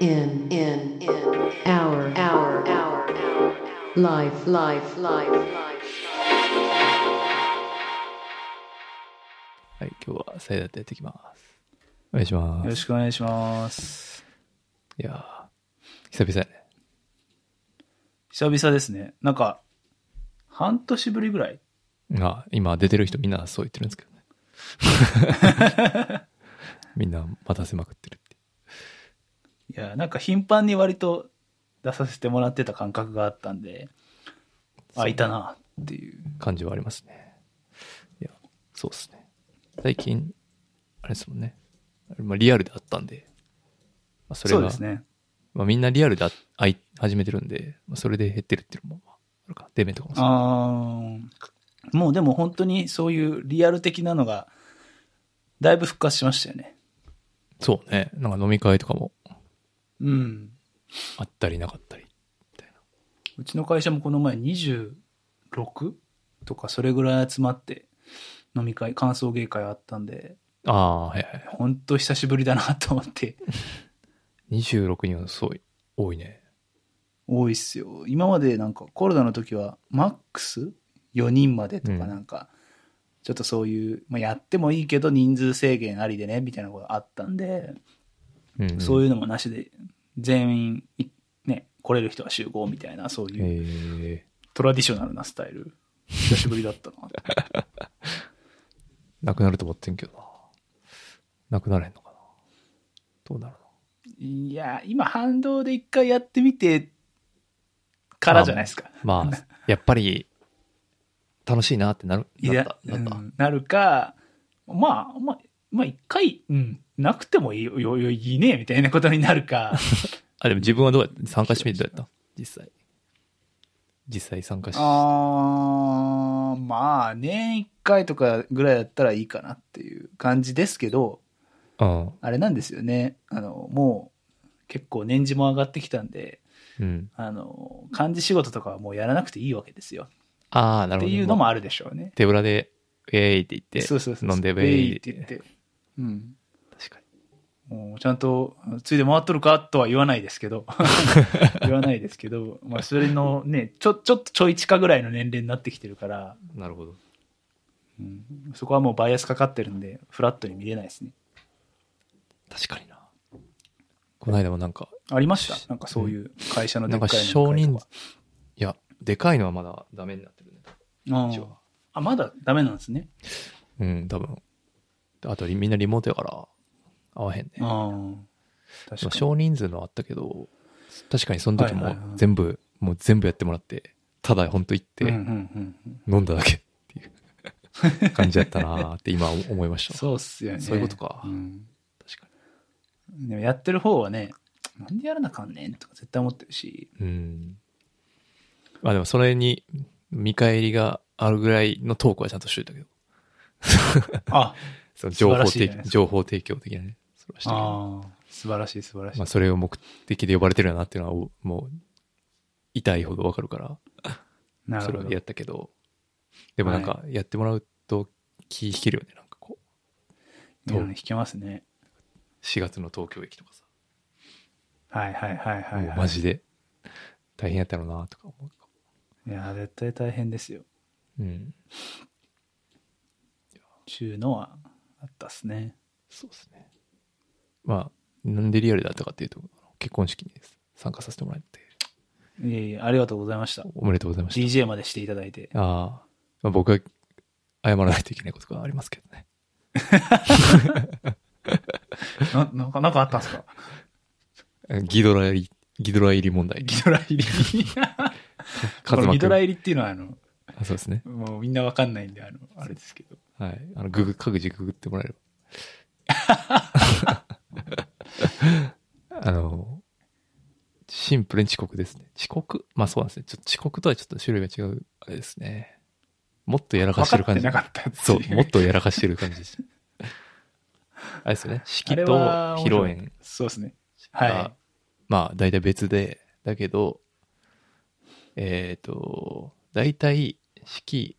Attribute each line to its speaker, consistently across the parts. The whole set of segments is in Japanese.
Speaker 1: in in in hour hour hour life life life life
Speaker 2: はい、今日はサイダーでやっていきます。お願いしま
Speaker 3: よろ
Speaker 2: す。
Speaker 3: しくお願いします。
Speaker 2: いやー久々やね。
Speaker 3: 久々ですね。なんか、半年ぶりぐらい
Speaker 2: まあ、今出てる人みんなそう言ってるんですけどね。 みんな待たせまくってるって。
Speaker 3: いや、なんか頻繁に割と出させてもらってた感覚があったんで、あ、いたなっていう。
Speaker 2: 感じはありますね。いや、そうですね。最近、あれですもんね。まあ、リアルであったんで。まあ、それ
Speaker 3: そう
Speaker 2: が、
Speaker 3: ですね。
Speaker 2: まあ、みんなリアルでああい始めてるんで、まあ、それで減ってるっていうのも、まあ、あるか。デメとかもそう
Speaker 3: あーもうでも本当にそういうリアル的なのが、だいぶ復活しましたよね。
Speaker 2: そうね。なんか飲み会とかも
Speaker 3: うん。
Speaker 2: あったりなかったり。
Speaker 3: うちの会社もこの前 26? とかそれぐらい集まって飲み会、歓送迎会あったんで、
Speaker 2: ああ、はいはいはい。
Speaker 3: 本当久しぶりだなと思って。
Speaker 2: 26人はそう多いね
Speaker 3: 多いっすよ今までなんかコロナの時はマックス4人までと
Speaker 2: うん
Speaker 3: かなんか、ちょっとそういう、まあ、やってもいいけど人数制限ありでねみたいなことあったんで、
Speaker 2: うん
Speaker 3: そう
Speaker 2: い
Speaker 3: いうのもなしで全員いね来れる人は集合みたいなそういう
Speaker 2: え
Speaker 3: トラディショナルなスタイル久しぶりだった な
Speaker 2: ー、なくなると思ってんけどななくなれへんのかなどうだろ
Speaker 3: いや今反動で一回やってみてからじゃないですか
Speaker 2: うなま あやっぱり楽しいなってなる
Speaker 3: い
Speaker 2: なっ
Speaker 3: や
Speaker 2: たなった、
Speaker 3: うんなるか、まあ、まあ、まあ一回、うん、なくてもいいよ、よ、よいいね、みたいなことになるか。
Speaker 2: あでも自分はどうやった参加してみてどうやった実際実際参加し
Speaker 3: あーまあ、年一回とかぐらいだったらいいかなっていう感じですけど、
Speaker 2: うん
Speaker 3: あれなんですよね。あの、もう、結構年次も上がってきたんで、
Speaker 2: うん
Speaker 3: あの、漢字仕事とかはもうやらなくていいわけですよ。
Speaker 2: ああな
Speaker 3: っ
Speaker 2: る
Speaker 3: て
Speaker 2: ほど
Speaker 3: いうのも
Speaker 2: あ
Speaker 3: あるでしょうね。
Speaker 2: 手ぶらでウェーイって言って
Speaker 3: そうそうそう。
Speaker 2: 飲んでウェ
Speaker 3: ウェ
Speaker 2: ーイ
Speaker 3: イって言って。うん。
Speaker 2: 確かに
Speaker 3: もうちゃんと、ついで回っとるかとは言わないです けど、言わないですけど、まあ、それのね、ちょ、ちょっとちょい近ぐらいの年齢になってきてるから、
Speaker 2: なるほど
Speaker 3: うんそこはもうバイアスかかってるんで、フラットに見れないですね。
Speaker 2: 確かになこの間もなんか
Speaker 3: ありましたなんかそういう会社の
Speaker 2: なん
Speaker 3: でっ
Speaker 2: か
Speaker 3: かい飲み会
Speaker 2: 少人
Speaker 3: と
Speaker 2: 数いやでかいのはまだダメになってるね
Speaker 3: か
Speaker 2: 数
Speaker 3: うんあ、まだダメなんですね。
Speaker 2: うん、多分。あと、みんなリモートやから、合わへんね。ま
Speaker 3: ああ。確
Speaker 2: あ
Speaker 3: かに。
Speaker 2: 少人数のあったけど、確かにその時
Speaker 3: はい
Speaker 2: も
Speaker 3: はいはい
Speaker 2: 全部、もう全部やってもらって、ただほんと行って、
Speaker 3: うんうんうんうん
Speaker 2: 飲んだだけっていう 感じやったなーって今思いました。
Speaker 3: そうっすよね。
Speaker 2: そういうことか
Speaker 3: ん
Speaker 2: 確か
Speaker 3: でもやってる方はね、なんでやらなあかんねんとか絶対思って るし、
Speaker 2: に。うん。まあでも、それに、見返りがあるぐらいのトークはちゃんとしといたけど、
Speaker 3: あ、
Speaker 2: その情報
Speaker 3: 素晴らしいじゃな
Speaker 2: 提
Speaker 3: いですか
Speaker 2: 情報提供的なね、それはしてるけど
Speaker 3: ああ、素晴らしい素晴らしい
Speaker 2: まあ、。それを目的で呼ばれてるよなっていうのは、もう、痛いほどわかるから。
Speaker 3: な
Speaker 2: そ
Speaker 3: る
Speaker 2: れ
Speaker 3: ほ
Speaker 2: は
Speaker 3: ど
Speaker 2: や。ったけど、でもなんかやってもらうと気引けるよね、なんかこ
Speaker 3: いや弾けますね。
Speaker 2: う、4月の東京駅とかさ、
Speaker 3: はいはいはいはい、
Speaker 2: も
Speaker 3: は
Speaker 2: う
Speaker 3: い。
Speaker 2: マジで大変やったろうなとか思うか。
Speaker 3: いや、絶対大変ですよ。
Speaker 2: うん、
Speaker 3: ちゅうのはあったっすね。
Speaker 2: そうですね。まあ、なんでリアルだったかっていうと、結婚式に参加させてもらって、
Speaker 3: いえいえ、ありがとうございました。
Speaker 2: おめでとうございまし
Speaker 3: DJ までしていただ いて。
Speaker 2: た。ああ、まあ、僕は謝らないといけないことがありますけどね。
Speaker 3: な、なんか、なんかあったんすか
Speaker 2: ギドラ入り、 ギドラ入り問題。
Speaker 3: ギドラ入り。 こ
Speaker 2: カズ
Speaker 3: の
Speaker 2: マ
Speaker 3: ギド
Speaker 2: 君
Speaker 3: ラ入りっていうのは、あの、
Speaker 2: あそうですね。
Speaker 3: もうみんなわかんないんで、あの、あれですけど。
Speaker 2: はい。あの、ググ、各自ググってもらえれば。あの、シンプルに遅刻ですね。遅刻まあそうなんですね。ちょっと遅刻とはちょっと種類が違う、あれですね。もっとやらか
Speaker 3: 分
Speaker 2: してる
Speaker 3: かっ
Speaker 2: 感
Speaker 3: て
Speaker 2: じ。
Speaker 3: なかったってい
Speaker 2: そう、もっとやらかしてる感じでした。あれですよね。式
Speaker 3: あれ
Speaker 2: と
Speaker 3: は
Speaker 2: 披
Speaker 3: 面
Speaker 2: 露
Speaker 3: 白い
Speaker 2: 宴
Speaker 3: そうですね。
Speaker 2: が、
Speaker 3: は
Speaker 2: まあ大体別で、だけど、えっ、と、大体式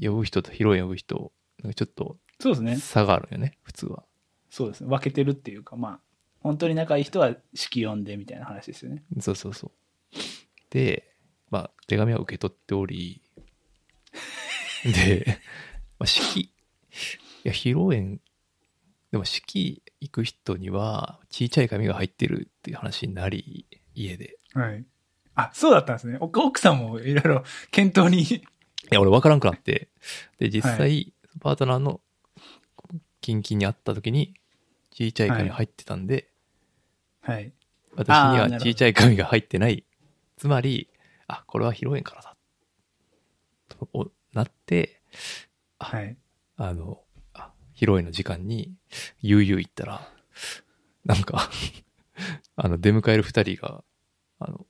Speaker 2: 呼ぶ人と披露宴呼ぶ人、なんかちょっと
Speaker 3: そうですね。
Speaker 2: 差があるよね、普通は。
Speaker 3: そうですね。分けてるっていうか、まあ、本当に仲いい人は式呼んでみたいな話ですよね。
Speaker 2: そうそうそう。で、まあ、手紙は受け取ってお り、で、まあ、式、いや、披露宴、でも式行く人には、ちいちゃい紙が入ってるっていう話になり、家で。
Speaker 3: はい。あ、そうだったんですね。お奥さんもいろいろ検討 に。
Speaker 2: いや、俺分からんくなって。で、実際、
Speaker 3: は
Speaker 2: パートナーの、キンキンに会った時に、ちいちゃい紙入ってたんで、
Speaker 3: はい。
Speaker 2: 私に
Speaker 3: あーなる
Speaker 2: は
Speaker 3: ほど
Speaker 2: ちいちゃい紙が入ってない。つまり、あ、これは披露宴からだ。とおなって、
Speaker 3: はい。
Speaker 2: あの、あ披露宴の時間に、悠々行ったら、なんか、 あの、出迎える二人が、あの、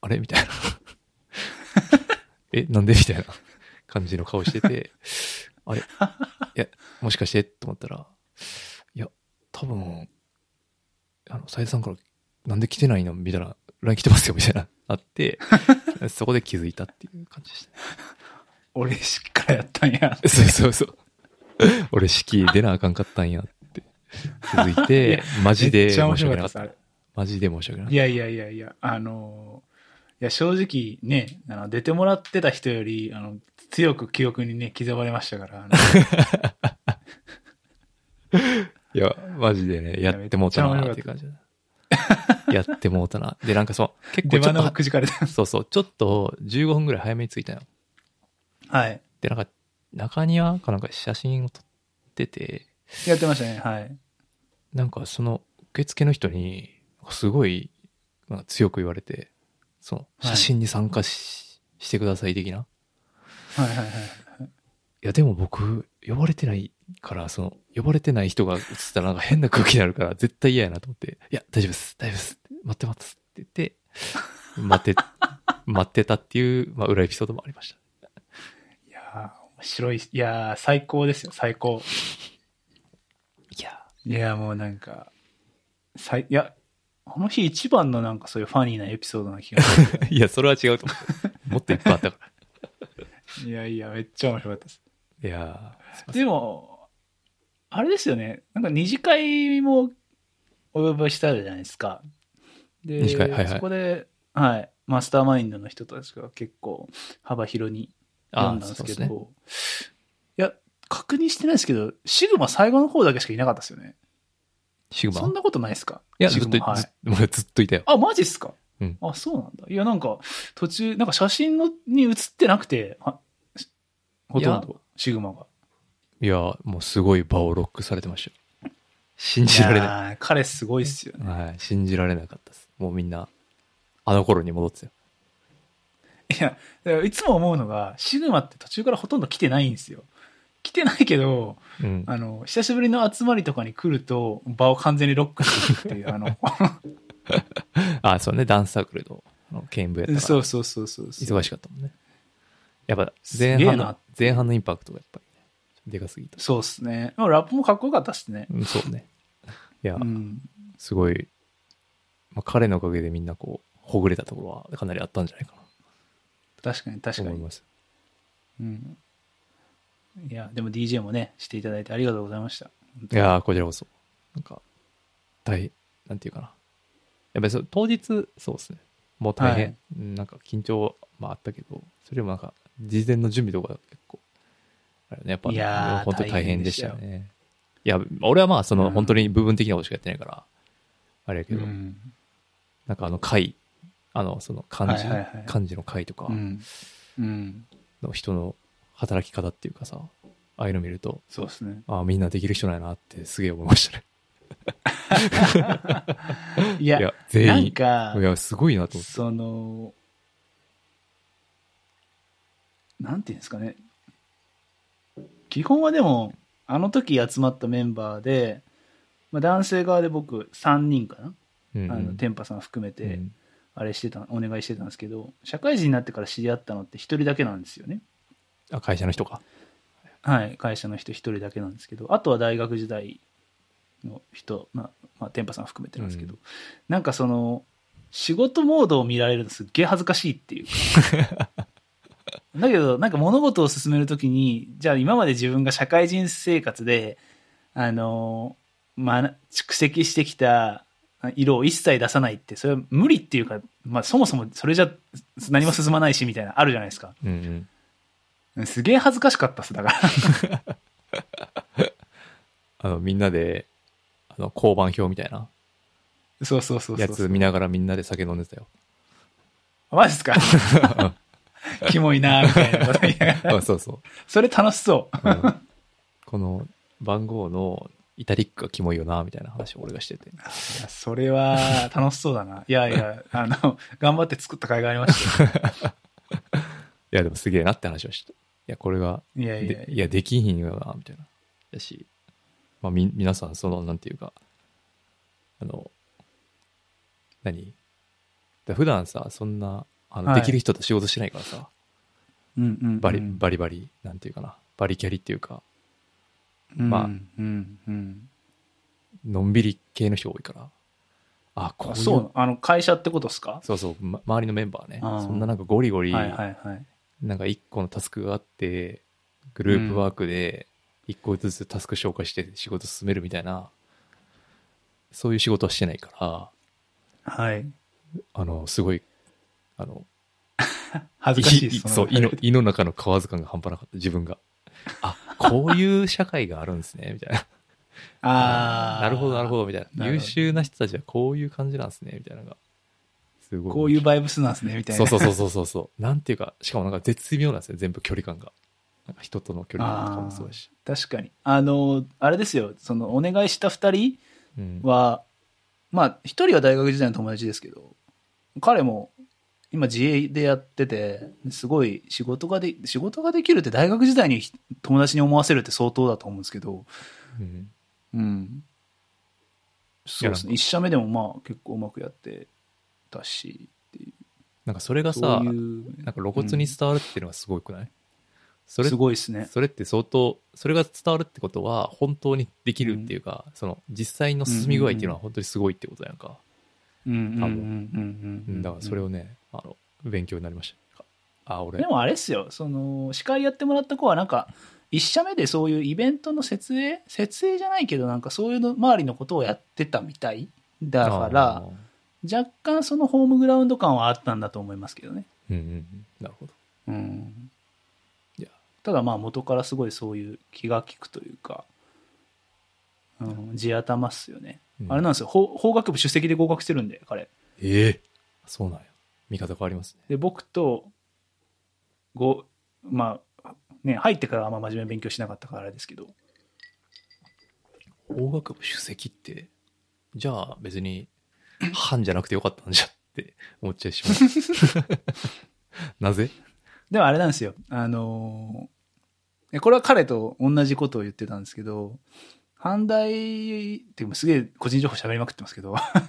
Speaker 2: あれみたいな。 え、なんでみたいな感じの顔してて、あれいや、もしかしてと思ったら、いや、多分、あの、斉藤さんから、なんで来てないのみたいな、LINE 来てますよみたいな、あって、そこで気づいたっていう感じでした。
Speaker 3: 俺式からやったんや。
Speaker 2: そうそうそう。俺、式出なあかんかったんやって気づい
Speaker 3: い
Speaker 2: て
Speaker 3: や、
Speaker 2: マジで
Speaker 3: めっちゃ面
Speaker 2: 申し訳
Speaker 3: 白か
Speaker 2: なかっ
Speaker 3: ったです、あ
Speaker 2: た
Speaker 3: れ。。
Speaker 2: マジで申し訳なかっ
Speaker 3: いやいやいやいや、あのー、いや正直ね、あの出てもらってた人より、あの、強く記憶にね、刻まれまし たから。あの
Speaker 2: た。いや、マジでね、やってもうたなっていう感じだな。やってもうたな。で、なんかそう、結構
Speaker 3: 出
Speaker 2: ちょっ
Speaker 3: 花を
Speaker 2: と
Speaker 3: くじかれた。
Speaker 2: は、そうそう、ちょっと15分ぐらい早めに着いたよ。
Speaker 3: はい。
Speaker 2: で、なんか、中庭かなんかで写真を撮ってて、
Speaker 3: やってましたね。はい。
Speaker 2: なんかその受付の人に、すごい、なんか強く言われて、その、
Speaker 3: はい
Speaker 2: 写真に参加し,、してください的な。
Speaker 3: はいはいはい。
Speaker 2: いやでも僕呼ばれてないからその呼ばれてない人が映ったらなんか変な空気になるから絶対嫌やなと思って「いや大丈夫です大丈夫です待ってます」って言って待っ て待ってたっていう、まあ、裏エピソードもありました
Speaker 3: いやー面白い。いやー最高ですよ、最高。
Speaker 2: いや
Speaker 3: いや、もうなんか、さいいや、あの日一番のなんかそういうファニーなエピソードな気がする。
Speaker 2: いやそれは違うと思ってもっといっぱいあったか
Speaker 3: いやいや、めっちゃ面白かったです。
Speaker 2: らいやーすいません
Speaker 3: でも、あれですよね、なんか二次会もお呼ばれしたじゃないですか。で、
Speaker 2: 二次会はいはい
Speaker 3: そこで、はい、マスターマインドの人たちが結構幅広に
Speaker 2: あ
Speaker 3: 読
Speaker 2: ー
Speaker 3: んだん
Speaker 2: そ
Speaker 3: です
Speaker 2: う
Speaker 3: け
Speaker 2: です
Speaker 3: ど、
Speaker 2: ね
Speaker 3: いや、確認してないですけど、シグマ最後の方だけしかいなかったですよね。
Speaker 2: シグ
Speaker 3: そ
Speaker 2: マ
Speaker 3: んなことないですか
Speaker 2: いやず
Speaker 3: シ
Speaker 2: っ
Speaker 3: グ
Speaker 2: と、
Speaker 3: マはい
Speaker 2: ずもうずっといたよ
Speaker 3: あ、マジっすか、
Speaker 2: うん
Speaker 3: あ、そうなんだ。いや、なんか、途中、なんか写真のに写ってなくて、はしほとん
Speaker 2: い
Speaker 3: ど、シグマが。
Speaker 2: いやーもうすごい場をロックされてましたよ信じられない
Speaker 3: やー彼すごいっすよね。
Speaker 2: い、はい、信じられなかったですもうみんなあの頃に戻ってたよ
Speaker 3: いや、だからいつも思うのが、シグマって途中からほとんど来てないんですよ。来てないけど、
Speaker 2: うん
Speaker 3: あの、久しぶりの集まりとかに来ると、場を完全にロックしていくっていう、あの、
Speaker 2: あ、そうね、ダンスサークルのあの兼部やったか
Speaker 3: そ
Speaker 2: ら、
Speaker 3: うそうそうそうそう。
Speaker 2: 忙しかったもんね。やっぱ、
Speaker 3: すげえ
Speaker 2: 前
Speaker 3: な
Speaker 2: 半の、前半のインパクトがやっぱり、ね、でかすぎた。
Speaker 3: そうっすね。まあラップもかっこよかったっすね。
Speaker 2: うんそうね。いや、
Speaker 3: うん。
Speaker 2: すごい、まあ、彼のおかげでみんなこう、ほぐれたところはかなりあったんじゃないかな
Speaker 3: 確かに
Speaker 2: と
Speaker 3: 確か
Speaker 2: 思い
Speaker 3: に。
Speaker 2: ます。
Speaker 3: うん。いや、でも DJ もね、していただいてありがとうございました。
Speaker 2: いやーこちらこそ。なんか、大、なんていうかな。やっぱりそう当日、そうですね。もう大変、
Speaker 3: はい
Speaker 2: うんなんか緊張もあったけど、それよりもなんか、事前の準備とか結構、あれね、やっぱ、
Speaker 3: いやー
Speaker 2: 本当に大変でしたよね。いや、俺はまあ、その、
Speaker 3: うん
Speaker 2: 本当に部分的なことしかやってないから、あれやけど、
Speaker 3: うん
Speaker 2: なんかあの、会、あの、その漢字、
Speaker 3: はいはいはい
Speaker 2: 漢字の会とか
Speaker 3: うんうん、
Speaker 2: の人の働き方っていうかさ、ああいうの見ると、
Speaker 3: そうですね。
Speaker 2: ああ、みんなできる人なんやなってすげえ思いましたね。
Speaker 3: い
Speaker 2: い
Speaker 3: や
Speaker 2: や、、全員。
Speaker 3: なんか
Speaker 2: い、や、すごいなと思って。
Speaker 3: その、なんていうんですかね。基本はでも、あの時集まったメンバーで、まあ、男性側で僕3人かな、
Speaker 2: うん
Speaker 3: あの天パさん含め
Speaker 2: う
Speaker 3: て、
Speaker 2: ん
Speaker 3: あれしてた、お願いしてたんですけど、社会人になってから知り合ったのって1人だけなんですよね。
Speaker 2: あ会社の人か。
Speaker 3: はい、会社の人一人だけなんですけどあとは大学時代の人、まあ、まあ天パさん含めてなんですけど、
Speaker 2: う
Speaker 3: なんかその仕事モードを見られるのすっげえ恥ずかしいっていうか だけどなんか物事を進めるときにじゃあ今まで自分が社会人生活であの、まあ、蓄積してきた色を一切出さないって、それは無理っていうか、まあそもそもそれじゃ何も進まないしみたいな、あるじゃないですか。
Speaker 2: うんうん。
Speaker 3: すげえ恥ずかしかったっす、だから。
Speaker 2: あの、みんなで、あの、交番表みたいな
Speaker 3: そうそうそうそう。
Speaker 2: やつ見ながらみんなで酒飲んでた よ。
Speaker 3: マジっす かキモいなーみたいなこと言いながら
Speaker 2: あそうそう。
Speaker 3: それ楽しそう。
Speaker 2: うんこの番号のイタリックがキモいよな、みたいな話を俺がしてて。
Speaker 3: いやそれは楽しそうだな。いやいや、あの、頑張って作った甲斐がありましたよ。
Speaker 2: いや、でもすげえなって話をして。いや、これが、
Speaker 3: いや
Speaker 2: で
Speaker 3: いやい
Speaker 2: いや、できひんよな、みたいな。だし、まあ、み、皆さん、その、なんていうか、あの、何だ普段さ、そんな、あの、
Speaker 3: はい
Speaker 2: できる人と仕事してないからさ、
Speaker 3: うんうんうん
Speaker 2: バリ、バリバリ、なんていうかな、バリキャリっていうか、まあ
Speaker 3: うんうんうん。
Speaker 2: のんびり系の人多いから、あ、こう
Speaker 3: あ
Speaker 2: いう
Speaker 3: そう、あの、会社ってことっすか
Speaker 2: そうそう、ま、周りのメンバーね、
Speaker 3: あー
Speaker 2: そんななんかゴリゴリ、
Speaker 3: はいはいはい。
Speaker 2: なんか一個のタスクがあって、グループワークで一個ずつタスク消化して仕事進めるみたいな、そういう仕事はしてないか
Speaker 3: はい。
Speaker 2: ら、あの、すごい、あの、
Speaker 3: 恥ずかしいっす。
Speaker 2: そう、胃 の、胃の中の皮図感が半端なかった、自分が。あ、こういう社会があるんですね、みたい
Speaker 3: あ
Speaker 2: な。
Speaker 3: あ。
Speaker 2: なるほど、なるほど、みたい
Speaker 3: な
Speaker 2: な。
Speaker 3: るほ
Speaker 2: 優
Speaker 3: ど
Speaker 2: 秀な人たちはこういう感じなんですね、みたいなのが。すごい。
Speaker 3: こういうバイブスなんですね、みたいな。
Speaker 2: そうそうそうそうそうそう。 なんていうか、しかもなんか絶妙なんですよ、全部距離感が。なんか人との距離感とかもそうだし。
Speaker 3: 確かに。あの、あれですよ、その、お願いした二人
Speaker 2: うん
Speaker 3: は、まあ、一人は大学時代の友達ですけど、彼も、今自営でやってて、すごい仕事がで、仕事ができるって大学時代にひ友達に思わせるって相当だと思うんですけど、
Speaker 2: うん
Speaker 3: うん。そうですね。一社目でもまあ結構うまくやってたし、
Speaker 2: なんかそれが
Speaker 3: そ
Speaker 2: さ
Speaker 3: ういう、
Speaker 2: なんか露骨に伝わるっていうのがすごくない、それ
Speaker 3: すごいですね。
Speaker 2: それって相当それが伝わるってことは本当にできるっていうか、その実際の進み具合っていうのは本当にすごいってことやんか、
Speaker 3: うんうんうんう
Speaker 2: うん
Speaker 3: んうん。
Speaker 2: だからそれをねあの勉強になりましたあ俺
Speaker 3: でもあれっすよその司会やってもらった子はなんか一社目でそういうイベントの設営設営じゃないけどなんかそういうの周りのことをやってたみたいだから
Speaker 2: あー
Speaker 3: 若干そのホームグラウンド感はあったんだと思いますけどね、
Speaker 2: うんうんうんなるほど
Speaker 3: うん、
Speaker 2: いや
Speaker 3: ただまあ元からすごいそういう気が利くというか、うん、地頭っすよね、
Speaker 2: うん
Speaker 3: あれなんですよ法法学部出席で合格してるんで彼
Speaker 2: ええそうなんや見方変わりますね
Speaker 3: で僕とごまあね入ってからあんま真面目に勉強しなかったからあれですけど
Speaker 2: 法学部主席ってじゃあ別に藩じゃなくてよかったんじゃって思っちゃいし まうなぜ
Speaker 3: でもあれなんですよ。あのーえこれは彼と同じことを言ってたんですけど、阪大ってもうすげえ個人情報喋りまくってますけど、
Speaker 2: あ、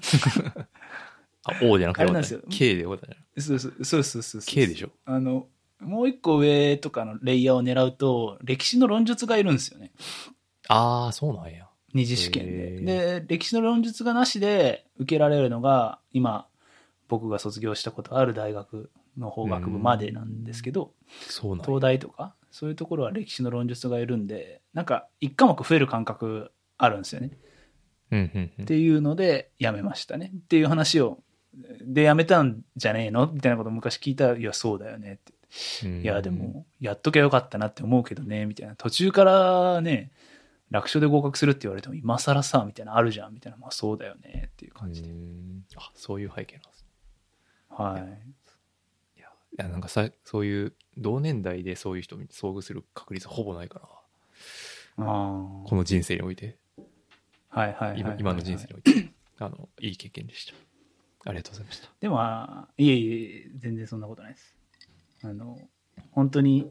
Speaker 2: O じゃなくてよか
Speaker 3: あれ
Speaker 2: った
Speaker 3: なんですよ
Speaker 2: K でよかったんじゃない
Speaker 3: そうそうそうそうそうそう
Speaker 2: K でしょ
Speaker 3: あの、もう一個上とかのレイヤーを狙うと、歴史の論述がいるんですよね。
Speaker 2: ああ、そうなんや。
Speaker 3: 二次試験で。
Speaker 2: へ
Speaker 3: で、歴史の論述がなしで受けられるのが、今、僕が卒業したことある大学の法学部までなんですけど、
Speaker 2: そうなんや
Speaker 3: 東。大とか、そういうところは歴史の論述がいるんで、なんか一科目増える感覚あるんですよね。
Speaker 2: うんうんう
Speaker 3: っ
Speaker 2: ん。
Speaker 3: ていうので、やめましたね。っていう話を、で、やめたんじゃねえのみたいなことを昔聞いたら、いや、そうだよねって。
Speaker 2: うん
Speaker 3: いや、で。も、やっときゃよかったなって思うけどね、みたいな。途中からね、楽勝で合格するって言われても、今更さ、みたいな、あるじゃん、みたいな。まあ、そうだよね、っていう
Speaker 2: う
Speaker 3: 感じで。
Speaker 2: んあ、そういう背景なんですね。
Speaker 3: はい。
Speaker 2: いや、いやなんかさ、そういう、同年代でそういう人に遭遇する確率ほぼないから、
Speaker 3: あー
Speaker 2: この人生において、
Speaker 3: はいはいはい
Speaker 2: 今
Speaker 3: はい
Speaker 2: 今の人生において、あの、いい経験でした。ありがとうございました。
Speaker 3: でも、あーいえいえ、全然そんなことないです。あの、本当に、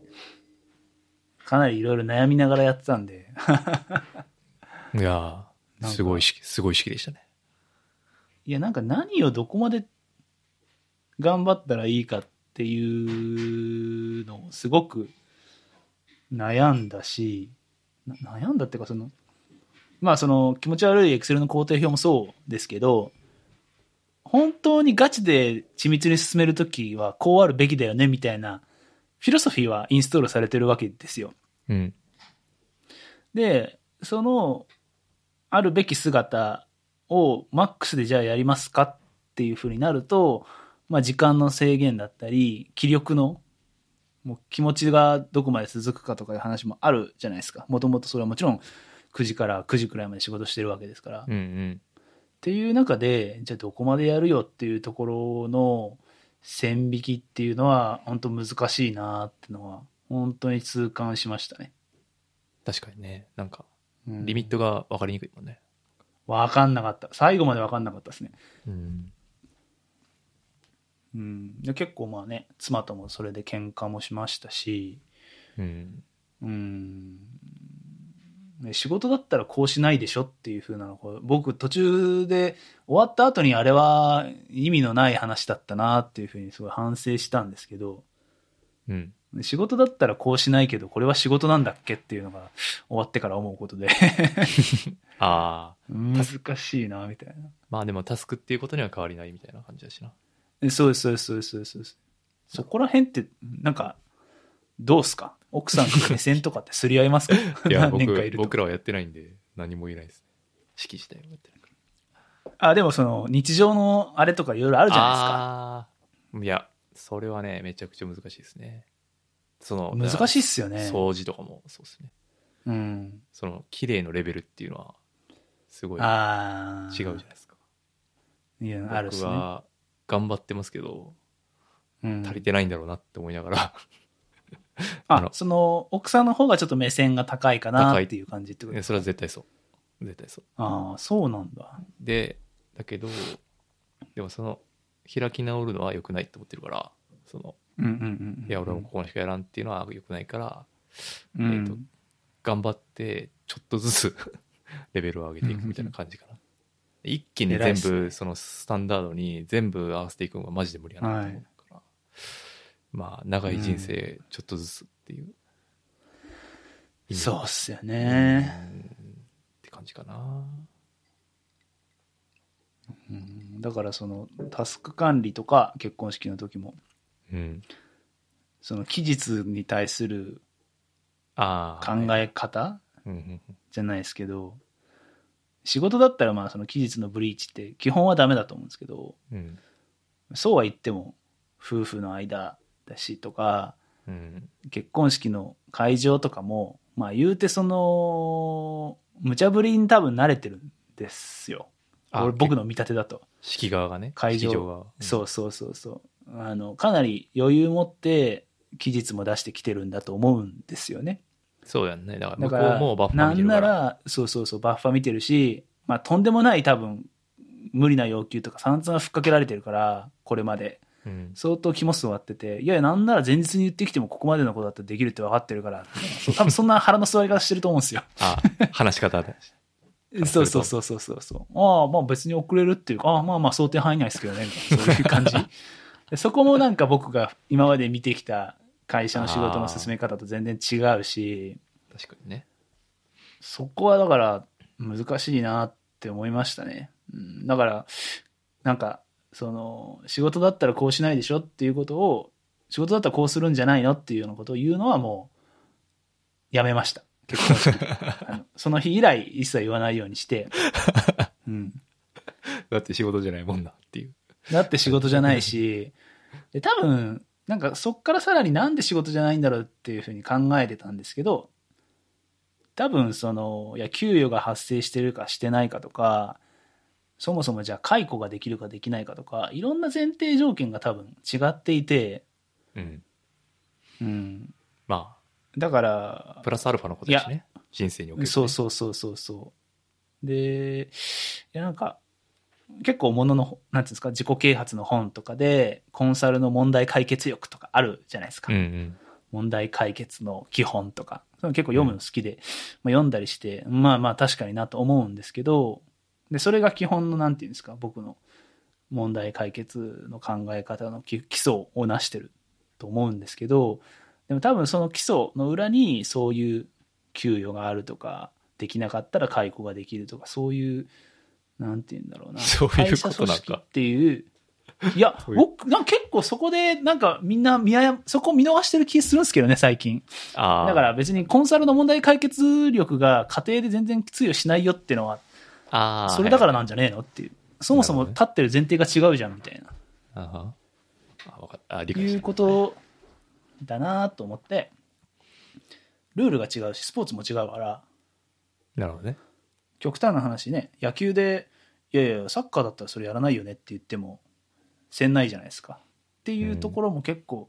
Speaker 3: かなりいろいろ悩みながらやってたんで、
Speaker 2: いやー
Speaker 3: なんか
Speaker 2: すごい式、すごい式でしたね。
Speaker 3: いや、なんか何をどこまで頑張ったらいいかっていうのをすごく悩んだし、な悩んだっていうか、その、まあその気持ち悪いエクセルの工程表もそうですけど、本当にガチで緻密に進めるときはこうあるべきだよねみたいなフィロソフィーはインストールされてるわけですよ。
Speaker 2: うん。
Speaker 3: で、その、あるべき姿をマックスでじゃあやりますかっていうふうになると、まあ、時間の制限だったり気力のもう気持ちがどこまで続くかとかいう話もあるじゃないですかもともとそれはもちろん9時から9時くらいまで仕事してるわけですから。
Speaker 2: うんうん。
Speaker 3: っていう中でじゃあどこまでやるよっていうところの線引きっていうのは本当難しいなってのは本当に痛感しましたね。
Speaker 2: 確かにね。なんか、
Speaker 3: うん
Speaker 2: リミットが分かりにくいもんね。
Speaker 3: 分かんなかった最後まで分かんなかったですね。
Speaker 2: うん。
Speaker 3: うん、で結構まあね妻ともそれで喧嘩もしましたし、
Speaker 2: うん。
Speaker 3: うんね、仕事だったらこうしないでしょっていう風なのこう僕途中で終わった後にあれは意味のない話だったなっていう風にすごい反省したんですけど。
Speaker 2: うん。
Speaker 3: 仕事だったらこうしないけど、これは仕事なんだっけっていうのが終わってから思うことで、
Speaker 2: ああ。
Speaker 3: 難しいな、みたいな
Speaker 2: まあでもタスクっていうことには変わりないみたいな感じだ しな。
Speaker 3: え。そうです、そうです、そうです、そうですそうです。そこら辺って、なんか、どうっすか奥さんと目線とかってすり合いますか
Speaker 2: いや、
Speaker 3: 何年かい
Speaker 2: 僕
Speaker 3: ると
Speaker 2: 僕らはやってないんで、何も言えないです。式自体はやってないから。
Speaker 3: あ、でもその、日常のあれとかいろいろあるじゃな
Speaker 2: ああーいや、それはね、めちゃくちゃ難しいですね。その、
Speaker 3: いですか。難しいっすよ
Speaker 2: い
Speaker 3: ね。
Speaker 2: 掃除とかもそうですね。
Speaker 3: うん。
Speaker 2: その、綺麗のレベルっていうのは、すごい違う
Speaker 3: ああ。
Speaker 2: じゃないですか。
Speaker 3: いや、あるっ
Speaker 2: 僕
Speaker 3: すね。
Speaker 2: は頑張ってますけど、
Speaker 3: うん
Speaker 2: 足りてないんだろうなって思いながら、あ
Speaker 3: あ、
Speaker 2: の
Speaker 3: その、奥さんの方がちょっと目線が高いかな
Speaker 2: 高い
Speaker 3: っていう感じってこ と
Speaker 2: ねそれは絶対そう。絶対そう。
Speaker 3: ああ、そうなんだ。
Speaker 2: で、だけど、でもその、開き直るのは良くないって思ってるから、その、
Speaker 3: うんうんうんうん。
Speaker 2: いや、俺もここしかやらんっていうのは良くないから、
Speaker 3: う
Speaker 2: えーと頑張ってちょっとずつ レベルを上げていくみたいな感じかな、一気に
Speaker 3: 偉
Speaker 2: 全
Speaker 3: いっすね
Speaker 2: 部そのスタンダードに全部合わせていくのがマジで無理やなと思うから、まあ長い人生ちょっとずつっていう、
Speaker 3: そうっすよ
Speaker 2: う
Speaker 3: ね、
Speaker 2: って感じかな
Speaker 3: うんだからそのタスク管理とか結婚式の時も
Speaker 2: うん
Speaker 3: その期日に対する
Speaker 2: ああ
Speaker 3: 考え方
Speaker 2: うんうん
Speaker 3: じゃないですけど仕事だったらまあその期日のブリーチって基本はダメだと思うんですけど
Speaker 2: うん
Speaker 3: そうは言っても夫婦の間だしとか
Speaker 2: うん
Speaker 3: 結婚式の会場とかもまあ言うてその無茶ぶりに多分慣れてるんですよ
Speaker 2: あ
Speaker 3: 俺僕の見立てだと
Speaker 2: 式側がね
Speaker 3: 会場
Speaker 2: 式場側
Speaker 3: そうそうそうそう。あの、かなり余裕持って、期日も出してきてるんだと思うんですよね。
Speaker 2: そうやんねだから
Speaker 3: だ
Speaker 2: 向こ
Speaker 3: か
Speaker 2: う
Speaker 3: ら、
Speaker 2: もバッファ
Speaker 3: な
Speaker 2: 見て
Speaker 3: ん
Speaker 2: るか
Speaker 3: な
Speaker 2: ら
Speaker 3: ら、そうそうそう、バッファ見てるし、まあ、とんでもない多分、無理な要求とか散々ふっかけられてるから、これまで。
Speaker 2: うん、
Speaker 3: 相当肝据わってて、いやいや、なんなら前日に言ってきてもここまでのことだったらできるって分かって るから、そう多分そんな腹の座り方してると思うんですよ。
Speaker 2: あ話し方だし
Speaker 3: そうそうそうそうそうそう。ああ、まあ別に遅れるっていうか、ああまあまあ想定範囲内ですけどね、そういう感じ。でそこもなんか僕が今まで見てきた会社の仕事の進め方と全然違うし、
Speaker 2: 確かにね
Speaker 3: そこはだから難しいなって思いましたね。うん、だから、なんか、その、仕事だったらこうしないでしょっていうことを、仕事だったらこうするんじゃないのっていうようなことを言うのはもう、やめました。結婚式あのその日以来一切言わないようにして、うん。
Speaker 2: だって仕事じゃないもんなっていう
Speaker 3: だって仕事じゃないし、で多分、なんかそっからさらになんで仕事じゃないんだろうっていうふうに考えてたんですけど、多分その、いや、給与が発生してるかしてないかとか、そもそもじゃあ解雇ができるかできないかとか、いろんな前提条件が多分違っていて、
Speaker 2: うん
Speaker 3: うん。
Speaker 2: ま
Speaker 3: だから
Speaker 2: あ、プラスアルファのことですね人生における、ね、
Speaker 3: そうそうそうそうそう。で、いやなんか、結構ものの、なんていうんですか、自己啓発の本とかで、コンサルの問題解決欲とかあるじゃないですか。
Speaker 2: うんうん
Speaker 3: 問題解決の基本とか。そういうの結構読むの好きで、まあ、読んだりして、まあまあ確かになと思うんですけど、で、それが基本の、なんていうんですか、僕の問題解決の考え方の基基礎をなしてると思うんですけど、でも多分その基礎の裏にそういう給与があるとか、できなかったら解雇ができるとか、そういう、なんて言うんだろうな。
Speaker 2: そういうことなんか
Speaker 3: 会社組織っていう、いや、
Speaker 2: そういう
Speaker 3: 僕、なんか結構そこで、なんかみんな見誤、そこ見逃してる気するんですけどね、最近。
Speaker 2: ああ
Speaker 3: だから別にコンサルの問題解決力が家庭で全然通用しないよっていうのは、
Speaker 2: ああ。
Speaker 3: それだから
Speaker 2: な。
Speaker 3: なんじゃねえのっていう。そもそも
Speaker 2: なるほ
Speaker 3: 立ってる前提が違うじゃんみたいな。
Speaker 2: あはあ、わかった。あ、理解し
Speaker 3: い
Speaker 2: た
Speaker 3: うことだなと思って、ルールが違うし、スポーツも違うから、
Speaker 2: なるほどね。
Speaker 3: 極端な話ね、野球で、いやいや、サッカーだったらそれやらないよねって言っても、せんないじゃないですか。っていうところも結構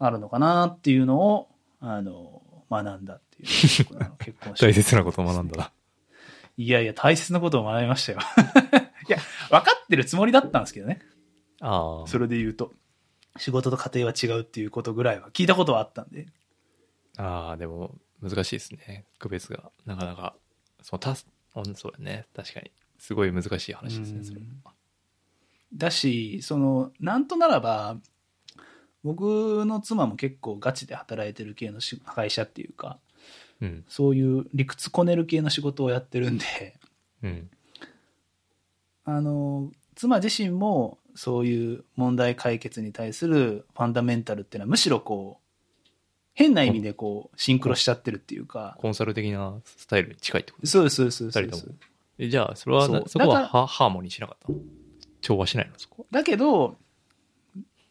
Speaker 3: あるのかなっていうのを、あの、学んだっていう。この結婚式
Speaker 2: 大切なことを学んだな。
Speaker 3: いやいや、大切なことを学びましたよ。 いや、分かってるつもりだったんですけどね。
Speaker 2: ああ。
Speaker 3: それで言うと。仕事と家庭は違うっていうことぐらいは聞いたことはあったんで。
Speaker 2: ああ、でも、難しいですね。区別が。なかなか。そのたす、うんそうだね。確かに。すごい難しい話です
Speaker 3: う
Speaker 2: ね、
Speaker 3: ん
Speaker 2: それ。
Speaker 3: だし、その、なんとならば、僕の妻も結構ガチで働いてる系のし会社っていうか、
Speaker 2: うん。
Speaker 3: そういう理屈こねる系の仕事をやってるんで、
Speaker 2: うん。
Speaker 3: あの、妻自身もそういう問題解決に対するファンダメンタルっていうのはむしろこう、変な意味でこう、シンクロしちゃってるっていうか、
Speaker 2: コンサル的なスタイルに近いってこと
Speaker 3: そうです、そうです、そう
Speaker 2: 二
Speaker 3: で
Speaker 2: 人
Speaker 3: す
Speaker 2: とも。えじゃあ、それはな、
Speaker 3: そう
Speaker 2: そこ
Speaker 3: だ
Speaker 2: は
Speaker 3: か
Speaker 2: ハハーモニーしなかったの調和しないのそこ
Speaker 3: だけど、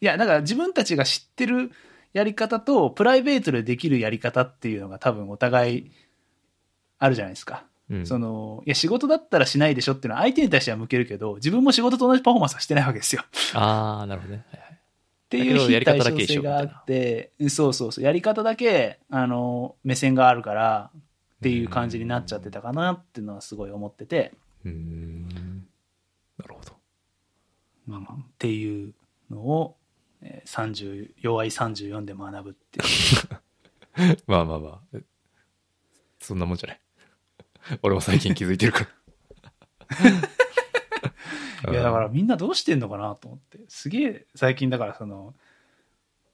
Speaker 3: いや、だから自分たちが知ってるやり方と、プライベートでできるやり方っていうのが多分お互いあるじゃないですか。
Speaker 2: は。うん。
Speaker 3: その、いや、仕事だったらしないでしょっていうのは相手に対しては向けるけど、自分も仕事と同じパフォーマンスはしてないわ けですよ。
Speaker 2: ああ、なるほどね。はいはい。
Speaker 3: ってい
Speaker 2: だ
Speaker 3: う
Speaker 2: けどや
Speaker 3: 非
Speaker 2: り方だ
Speaker 3: 対
Speaker 2: け
Speaker 3: 称
Speaker 2: 一緒
Speaker 3: 性
Speaker 2: みたいな
Speaker 3: があって、そうそうそう、やり方だけ、あの、目線があるから、っていう感じになっちゃってたかなっていうのはすごい思ってて、
Speaker 2: うーん。なるほど。
Speaker 3: っていうのを、えー30、弱い34で学ぶっていう。
Speaker 2: まあまあまあ。えそんなもんじゃない。 俺も最近気づいてるから。
Speaker 3: いやだからみんなどうしてんのかなと思ってすげえ最近だからその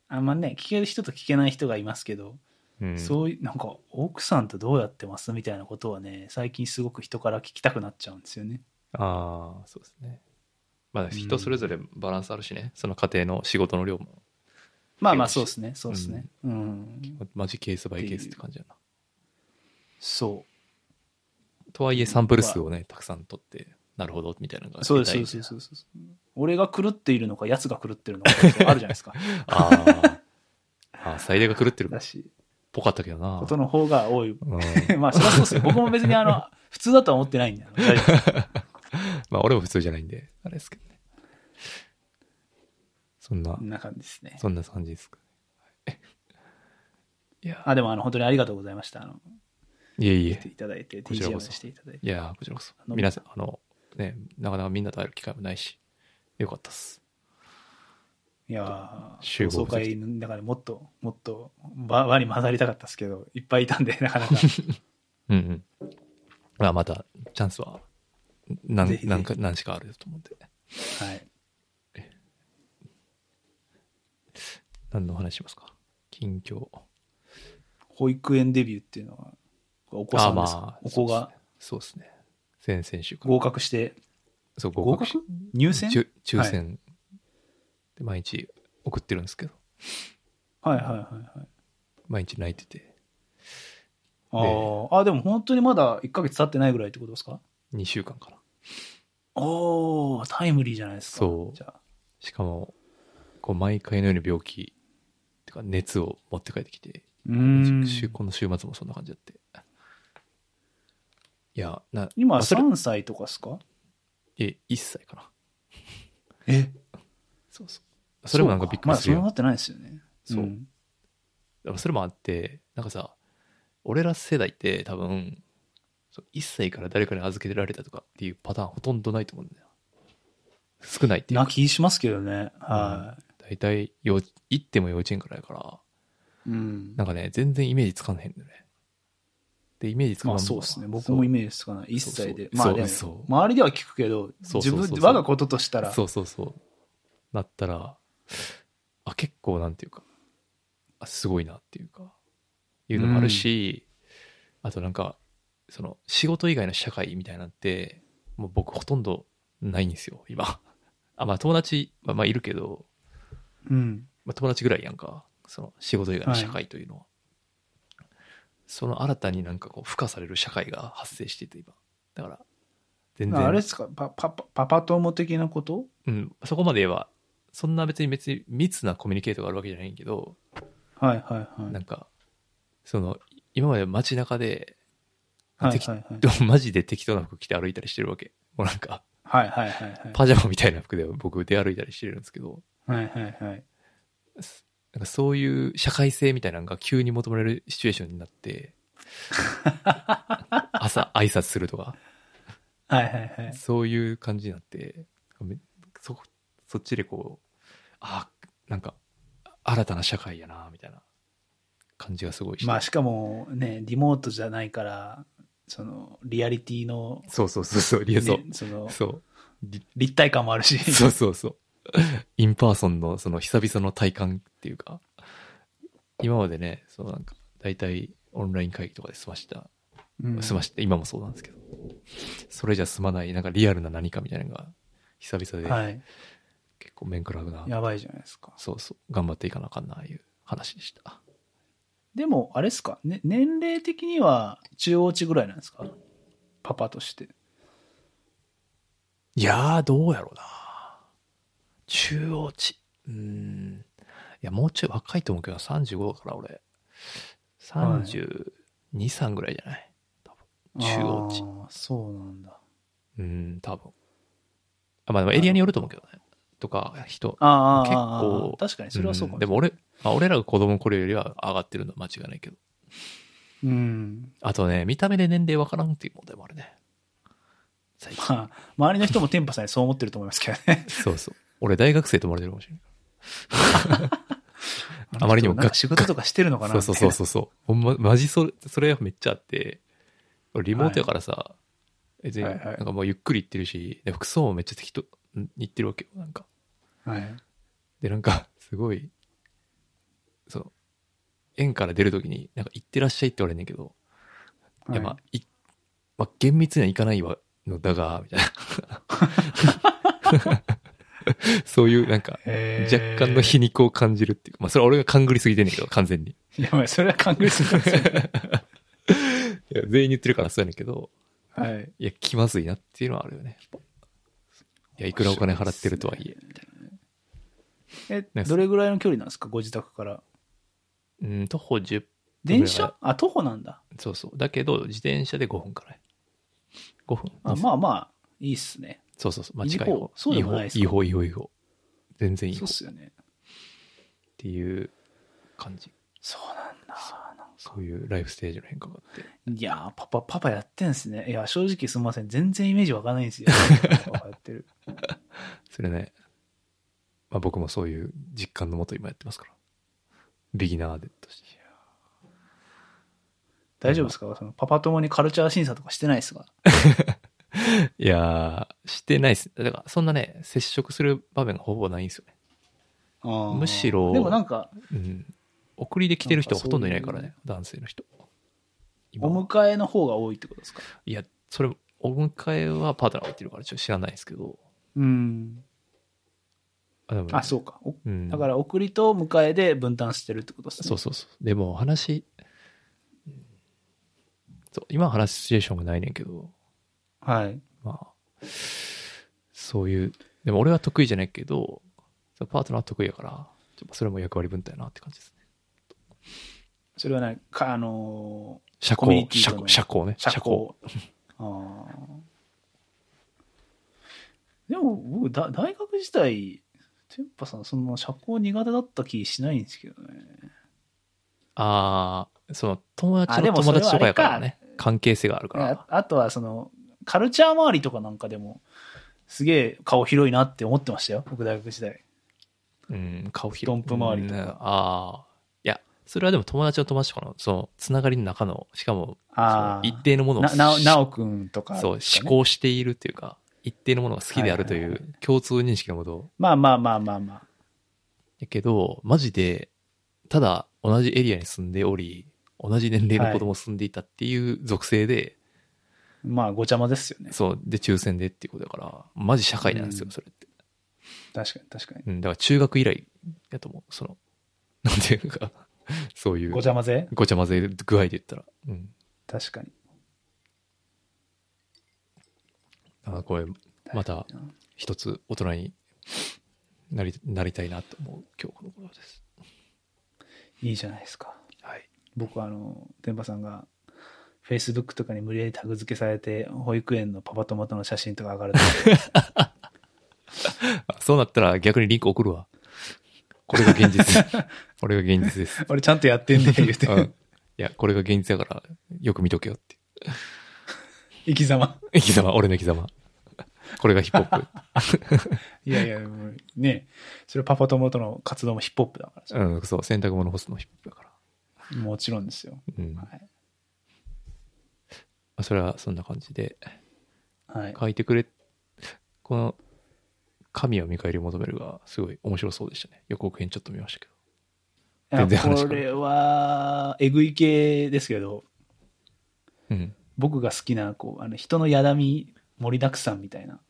Speaker 3: あんまね聞ける人と聞けない人がいますけど、
Speaker 2: うん、うん、
Speaker 3: そういうなんか奥さんとどうやってますみたいなことはね最近すごく人から聞きたくなっちゃうんですよね。
Speaker 2: ああ、そうですね。まあ人それぞれバランスあるしね。その家庭の仕事の量も、
Speaker 3: まあまあそうですねそうですね、うん
Speaker 2: マジケースバイケースって感じだな。
Speaker 3: そ
Speaker 2: とはいえサンプル数をね、たくさん取って、なるほど、みたいなのが
Speaker 3: うそうです
Speaker 2: 出た
Speaker 3: そ
Speaker 2: いう
Speaker 3: ですそうですそうです俺が狂っているのかやつが狂ってるのかってことあるじゃない ですか
Speaker 2: あーあー、最大が狂ってる
Speaker 3: だ
Speaker 2: っ
Speaker 3: し
Speaker 2: ぽかったけどな
Speaker 3: こ。との方が多い
Speaker 2: うん、
Speaker 3: まあそりゃそうです よ僕も別にあの普通だとは思ってないんだよ大丈夫
Speaker 2: まあ俺も普通じゃないんで、あれですけどね。そんな、
Speaker 3: こんな感じですね
Speaker 2: そんな感じですかね。いや、
Speaker 3: あでもあの本当にありがとうございましたあの
Speaker 2: いえい
Speaker 3: 来て
Speaker 2: え。
Speaker 3: いただいて、
Speaker 2: こちら
Speaker 3: TGM
Speaker 2: こそ
Speaker 3: していただいて。
Speaker 2: いや、こちらこそ。
Speaker 3: の
Speaker 2: 皆さん、あの、ね、なかなかみんなと会える機会もないし、よかったっす。
Speaker 3: いや
Speaker 2: 集
Speaker 3: ー、
Speaker 2: 合
Speaker 3: 同窓会の中でもっと、もっと、ば輪に混ざりたかったですけど、いっぱいいたんで、なかなか。
Speaker 2: うんうん。まあ、また、チャンスは、何
Speaker 3: ぜひぜひ
Speaker 2: 何か何しかあると思うんで。
Speaker 3: はい。
Speaker 2: 何の話しますか近況。
Speaker 3: 保育園デビューっていうのは、お子さんです。
Speaker 2: あまあ
Speaker 3: お子が
Speaker 2: そうですね。先々週から。
Speaker 3: 合格して、
Speaker 2: そう、合
Speaker 3: 合
Speaker 2: 格し
Speaker 3: 格入選
Speaker 2: 抽抽選で毎日送ってるんですけど、
Speaker 3: はいはいはいはい。
Speaker 2: 毎日泣いてて、
Speaker 3: あーあ、でも本当にまだ1ヶ月経ってないぐらいってことですか
Speaker 2: 2週間かな。
Speaker 3: おー、タイムリーじゃないですか。
Speaker 2: そう
Speaker 3: じゃあ
Speaker 2: しかも、こう、毎回のように病気、てか熱を持って帰ってきて、
Speaker 3: うーん。
Speaker 2: 週この週末もそんな感じだって。いや、な、ま
Speaker 3: 今
Speaker 2: あそれ
Speaker 3: 3歳とかですか
Speaker 2: え、1歳かな。
Speaker 3: え
Speaker 2: そうそう。それもなんかびっくりする
Speaker 3: まだそう
Speaker 2: よ。
Speaker 3: なってないですよね。
Speaker 2: そうんでもそれもあって、なんかさ、俺ら世代って多分、そう1歳から誰かに預けられたとかっていうパターンほとんどないと思うんだよ。少ないっていう
Speaker 3: な
Speaker 2: か。
Speaker 3: 気しますけどね。は
Speaker 2: 大体幼稚、行っても幼稚園からやから、
Speaker 3: い。うん。
Speaker 2: なんかね、全然イメージつかんへんのよね。で、イメージつかん
Speaker 3: ま
Speaker 2: ま
Speaker 3: あ
Speaker 2: ま
Speaker 3: そうですね。僕もイ
Speaker 2: メ
Speaker 3: メージつかない。一
Speaker 2: そう
Speaker 3: 切で。
Speaker 2: そう
Speaker 3: まあでも
Speaker 2: そう
Speaker 3: 周りでは聞くけど、
Speaker 2: そう
Speaker 3: 自
Speaker 2: そうそうそう
Speaker 3: 分、我がこととしたら、
Speaker 2: そうそうそう。なったら、あ、結構なんていうか、あ、すごいなっていうか、いうのもあるし、あとなんか、その、仕事以外の社会みたいなんて、もう僕ほとんどないんですよ、今。あ、まあ友達はまあいるけど、
Speaker 3: うん。
Speaker 2: まあ、友達ぐらいやんかその仕事以外の社会というのは、その新たになんかこう付加される社会が発生してて今だから全
Speaker 3: あ
Speaker 2: 然。
Speaker 3: あれですかパパパパパ友的なこと
Speaker 2: うん、そこまで言えば、そんな別に別に密なコミュニケートがあるわけじゃないけど、
Speaker 3: はいはいはい。
Speaker 2: なんか、その、今まで街中で、
Speaker 3: はい
Speaker 2: 適
Speaker 3: はいはい。
Speaker 2: 当 マジで適当な服着て歩いたりしてるわけ。もうなんか、
Speaker 3: はいはいはいはい。
Speaker 2: パジャマみたいな服で僕出歩いたりしてるんですけど、
Speaker 3: はいはいはい。
Speaker 2: なんかそういう社会性みたいなのが急に求められるシチュエーションにな って、朝挨拶するとか、
Speaker 3: はいはいはい。
Speaker 2: そういう感じになって、めそ、そっちでこう、あなんか、新たな社会やな、みたいな感じがすごいして。
Speaker 3: まあしかもね、リモートじゃないから、そのリアリティの、
Speaker 2: そうそうそうそう、リエ
Speaker 3: ね、
Speaker 2: ゾ
Speaker 3: そ
Speaker 2: ン。
Speaker 3: の
Speaker 2: そう。
Speaker 3: 立体感もあるし、
Speaker 2: そうそう そう。インパーソンのその久々の体感っていうか、今までね、そうなんか、大体オンライン会議とかで済ました、
Speaker 3: うん
Speaker 2: 済まして、今もそうなんですけど、それじゃ済まない、なんかリアルな何かみたいなのが、久々で
Speaker 3: はい。
Speaker 2: 結構面食らうな、
Speaker 3: やばいじゃないですか。
Speaker 2: そうそう、頑張っていかなあかんな、あいう話でした。
Speaker 3: でも、あれですか、ね、年齢的には中央値ぐらいなんですかパパとして。
Speaker 2: いやー、どうやろうな。中央値。うーん。いや、もうちょい若いと思うけど、35だから俺、32、3ぐらいじゃない多分。中央値。
Speaker 3: ああそうなんだ。
Speaker 2: うーん、多分。あ、まあでもエリアによると思うけどね。とか、人。
Speaker 3: ああ、
Speaker 2: 結構
Speaker 3: ああ確かにそれはそうか
Speaker 2: ん
Speaker 3: も
Speaker 2: で
Speaker 3: しれな
Speaker 2: も
Speaker 3: い
Speaker 2: 俺、あ俺らが子供これよりは上がってるのは間違いないけど。
Speaker 3: うん。
Speaker 2: あとね、見た目で年齢わからんっていう問題もあるね。最近。
Speaker 3: まあ、周りの人もテンパさんにそう思ってると思いますけどね。
Speaker 2: そうそう。俺大学生と思われてるかもしれない。 あまりにも
Speaker 3: なんか仕事とかしてるのかな
Speaker 2: そうそうそう
Speaker 3: う。
Speaker 2: そうそう。ほんま、マジそれ、それめっちゃあって、俺リモートやからさ、別に、
Speaker 3: は
Speaker 2: ないん
Speaker 3: はい
Speaker 2: かもうゆっくり行ってるし、で服装もめっちゃ適当に行ってるわけよ、なんか。
Speaker 3: はい。
Speaker 2: で、なんか、すごい、その、園から出るときに、なんか行ってらっしゃいって言われんねんけど、いや、まあ、い、まあ、厳密には行かないわ、のだが、 みたいな。そういう、なんか、
Speaker 3: へ
Speaker 2: 若
Speaker 3: ー
Speaker 2: 干の皮肉を感じるっていうか、まあ、それは俺が勘ぐりすぎてんねんけど、完全に。
Speaker 3: いや、まあ、それは勘繰りすぎますよね。
Speaker 2: いや全員に言ってるからそうやねんけど、
Speaker 3: はい。
Speaker 2: いや、気まずいなっていうのはあるよね。いや、いくらお金払ってるとはいえ。
Speaker 3: え、どれぐらいの距離なんですかご自宅から。
Speaker 2: うん、徒歩10分。
Speaker 3: 電車あ、徒歩なんだ。
Speaker 2: そうそう。だけど、自転車で5分からい。5分。
Speaker 3: あまあまあ、いいっすね。
Speaker 2: そうそうそう。間
Speaker 3: い
Speaker 2: 違
Speaker 3: い
Speaker 2: い
Speaker 3: 方
Speaker 2: 方。
Speaker 3: そうでもないですか
Speaker 2: 違法、違法、違法、違法。全然いい
Speaker 3: そ
Speaker 2: 方
Speaker 3: う
Speaker 2: っ
Speaker 3: っすよね。
Speaker 2: ていう感じ。
Speaker 3: そうなんだ。なんか
Speaker 2: そういうライフステージの変化があって。
Speaker 3: いやー、パパ、パパやってんすね。いや、正直すみません。全然イメージわかんないん ですよ。パパやってる。
Speaker 2: それね、まあ僕もそういう実感のもと今やってますから。ビギナーでとして。
Speaker 3: 大丈夫ですかそのパパ友にカルチャー審査とかしてないですか
Speaker 2: いやー、してないっす。だから、そんなね、接触する場面がほぼないんですよね。むしろ
Speaker 3: でもなんか、
Speaker 2: うん。送りで来てる人は
Speaker 3: なんか
Speaker 2: ほと
Speaker 3: そうんいう
Speaker 2: どいないからね、男性の人。
Speaker 3: お
Speaker 2: 今は
Speaker 3: 迎えの方が多いってことですか
Speaker 2: いや、それ、お迎えはパートナーがいてるからちょっと知らないですけど。
Speaker 3: うん。
Speaker 2: あ、でも
Speaker 3: あ、そうか。お
Speaker 2: うん。
Speaker 3: だから、送りと迎えで分担してるってことですね。
Speaker 2: そうそうそう。でも、話、そう、今話すシチュエーションがないねんけど、
Speaker 3: はい。
Speaker 2: まあ、そういう、でも俺は得意じゃないけど、そのパートナーは得意やから、ちょっとそれも役割分担やなって感じですね。
Speaker 3: それはね、か、あの
Speaker 2: 社
Speaker 3: コミュニ
Speaker 2: 交、
Speaker 3: テ
Speaker 2: 社
Speaker 3: ィとの
Speaker 2: 交、社交ね。
Speaker 3: ー、社交。あーでも、僕だ、大学時代、テンパさん、その社交苦手だった気しないんですけどね。
Speaker 2: ああ、その友達
Speaker 3: あで
Speaker 2: の
Speaker 3: もそ
Speaker 2: 友
Speaker 3: れは
Speaker 2: 達
Speaker 3: あれか
Speaker 2: とかやからね。関係性があるから
Speaker 3: あ。あとは、その、カルチャー周りとかなんかでも、すげえ顔広いなって思ってましたよ。僕、大学時代。
Speaker 2: うん、顔広い。
Speaker 3: ドンプ周りとか
Speaker 2: うんああ。いや、それはでも友達の友達とかの、その、つながりの中の、しかも、
Speaker 3: あ
Speaker 2: その
Speaker 3: あ。
Speaker 2: 一定のものを、
Speaker 3: な、なお、なおくんとか、
Speaker 2: そう、思。考しているっていうか、一定のものが好きであるとい
Speaker 3: はいはいは
Speaker 2: う共通認識のこと
Speaker 3: まあまあまあまあまあ。
Speaker 2: やけど、マジで、ただ同じエリアに住んでおり、同じ年齢の子供を住んでいたっていう属性で、
Speaker 3: まあ、ごちゃまですよね。
Speaker 2: そう、で、抽選でっていうことだから、マジ社会なんですよ、
Speaker 3: うん
Speaker 2: それって。
Speaker 3: 確かに、確かに。
Speaker 2: うん、だから中学以来やと思う。その、 なんていうか、そういう
Speaker 3: ごちゃ混ぜ
Speaker 2: ごちゃ混ぜ具合で言ったら。うん。
Speaker 3: 確かに。
Speaker 2: あこれ、また
Speaker 3: 大事な
Speaker 2: 一つ大人になりなりたいなと思う今日この頃です。
Speaker 3: いいじゃないですか。
Speaker 2: はい。
Speaker 3: 僕はあの、天馬さんが、Facebook とかに無理やりタグ付けされて、保育園のパパ友との写真とか上が ると、
Speaker 2: あそうなったら逆にリンク送るわ。これが現実。 これが現実です。
Speaker 3: 俺ちゃんとやってんね言うて、
Speaker 2: うん。いや、これが現実だから、よく見とけよって。
Speaker 3: 生き様。
Speaker 2: 生き様、俺の生き様。これがヒップホッ
Speaker 3: いやいや、もうね、それパパ友との活動もヒップホップだ から
Speaker 2: プ。うん、そう、洗濯物干すのもヒップホップだか
Speaker 3: もちろんですよ。
Speaker 2: ら。うん。ま
Speaker 3: はい。
Speaker 2: あ、それはそんな感じで、
Speaker 3: はい。
Speaker 2: 書いてくれ、この、神は見返りを求めるが、すごい面白そうでしたね。予告編ちょっと見ましたけど。全然話変わ
Speaker 3: こ
Speaker 2: る
Speaker 3: れは、えぐい系ですけど、
Speaker 2: うん。
Speaker 3: 僕が好きな、こう、あの人のやだみ盛りだくさんみたいな、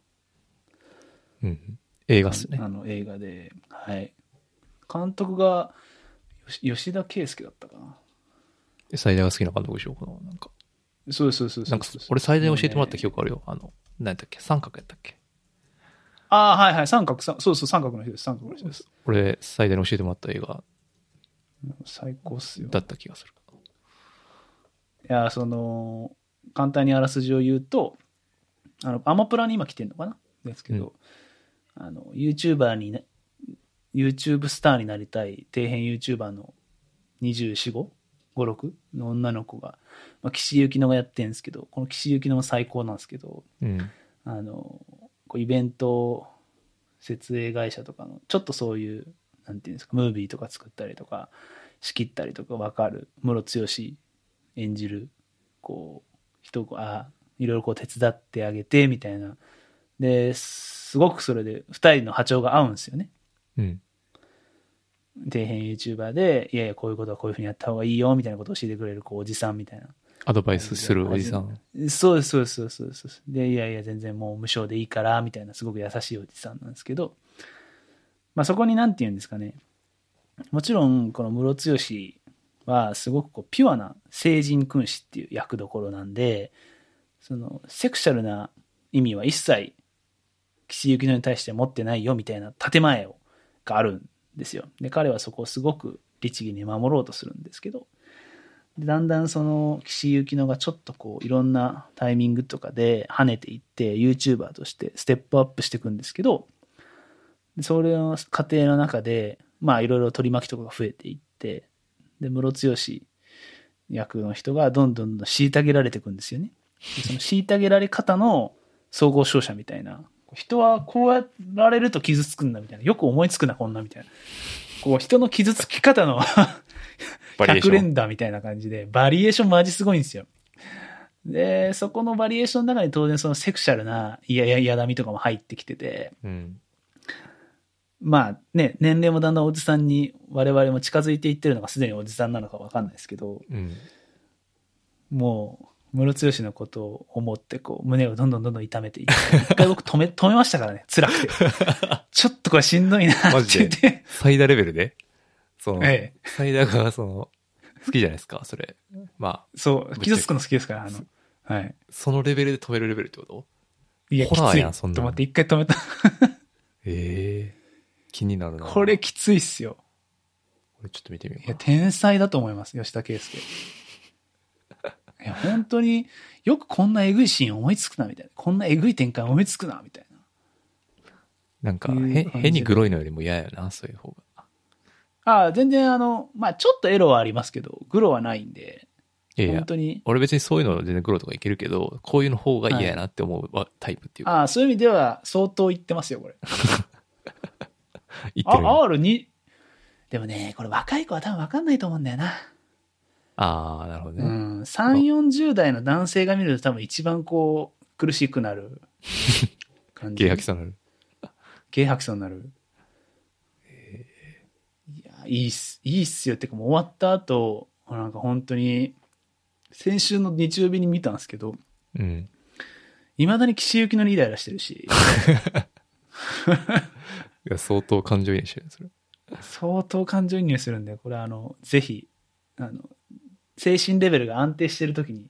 Speaker 2: うん。映画っすね。
Speaker 3: あの映画で、はい。監督が、よし吉田圭介だったかな。
Speaker 2: 最大が好きな監督でしょ、この、なんか。
Speaker 3: そうですそうですそうです。
Speaker 2: なんか、俺最大教えてもらった記憶あるよ。あの、何やったっけ三角やったっけ
Speaker 3: ああ、はいはい、三角、さんそうそう、三角の人です、三角の人です。
Speaker 2: 俺、最大に教えてもらった映画
Speaker 3: 最高っすよ。
Speaker 2: だった気がする。
Speaker 3: いや、その、簡単にあらすじを言うと、あの、アマプラに今来てるのかなですけど、あの、YouTuber にね、YouTube スターになりたい底辺 YouTuber の24、5、5、6の女の子が、まあ、岸由紀乃がやってるんですけど、この岸由紀乃も最高なんですけど、
Speaker 2: うん。
Speaker 3: あの、こうイベント設営会社とかの、ちょっとそういう、なんていうんですか、ムービーとか作ったりとか、仕切ったりとか分かる、ムロツヨシ演じる、こう、人をこう、あいろいろこう手伝ってあげて、みたいな。で、すごくそれで、二人の波長が合うんですよね。
Speaker 2: うん。
Speaker 3: 底辺 YouTuber で、いやいや、こういうことはこういうふうにやった方がいいよ、みたいなことを教えてくれる、こう、おじさんみたいな。
Speaker 2: アドバイスするおじさん。
Speaker 3: そうです、そうです、そうですそうですそうです。で、いやいや、全然もう無償でいいから、みたいな、すごく優しいおじさんなんですけど、まあそこに何て言うんですかね、もちろん、このムロツヨシは、すごくこう、ピュアな成人君子っていう役どころなんで、その、セクシャルな意味は一切、岸由紀乃に対して持ってないよ、みたいな建前を、があるんですよ。で、彼はそこをすごく律儀に守ろうとするんですけど、でだんだんその岸井ゆきのがちょっとこういろんなタイミングとかで跳ねていって YouTuber としてステップアップしていくんですけどでそれの過程の中でまあいろいろ取り巻きとかが増えていってでムロツヨシ役の人がどんどんどん虐げられていくんですよね。でその虐げられ方の総合商社みたいな人はこうやられると傷つくんだみたいなよく思いつくなこんなみたいなこう人の傷つき方の
Speaker 2: バリエーシ
Speaker 3: 100
Speaker 2: ョン。
Speaker 3: 連打みたいな感じで、バリエーションマジすごいんですよ。で、そこのバリエーションの中に当然そのセクシャルな、いやいや、嫌だみとかも入ってきてて、
Speaker 2: うん。
Speaker 3: まあね、年齢もだんだんおじさんに我々も近づいていってるのがすでにおじさんなのかわかんないですけど、
Speaker 2: うん。
Speaker 3: もう、ムロツヨシのことを思って、こう、胸をどんどんどんどん痛めていって、一回僕止め、 止めましたからね、辛 くて。ちょっとこれしんどいな
Speaker 2: マ
Speaker 3: って
Speaker 2: ジで
Speaker 3: 言 って、
Speaker 2: 最大レベルでその、
Speaker 3: ええ、
Speaker 2: 最大がその、好きじゃないですか、それ。まあ、
Speaker 3: そう、傷つくの好きですから、あの、はい。
Speaker 2: そのレベルで止めるレベルってこと
Speaker 3: いや、
Speaker 2: ホ
Speaker 3: きつ
Speaker 2: ラー
Speaker 3: い
Speaker 2: やんそんなの
Speaker 3: と思って一回止めた。
Speaker 2: ええ気になるな。
Speaker 3: これ、きついっすよ。
Speaker 2: 俺ちょっと見てみよう
Speaker 3: いや、
Speaker 2: か
Speaker 3: 天才だと思います、吉田圭介。いや、本当によくこんなえぐいシーン思いつくな、みたいな。こんなえぐい展開思いつくな、みたいな。
Speaker 2: な。なんか、
Speaker 3: いう
Speaker 2: へ、
Speaker 3: 感じで
Speaker 2: 変にグロいのよりも嫌やな、そういう方が。
Speaker 3: ああ、全然あの、まあちょっとエロはありますけど、グロはないんで、
Speaker 2: いやい
Speaker 3: 本
Speaker 2: や、
Speaker 3: 当に。
Speaker 2: 俺別にそういうの全然グロとかいけるけど、こういうの方が嫌やなって思うわタイプっていうか、
Speaker 3: ああ、そういう意味では相当言ってますよ、これ。
Speaker 2: 言ってるよ。
Speaker 3: あ、R2。でもね、これ若い子は多分わかんないと思うんだよな。
Speaker 2: ああ、なるほど
Speaker 3: う
Speaker 2: ね。
Speaker 3: ん。3、40代の男性が見ると多分一番こう、苦しくなる感じ。
Speaker 2: ゲイ吐きそうになる。
Speaker 3: 軽薄さになる。いや、いいっす、いいっすよ。ってかもう終わった後、なんか本当に、先週の日曜日に見たんですけど、
Speaker 2: うん。
Speaker 3: いまだに岸行きのイライラしてる
Speaker 2: い
Speaker 3: し、
Speaker 2: や、相当感情移入してるねそれ。
Speaker 3: 相当感情移入するんで、これあの、ぜひ、あの、精神レベルが安定してる時に、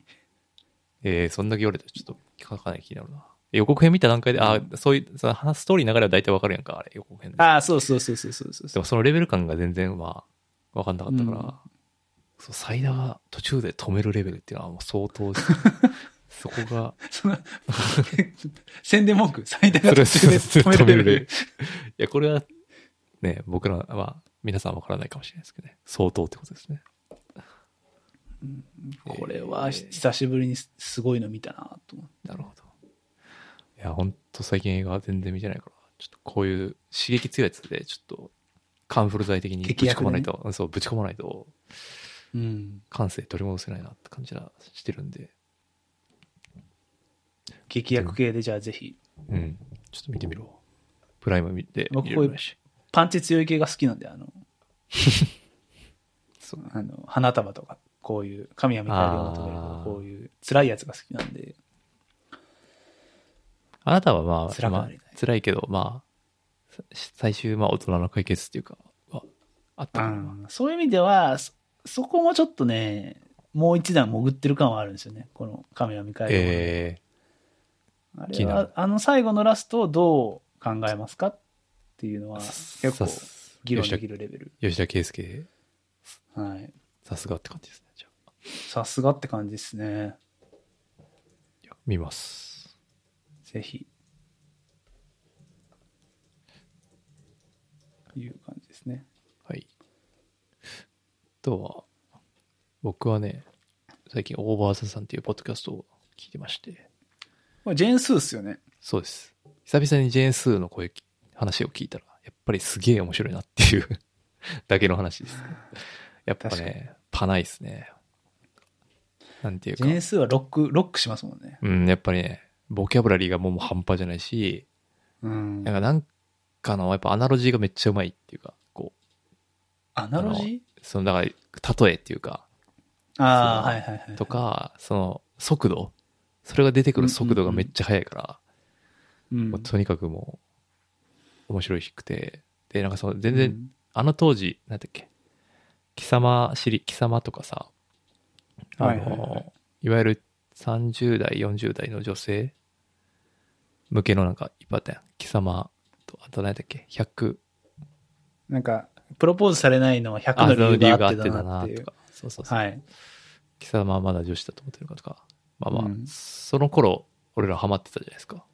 Speaker 2: ええそんだけ言われたらちょっと書かない気になるな。予告編見た段階で、ああ、そういう、さ話ストーリーの流れは大体わかるやんか、あれ、予告編で。
Speaker 3: ああ、そうそうそうそうそうそう
Speaker 2: でもそのレベル感が全然まあ分かんなかったから、
Speaker 3: うん
Speaker 2: そう最大が途中で止めるレベルっていうのはもう相当 そこが
Speaker 3: その宣伝文句、最大
Speaker 2: それ
Speaker 3: が
Speaker 2: を
Speaker 3: 途中で
Speaker 2: 止め
Speaker 3: 止め
Speaker 2: るレベル
Speaker 3: るレベ
Speaker 2: い
Speaker 3: ル。
Speaker 2: やこれはね僕らは、まあ、皆さん分からないかもしれないですけどね相当ってことですね
Speaker 3: これは久しぶりにすすごいの見たなと思って。
Speaker 2: なるほどいやほんと最近映画全然見てないからちょっとこういう刺激強いやつでちょっとカンフル剤的にぶ
Speaker 3: 劇
Speaker 2: ち
Speaker 3: 薬
Speaker 2: 込
Speaker 3: でね
Speaker 2: まないと、うんそうぶち込まないと
Speaker 3: うん。
Speaker 2: 感性取り戻せないなって感じがしてるんで
Speaker 3: 劇薬系でじゃあぜひ。
Speaker 2: うんちょっと見てみろプライム見て
Speaker 3: 僕
Speaker 2: 見
Speaker 3: こういう
Speaker 2: れるし
Speaker 3: パンチ強い系が好きなんで、あ の、
Speaker 2: そう
Speaker 3: あの花束とか、こういう、神谷みたいなと
Speaker 2: あ
Speaker 3: か
Speaker 2: ー、
Speaker 3: こういう辛いやつが好きなんで、
Speaker 2: あなたはまあ、
Speaker 3: 辛く
Speaker 2: ま
Speaker 3: な
Speaker 2: あ
Speaker 3: りたい
Speaker 2: 辛いけど、まあ、さ最終、まあ、大人の解決っていうか、はあったから
Speaker 3: うんそういう意味では、そそこもちょっとね、もう一段潜ってる感はあるんですよね、この神谷みかえ
Speaker 2: え
Speaker 3: あ
Speaker 2: 気
Speaker 3: れ
Speaker 2: になる
Speaker 3: は、あの最後のラストをどう考えますかっていうの
Speaker 2: え
Speaker 3: は、
Speaker 2: ー、
Speaker 3: 結
Speaker 2: さ
Speaker 3: 構
Speaker 2: す
Speaker 3: 議論できるレベル。
Speaker 2: 吉田圭介、
Speaker 3: はい。
Speaker 2: さすがって感じですね。じゃあ
Speaker 3: さすがって感じですね。
Speaker 2: いや見ます。
Speaker 3: ぜひ。いう感じですね。
Speaker 2: はい。あとは、僕はね、最近、オーバーザさんっていうポッドキャストを聞いてまして、
Speaker 3: これジェーン・スーっすよね。
Speaker 2: そうです。久々にジェーン・スーの声、話を聞いたら、やっぱりすげえ面白いなっていう だけの話です。やっぱ
Speaker 3: 確か
Speaker 2: ね、パないですね。なんていう
Speaker 3: ジ
Speaker 2: か
Speaker 3: ェー、ン・スーはロック、ロックしますもんね。
Speaker 2: うん、やっぱりね、ボキャブラリーがもう半端じゃないし、
Speaker 3: うん
Speaker 2: なん。かなんかの、やっぱアナロジーがめっちゃうまいっていうか、こ
Speaker 3: アナロジ
Speaker 2: う、その、だから、例えっていうか、
Speaker 3: ーああ、
Speaker 2: そ
Speaker 3: は
Speaker 2: の
Speaker 3: いはいはい。
Speaker 2: とか、その、速度、それが出てくる速度がめっちゃ速いから、
Speaker 3: うん、
Speaker 2: もうとにかくもう面白くてでなんかその全
Speaker 3: う
Speaker 2: 然
Speaker 3: ん
Speaker 2: あの当時なんだっけ貴様知り貴様とかさあの、
Speaker 3: はいいはいはい
Speaker 2: わゆる30代40代の女性向けのなんかいっぱいあったやん貴様とあと何だっけ100
Speaker 3: なんか、プロポーズされないのは100
Speaker 2: あ
Speaker 3: の
Speaker 2: の
Speaker 3: 理由があっ
Speaker 2: 理
Speaker 3: てだなってい
Speaker 2: と
Speaker 3: う。
Speaker 2: かそうそうそう、
Speaker 3: はい。
Speaker 2: 貴様はまだ女子だと思ってるかとかまあまあ、
Speaker 3: うん
Speaker 2: その頃俺らハマってたじゃないですか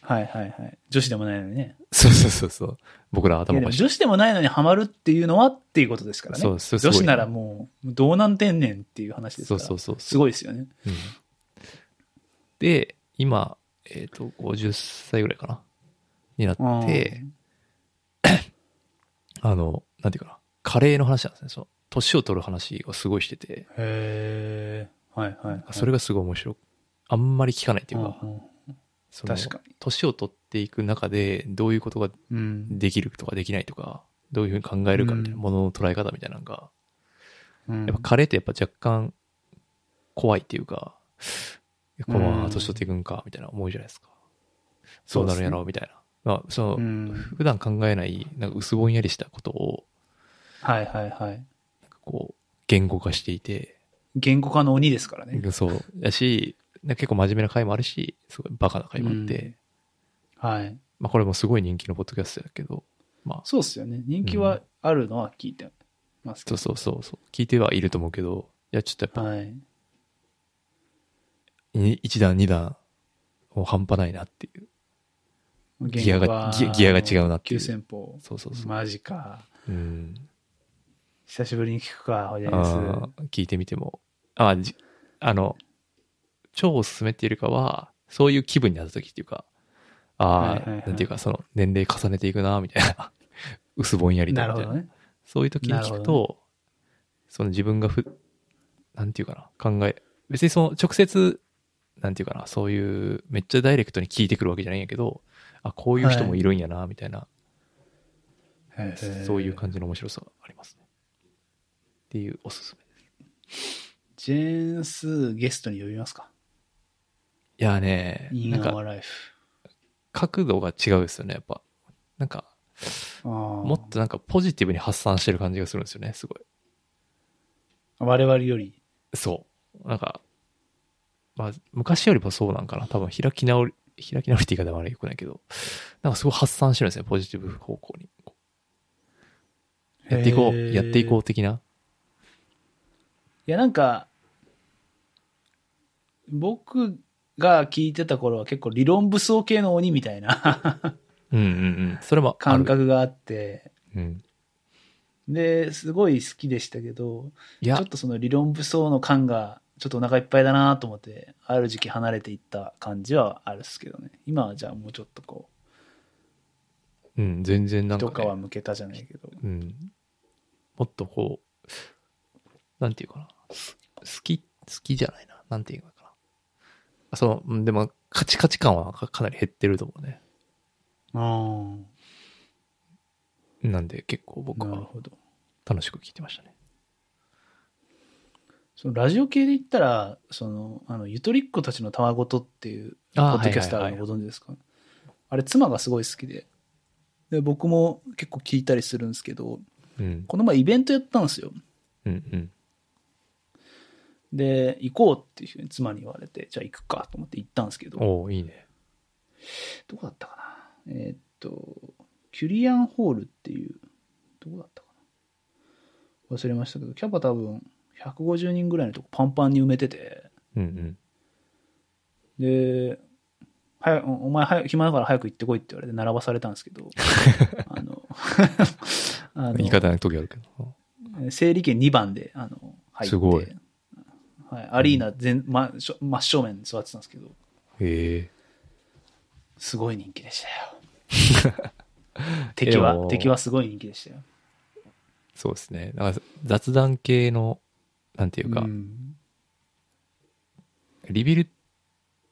Speaker 3: はいはいはい。女子でもないのにね。
Speaker 2: そうそうそうそう僕ら
Speaker 3: い
Speaker 2: 頭
Speaker 3: や
Speaker 2: おか
Speaker 3: でも
Speaker 2: しい
Speaker 3: 女子でもないのにハマるっていうのはっていうことですからね。
Speaker 2: そうそうすご
Speaker 3: 女
Speaker 2: い
Speaker 3: 子ならもう、どうなんてんねんっていう話です
Speaker 2: そ
Speaker 3: か
Speaker 2: う
Speaker 3: ら。
Speaker 2: そうそうそう
Speaker 3: すごいですよね。
Speaker 2: うんで、今、えっ、と、50歳ぐらいかなになって、あの、なんていうかな、カレーの話なんですね。その、年を取る話をすごいしてて、
Speaker 3: へえ。はいはい、はい。
Speaker 2: それがすごい面白い。あんまり聞かないっていうか、
Speaker 3: うんうん
Speaker 2: その
Speaker 3: 確か
Speaker 2: 年を取っていく中で、どういうことが
Speaker 3: に。うん。
Speaker 2: できるとかできないとか、どういうふうに考えるかみたいな、
Speaker 3: うん
Speaker 2: ものの捉え方みたいなのが、
Speaker 3: うん
Speaker 2: やっぱカレーってやっぱ若干怖いっていうか、いやこのまま年取っていくんか、みたいな思うじゃないですか。そうなるんやろ、みたいな。まあ、その、
Speaker 3: うん
Speaker 2: 普段考えない、なんか薄ぼんやりしたことを、
Speaker 3: はいはいはい。
Speaker 2: なんかこう、言語化していて、
Speaker 3: 言語化の鬼ですからね。
Speaker 2: そう、だし、なんか結構真面目な回もあるし、すごいバカな回もあって、
Speaker 3: うんはい。
Speaker 2: まあこれもすごい人気のポッドキャストだけど、まあ、
Speaker 3: そうっすよね。人気はあるのは聞いてますけ
Speaker 2: そ
Speaker 3: ど
Speaker 2: う。そうそうそう、聞いてはいると思うけど、いや、ちょっとやっぱ、
Speaker 3: はい。
Speaker 2: に一段二段、もう半端ないなっていう。ギア
Speaker 3: 言
Speaker 2: が
Speaker 3: 語化
Speaker 2: ギギアが違うなっていう
Speaker 3: 急先鋒。
Speaker 2: そうそうそう。
Speaker 3: マジか。
Speaker 2: うん。
Speaker 3: 久しぶりに聞くか、ホジャニ
Speaker 2: あー聞いてみても。あじあの、超おすすめっていうよりかは、そういう気分になった時っていうか、あ
Speaker 3: はい
Speaker 2: あ、
Speaker 3: はいはい
Speaker 2: なんていうか、その年齢重ねていくな、みたいな。 薄ぼんや
Speaker 3: ス。
Speaker 2: り
Speaker 3: な
Speaker 2: だ
Speaker 3: る
Speaker 2: みた
Speaker 3: ほ
Speaker 2: いな。
Speaker 3: どね。
Speaker 2: そういう時に聞
Speaker 3: な
Speaker 2: く
Speaker 3: るほ
Speaker 2: と、その自分がふ、なんていうかな、考え、別にその直接、なんていうかな、そういう、めっちゃダイレクトに聞いてくるわけじゃないんやけど、あ、こういう人もいるんやな、みたいな、
Speaker 3: へー
Speaker 2: そういう感じの面白さがありますね。っていうおすすめ。
Speaker 3: ジェーンスーゲストに呼びますか。
Speaker 2: いやーね、
Speaker 3: イ
Speaker 2: なん
Speaker 3: ンアワ
Speaker 2: か
Speaker 3: ーライフ。
Speaker 2: 角度が違うですよね、やっぱ。なんか、も
Speaker 3: も
Speaker 2: っとなんかポジティブに発散してる感じがするんですよね、すごい。
Speaker 3: 我々より。
Speaker 2: そう。なんか、まあ、昔よりもそうなんかな。多分開き直開き直るって言い方は悪いよくないけど、なんかすごい発散してるんですね、ポジティブ方向に。こうやっていこ
Speaker 3: へー
Speaker 2: う、やっていこう的な。
Speaker 3: いや、なんか、僕が聞いてた頃は結構理論武装系の鬼みたいな
Speaker 2: うんうんうん。それもある
Speaker 3: 感。覚があって、
Speaker 2: うん。
Speaker 3: で、すごい好きでしたけど、
Speaker 2: い
Speaker 3: ち
Speaker 2: や
Speaker 3: ょっ、とその理論武装の感が、ちょっとお腹いっぱいだなと思って、ある時期離れていった感じはあるっすけどね。今はじゃあもうちょっとこ
Speaker 2: うん、全然な
Speaker 3: う、
Speaker 2: んか、
Speaker 3: と
Speaker 2: ね。
Speaker 3: かは向けたじゃないけど。
Speaker 2: うん。もっとこう、なんていうかな。す好き、好きじゃないな。なんていうのかな。あそのうん、でも、カチカチ感はかかなり減ってると思うね。
Speaker 3: あ
Speaker 2: なんで、結構
Speaker 3: あ、
Speaker 2: 僕
Speaker 3: なる
Speaker 2: は
Speaker 3: ほど。
Speaker 2: 楽しく聞いてましたね。
Speaker 3: そのラジオ系で言ったら、その、あの、ゆとりっ子たちのたわごとっていう、ポ
Speaker 2: あー
Speaker 3: ッドキャスターのご存知ですか、あれ、妻がすごい好きで。で、僕も結構聞いたりするんですけど、
Speaker 2: うん。
Speaker 3: この前イベントやったんですよ。
Speaker 2: うんうん。
Speaker 3: で、行こうっていうふうに妻に言われて、じゃあ行くかと思って行ったんですけど、ど
Speaker 2: おおいいね。
Speaker 3: こだったかなえーっと、キュリアンホールっていう、どこだったかな忘れましたけど、キャパ多分150人ぐらいのとこパンパンに埋めてて、
Speaker 2: うん
Speaker 3: で、早くおお前早く、暇だから早く行ってこいって言われて並ばされたんですけ ど、あの、 あ
Speaker 2: う
Speaker 3: の
Speaker 2: ん。言い方の時あるけど。
Speaker 3: 整理券2番で、あの、入って。
Speaker 2: すごい
Speaker 3: はい、アリーナ全、ま、しょ真正面に座ってたんですけど、
Speaker 2: へ
Speaker 3: すごい人気 でしたよ。敵
Speaker 2: で
Speaker 3: は、
Speaker 2: も
Speaker 3: 敵はすごい人気でしたよ。
Speaker 2: え、そうですね。なんか雑談系の、なんていうか、
Speaker 3: うん
Speaker 2: リビル、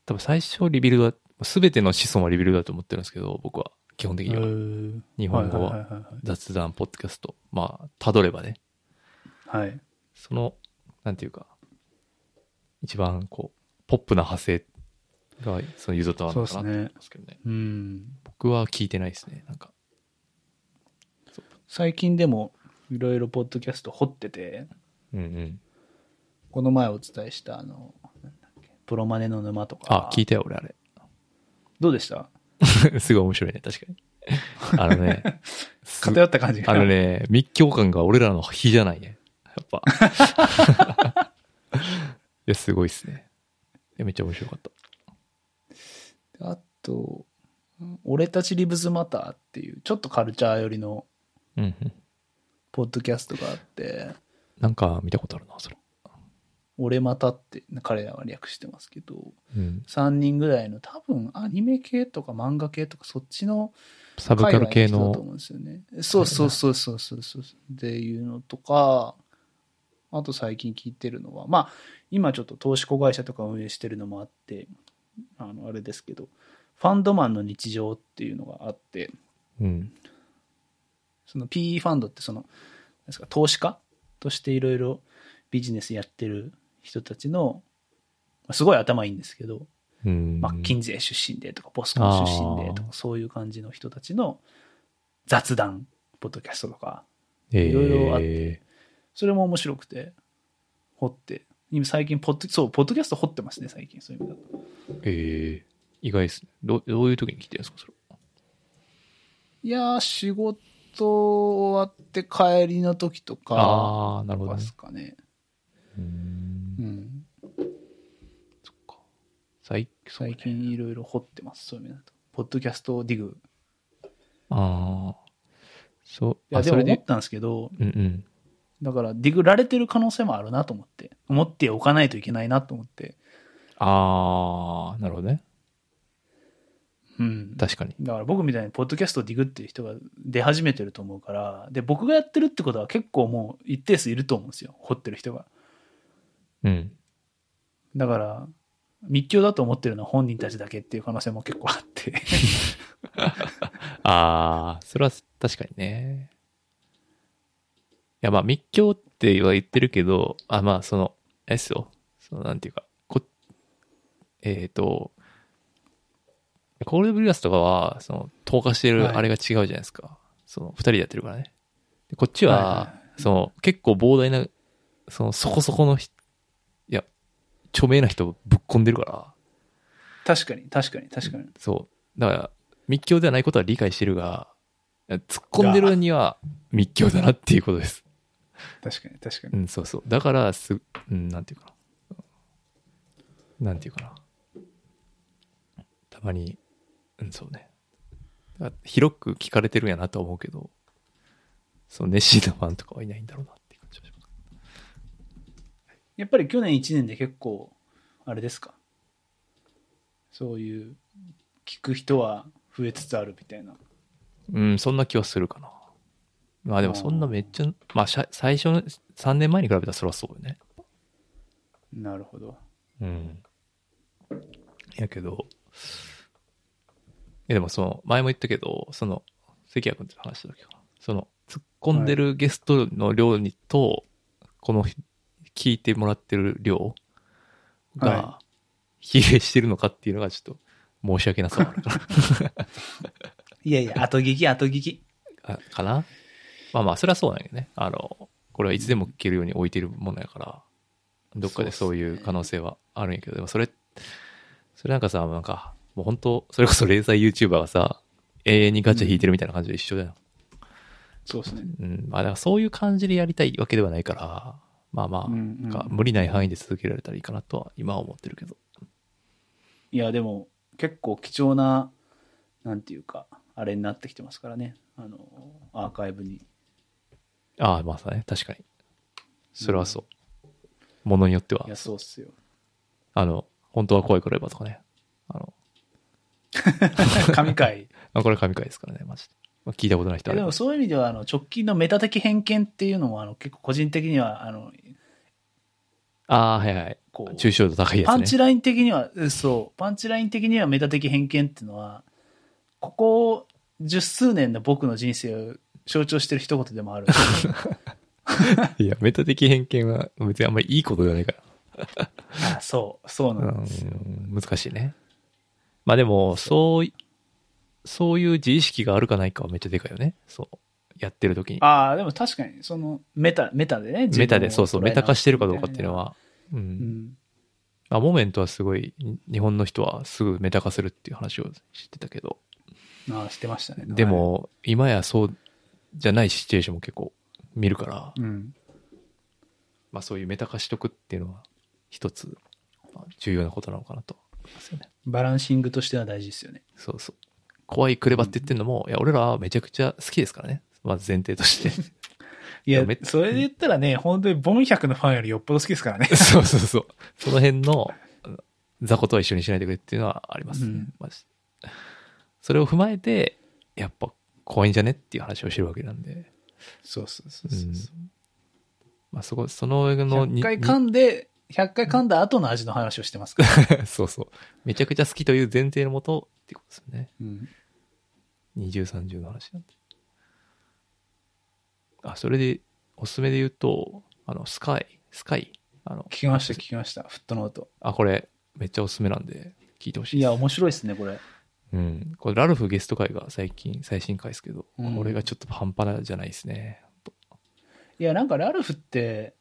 Speaker 2: 多分最初リビルドだ、すべての子孫はリビルドだと思ってるんですけど、僕は、基本的には。日本語は
Speaker 3: はいはいはい
Speaker 2: 雑談ポッドキャスト。まあ、たどればね。
Speaker 3: はい。はい
Speaker 2: その、なんていうか、一番こう、ポップな派生が、そのゆずとはなのかな
Speaker 3: そう
Speaker 2: と
Speaker 3: ですね
Speaker 2: 思いますけどね。
Speaker 3: うん。
Speaker 2: 僕は聞いてないですね。なんか。
Speaker 3: 最近でも、いろいろポッドキャスト掘ってて、
Speaker 2: うんうん。
Speaker 3: この前お伝えした、あの、なんだっけプロマネの沼とか。
Speaker 2: あ、聞いたよ、俺あれ。
Speaker 3: どうでした
Speaker 2: すごい面白いね、確かに。あのね、す
Speaker 3: 偏った感じが。
Speaker 2: あのね、密教感が俺らの比じゃないね。やっぱ。い や、すごいっすね。いやめっちゃ面白かった。
Speaker 3: あと、うん俺たちリブズマターっていう、ちょっとカルチャー寄りの
Speaker 2: うんうん。
Speaker 3: ポッドキャストがあって、
Speaker 2: なんか見たことあるな、それ。
Speaker 3: 俺またって彼らは略してますけど、
Speaker 2: うん。
Speaker 3: 3人ぐらいの多分アニメ系とか漫画系とかそっちの
Speaker 2: サブカル系
Speaker 3: 界隈人だと
Speaker 2: の
Speaker 3: 思うんですよね。そうそうそうそうそうそう。っていうのとか、あと最近聞いてるのは、まあ、今ちょっと投資子会社とか運営してるのもあって、あの、あれですけど、ファンドマンの日常っていうのがあって、
Speaker 2: うん。
Speaker 3: その PE ファンドってその、なんですか、投資家としていろいろビジネスやってる人たちの、まあすごい頭いいんですけど、
Speaker 2: うん。
Speaker 3: マッキンゼー出身でとか、ボスコン出身でとか、そういう感じの人たちの雑談、ポッドキャストとか、いろいろあってそれも面白くて、掘って、今最近ポッド、そう、ポッドキャスト掘ってますね、最近、そういう意味だと。
Speaker 2: えーえー意外ですね。どうどういう時に聞いてるんですか、それ。
Speaker 3: いやー、仕事終わって帰りの時とか、
Speaker 2: ああー、なるほど、
Speaker 3: で
Speaker 2: ね。
Speaker 3: すかね。
Speaker 2: うーん
Speaker 3: うん。
Speaker 2: そっか。最そうね
Speaker 3: 最近いろいろ掘ってます、そういう意味だと。ポッドキャストディグ。
Speaker 2: ああ。そう。
Speaker 3: いや、
Speaker 2: あ
Speaker 3: で
Speaker 2: そ
Speaker 3: も
Speaker 2: れ
Speaker 3: 思ったんですけど、
Speaker 2: うんうん。
Speaker 3: だからディグられてる可能性もあるなと思って、思っておかないといけないなと思って、
Speaker 2: ああ、なるほどね。
Speaker 3: うん。
Speaker 2: 確かに。
Speaker 3: だから僕みたいにポッドキャストディグっていう人が出始めてると思うから、で、僕がやってるってことは結構もう一定数いると思うんですよ、掘ってる人が。
Speaker 2: うん。
Speaker 3: だから、密教だと思ってるのは本人たちだけっていう可能性も結構あって。
Speaker 2: ああ、それは確かにね。いや、まあ、密教っては言ってるけど、あ、まあ、その、あれですよ。その、なんていうか、こ、えっ、と、コールドブリュアスとかは、その、投下して
Speaker 3: はい
Speaker 2: るあれが違うじゃないですか。その、二人でやってるからね。でこっちは、
Speaker 3: はいは
Speaker 2: その、結構膨大な、その、そこそこのひ、いや、著名な人ぶっ込んでるから、
Speaker 3: 確かに、確かに、確かに。
Speaker 2: そう。だから、密教ではないことは理解してるが、突っ込んでるには密教だなっていうことです。
Speaker 3: 確かに、確かに
Speaker 2: う。ん、そうそう。だから、す、うん、なんていうかな。なんていうかな。たまに、うん、そうね。だから広く聞かれてるんやなとは思うけど、そう、熱心なファンとかはいないんだろうなっていう感じがします。
Speaker 3: やっぱり去年1年で結構、あれですか。そういう、聞く人は増えつつあるみたいな。
Speaker 2: うん、そんな気はするかな。まあでもそんなめっちゃ、まあしゃ最初の3年前に比べたらそりゃそうよね。
Speaker 3: なるほど。
Speaker 2: うん。やけど、えでもその、前も言ったけど、その、関谷君と話した時かな。その、突っ込んでるゲストの量にと、この、聞いてもらってる量が
Speaker 3: は、
Speaker 2: 比例してるのかっていうのがちょっと、申し訳なさがあるか
Speaker 3: いやいや、後聞き、後聞き。
Speaker 2: なあかな。まあまあ、それはそうなんやけどね。あの、これはいつでも聞けるように置いてるものやから、どっかでそういう可能性はあるんやけど、でもそれ、それなんかさ、なんか、もう本当それこそ零細 YouTuber がさ、永遠にガチャ引いてるみたいな感じで一緒じゃん。
Speaker 3: そうですね。
Speaker 2: うん。まあだからそういう感じでやりたいわけではないから、まあまあ、
Speaker 3: うんうん
Speaker 2: なんか無理ない範囲で続けられたらいいかなとは今は思ってるけど。
Speaker 3: いや、でも、結構貴重な、なんていうか、あれになってきてますからね。あの、アーカイブに。
Speaker 2: ああ、まあさね、確かに。それはそう。ものによってはい
Speaker 3: や、、そうっ すよ。
Speaker 2: あの、本当は怖いから言えばとかね。あの、
Speaker 3: 神回。
Speaker 2: あこれ神回ですからね、マジで。まあ、聞いたことない人は
Speaker 3: でもそういう意味ではあの直近のメタ的偏見っていうのもあの結構個人的にはあの
Speaker 2: ああ、はいはい
Speaker 3: こ。う
Speaker 2: 抽象度高いやつね。
Speaker 3: パンチライン的には、うんそうパンチライン的にはメタ的偏見っていうのはここ十数年の僕の人生を象徴してる一言 でもある
Speaker 2: いや、メタ的偏見は別にあんまりいいことじゃないから。
Speaker 3: あそうそうなんですよ、
Speaker 2: うん難しいね。まあでも、そうい、そういう自意識があるかないかはめっちゃでかいよね。そう。やってる時に。
Speaker 3: ああでも確かにそのメタメタでね
Speaker 2: メタで、そうそう、メタ化してるかどうかっていうの
Speaker 3: は、
Speaker 2: は。う。
Speaker 3: うんん、
Speaker 2: あ、モメントはすごい、に日本の人はすぐメタ化するっていう話を知ってたけど。
Speaker 3: ああしてましたね
Speaker 2: で、も、今やそうじゃないシチュエーションも結構見るから。
Speaker 3: はいうん、
Speaker 2: まあ、そういうメタ化しとくっていうのは一つまあ重要なことなのかなと思いますよね。
Speaker 3: バランシングとしては大事ですよね
Speaker 2: そうそう。怖いクレバって言ってるのも、いや、俺らはめちゃくちゃ好きですからね。まず前提と して。
Speaker 3: いや
Speaker 2: いやめ、
Speaker 3: それで言ったらね、本当にボン100のファンよりよっぽど好きですからね。
Speaker 2: そうそうそう。その辺のうん雑魚とは一緒にしないでくれっていうのはありますね。
Speaker 3: うん
Speaker 2: マジでそれを踏まえて、やっぱ怖いんじゃねっていう話をしてるわけなんで。。
Speaker 3: そうそうそううそうん
Speaker 2: まあ、そこ、その上のに
Speaker 3: 100回噛んで、100回噛んだ後の味の話をしてますから。
Speaker 2: に そうそう。めちゃくちゃ好きという前提のもとっていうことですよね。
Speaker 3: うん
Speaker 2: 二重三重の話なんで。あ、それで、おすすめで言うと、あの、スカイ、スカイ、あの
Speaker 3: 聞、きました、聞きました。フットノート。
Speaker 2: あ、これ、めっちゃおすすめなんで、聞いてほしい
Speaker 3: い
Speaker 2: です。
Speaker 3: や、面白いですね、これ。
Speaker 2: うん。これ、ラルフゲスト会が最近、最新回ですけど、
Speaker 3: うん
Speaker 2: これがちょっと半端なじゃないですね。
Speaker 3: いや、なんかラルフって、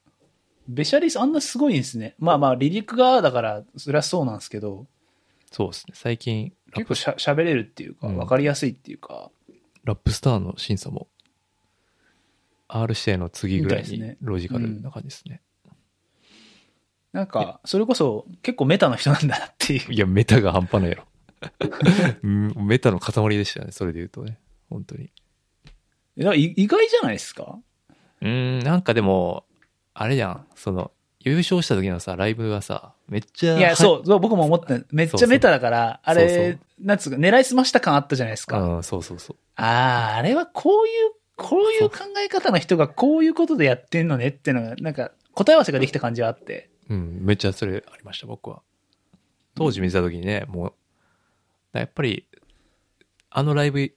Speaker 3: ベシャリスあんなすごいんですね。まあまあ、離陸がだから、そりゃそうなんですけど、
Speaker 2: そうですね。最近、ラッ
Speaker 3: 結
Speaker 2: プ
Speaker 3: 構、しゃ喋れるっていうか、
Speaker 2: うん
Speaker 3: わかりやすいっていうか、
Speaker 2: ラップスターの審査も、R 指定の次ぐらい
Speaker 3: みたいです
Speaker 2: に
Speaker 3: ね
Speaker 2: ロジカルな感じですね。
Speaker 3: なんか、それこそ結構メタの人なんだなっていう。
Speaker 2: いや、メタが半端ないやろ。 うんメタの塊でしたよね、それで言うとね。本当に。
Speaker 3: だからい意外じゃないですか
Speaker 2: うーん、なんかでも、あれじゃん、その、優勝した時のさ、ライブがさ、めっちゃ。。
Speaker 3: いや、そうう、そう僕も思った。めっ
Speaker 2: そう
Speaker 3: ち
Speaker 2: そ
Speaker 3: ゃ
Speaker 2: う
Speaker 3: メタだから、あ
Speaker 2: そう
Speaker 3: れ
Speaker 2: そ、
Speaker 3: なんつうか、狙いすました感あったじゃないですか。あ
Speaker 2: うん、そうそうそう。
Speaker 3: あ、あれはこういう、こういう考え方の人がこういうことでやってんのねっていうのが、なんか、答え合わせができた感じはあって。
Speaker 2: うん、めっちゃそれありました、僕は。当時見てた時にね、もう、だからやっぱり、あのライブ、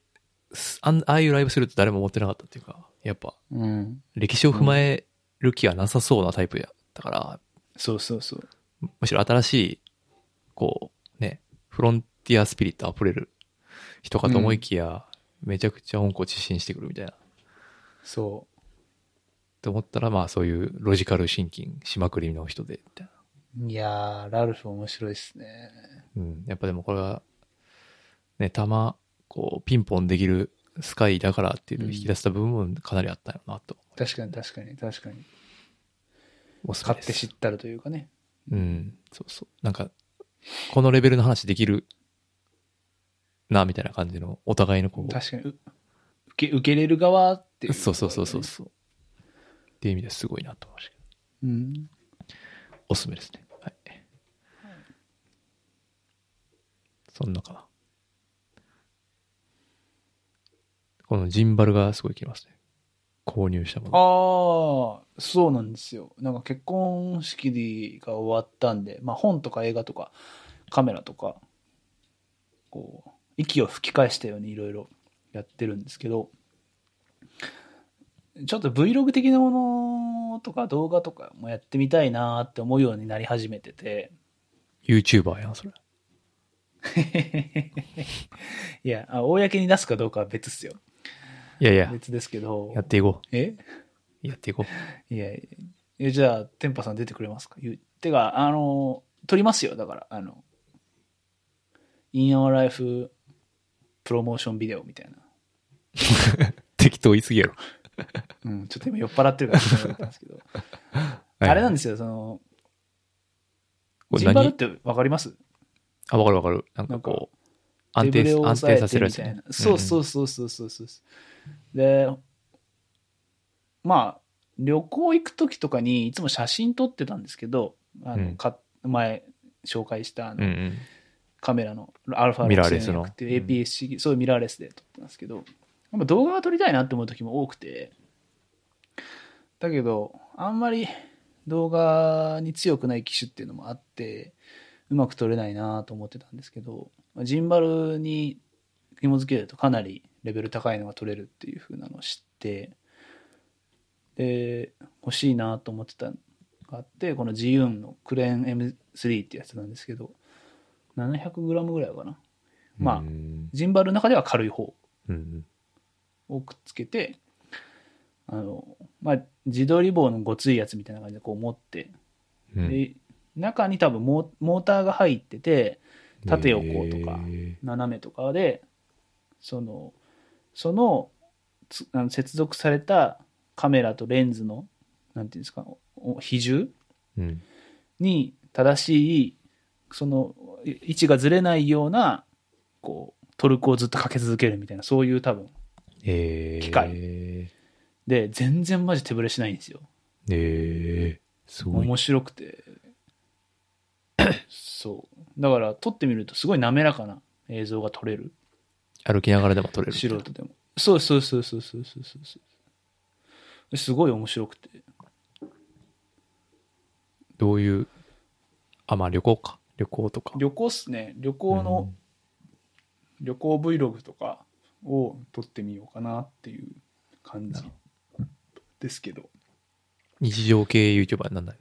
Speaker 2: すあんああいうライブすると誰も思ってなかったっていうか、やっぱ、
Speaker 3: うん。
Speaker 2: 歴史を踏まえる気はなさそうなタイプやったから、
Speaker 3: そうそうそう。
Speaker 2: むしろ新しい、こう、ね、フロンティアスピリット溢れる人かと思いきや、めちゃくちゃ温故知新してくるみたいな。
Speaker 3: そ。
Speaker 2: って思ったら、まあそういうロジカルシンキングしまくりの人で、みたいう
Speaker 3: いやー、ラルフ面白いですね。
Speaker 2: な。うん、やっぱでもこれは、ね、たま、こう、ピンポンできるスカイだからっていうのを引き出した部分もかなりあったよなと。
Speaker 3: 確かに確かに確かに。
Speaker 2: おすすめ
Speaker 3: 買
Speaker 2: で
Speaker 3: っ
Speaker 2: す
Speaker 3: て知ったるというかね。
Speaker 2: うん、そうそう。なんか、このレベルの話できるな、みたいな感じの、お互いのこう、
Speaker 3: 確かに。う受け、受け入れる側っていう、
Speaker 2: そうそうそうそうそう。っていう意味ですごいなと思いましたけ
Speaker 3: う。うん。
Speaker 2: ど。おすすめですね。はい。そんなかな。このジンバルがすごいきますね。購入したもの。
Speaker 3: ああ、そうなんですよ。なんか結婚式が終わったんで、まあ本とか映画とかカメラとか、こう、息を吹き返したようにいろいろやってるんですけど、ちょっと Vlog 的なものとか動画とかもやってみたいなーって思うようになり始めて て、
Speaker 2: YouTuber やん、それ。
Speaker 3: いや、あ公に出すかどうかは別っすよ。
Speaker 2: いやいや、
Speaker 3: 別ですけど
Speaker 2: や、っていこ
Speaker 3: え
Speaker 2: う。やっていこ
Speaker 3: いやいやえ、じゃあ、天パさん出てくれますか言うてか、あの、撮りますよ、だから、あの、In Our Life プロモーションビデオみたいな。
Speaker 2: う。適当言いすぎやろ。
Speaker 3: うん、ちょっと今酔っ払って るから適当になったんですけど。あれなんですよ、その、
Speaker 2: これ
Speaker 3: ジンバルっ
Speaker 2: 何
Speaker 3: てわかります
Speaker 2: あ、わかるわかる。なんかこう、安定
Speaker 3: 手ぶれを
Speaker 2: 安
Speaker 3: 抑え
Speaker 2: 定
Speaker 3: て
Speaker 2: させるやつね、
Speaker 3: みたいなそうそううそうそうそうそうそう。で、まあ、旅行行く時とかにいつも写真撮ってたんですけど、あの、
Speaker 2: うん
Speaker 3: か前紹介したあ
Speaker 2: ん。う
Speaker 3: の、
Speaker 2: んうん。
Speaker 3: カメラのアルファ
Speaker 2: ミラーレス
Speaker 3: 6000
Speaker 2: の
Speaker 3: っていう APS-C、そういうミラーレスで撮ってたんですけど、やっぱ動画が撮りたいなって思う時も多くて、だけど、あんまり動画に強くない機種っていうのもあって、うまく撮れないなと思ってたんですけど、ジンバルに紐付けるとかなりレベル高いのが撮れるっていう風なのを知って、で、欲しいなと思ってたのがあって、この GUN のクレーン M3 ってやつなんですけど、700g ぐらいかな。まあ
Speaker 2: うん
Speaker 3: ジンバルの中では軽い方
Speaker 2: うん。
Speaker 3: をくっつけて、あの、まあ、自撮り棒のごついやつみたいな感じでこう持って、
Speaker 2: うん
Speaker 3: で、中に多分モーモーターが入ってて、縦横とか
Speaker 2: え
Speaker 3: 斜めとかで、その、そのつあの接続されたカメラとレンズの、なんていうんですか、お比重
Speaker 2: ーうん
Speaker 3: に正しいそのい位置がずれないようなこうトルクをずっとかけ続けるみたいなそういう多分
Speaker 2: えー
Speaker 3: 機械
Speaker 2: え
Speaker 3: で全然マジ手ぶれしないんですよ
Speaker 2: ーすごい。
Speaker 3: 面白くて そうだから撮ってみるとすごい滑らかな映像が撮れる
Speaker 2: 歩きながらでも撮れる。
Speaker 3: 素人でもそうそうそうそうそうそうそうそうすごい面白くて
Speaker 2: どういう、あ、まあ旅行か。旅行とか。
Speaker 3: 旅行っすね旅行の旅行 Vlog とかを撮ってみようかなっていう感じですけど
Speaker 2: うん日常系 YouTuber になんない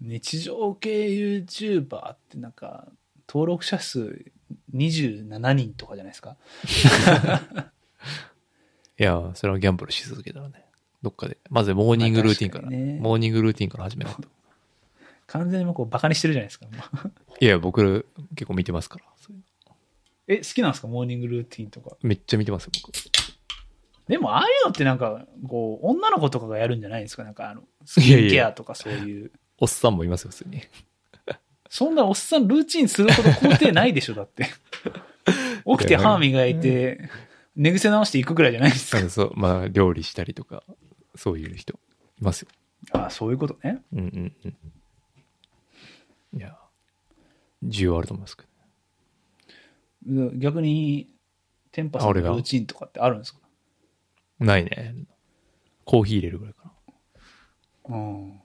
Speaker 3: 日常系 YouTuber ってなんか登録者数27人とかじゃないですか
Speaker 2: のいや、それはギャンブルし続けたらね。どっかで。まずモーニングルーティンから。
Speaker 3: まあ確かにね
Speaker 2: モーニングルーティンから始めないと。
Speaker 3: 完全にもうこうバカにしてるじゃないですかもう
Speaker 2: いや、僕結構見てますから。そういう
Speaker 3: え好きなんですかモーニングルーティンとか
Speaker 2: めっちゃ見てますよ、僕。
Speaker 3: でもああいうのってなんかこう女の子とかがやるんじゃないんですかなんかあのスキン
Speaker 2: いやい
Speaker 3: ケア
Speaker 2: や
Speaker 3: とかそういう
Speaker 2: おっさんもいますよ、普通に。
Speaker 3: そんなおっさんルーチンするほど工程ないでしょ、だって。起きて歯磨いて、寝癖直していくぐらいじゃないです
Speaker 2: あ
Speaker 3: か。
Speaker 2: のそう、まあ、料理したりとか、そういう人、いますよ。
Speaker 3: ああ、そういうことね。
Speaker 2: うんうんうん。いや、需要あると思いますけど。
Speaker 3: 逆に、テンパさんの
Speaker 2: あ俺
Speaker 3: ル
Speaker 2: が
Speaker 3: ーチンとかってあるんですか
Speaker 2: ないね。コーヒー入れるぐらいかな。
Speaker 3: うん。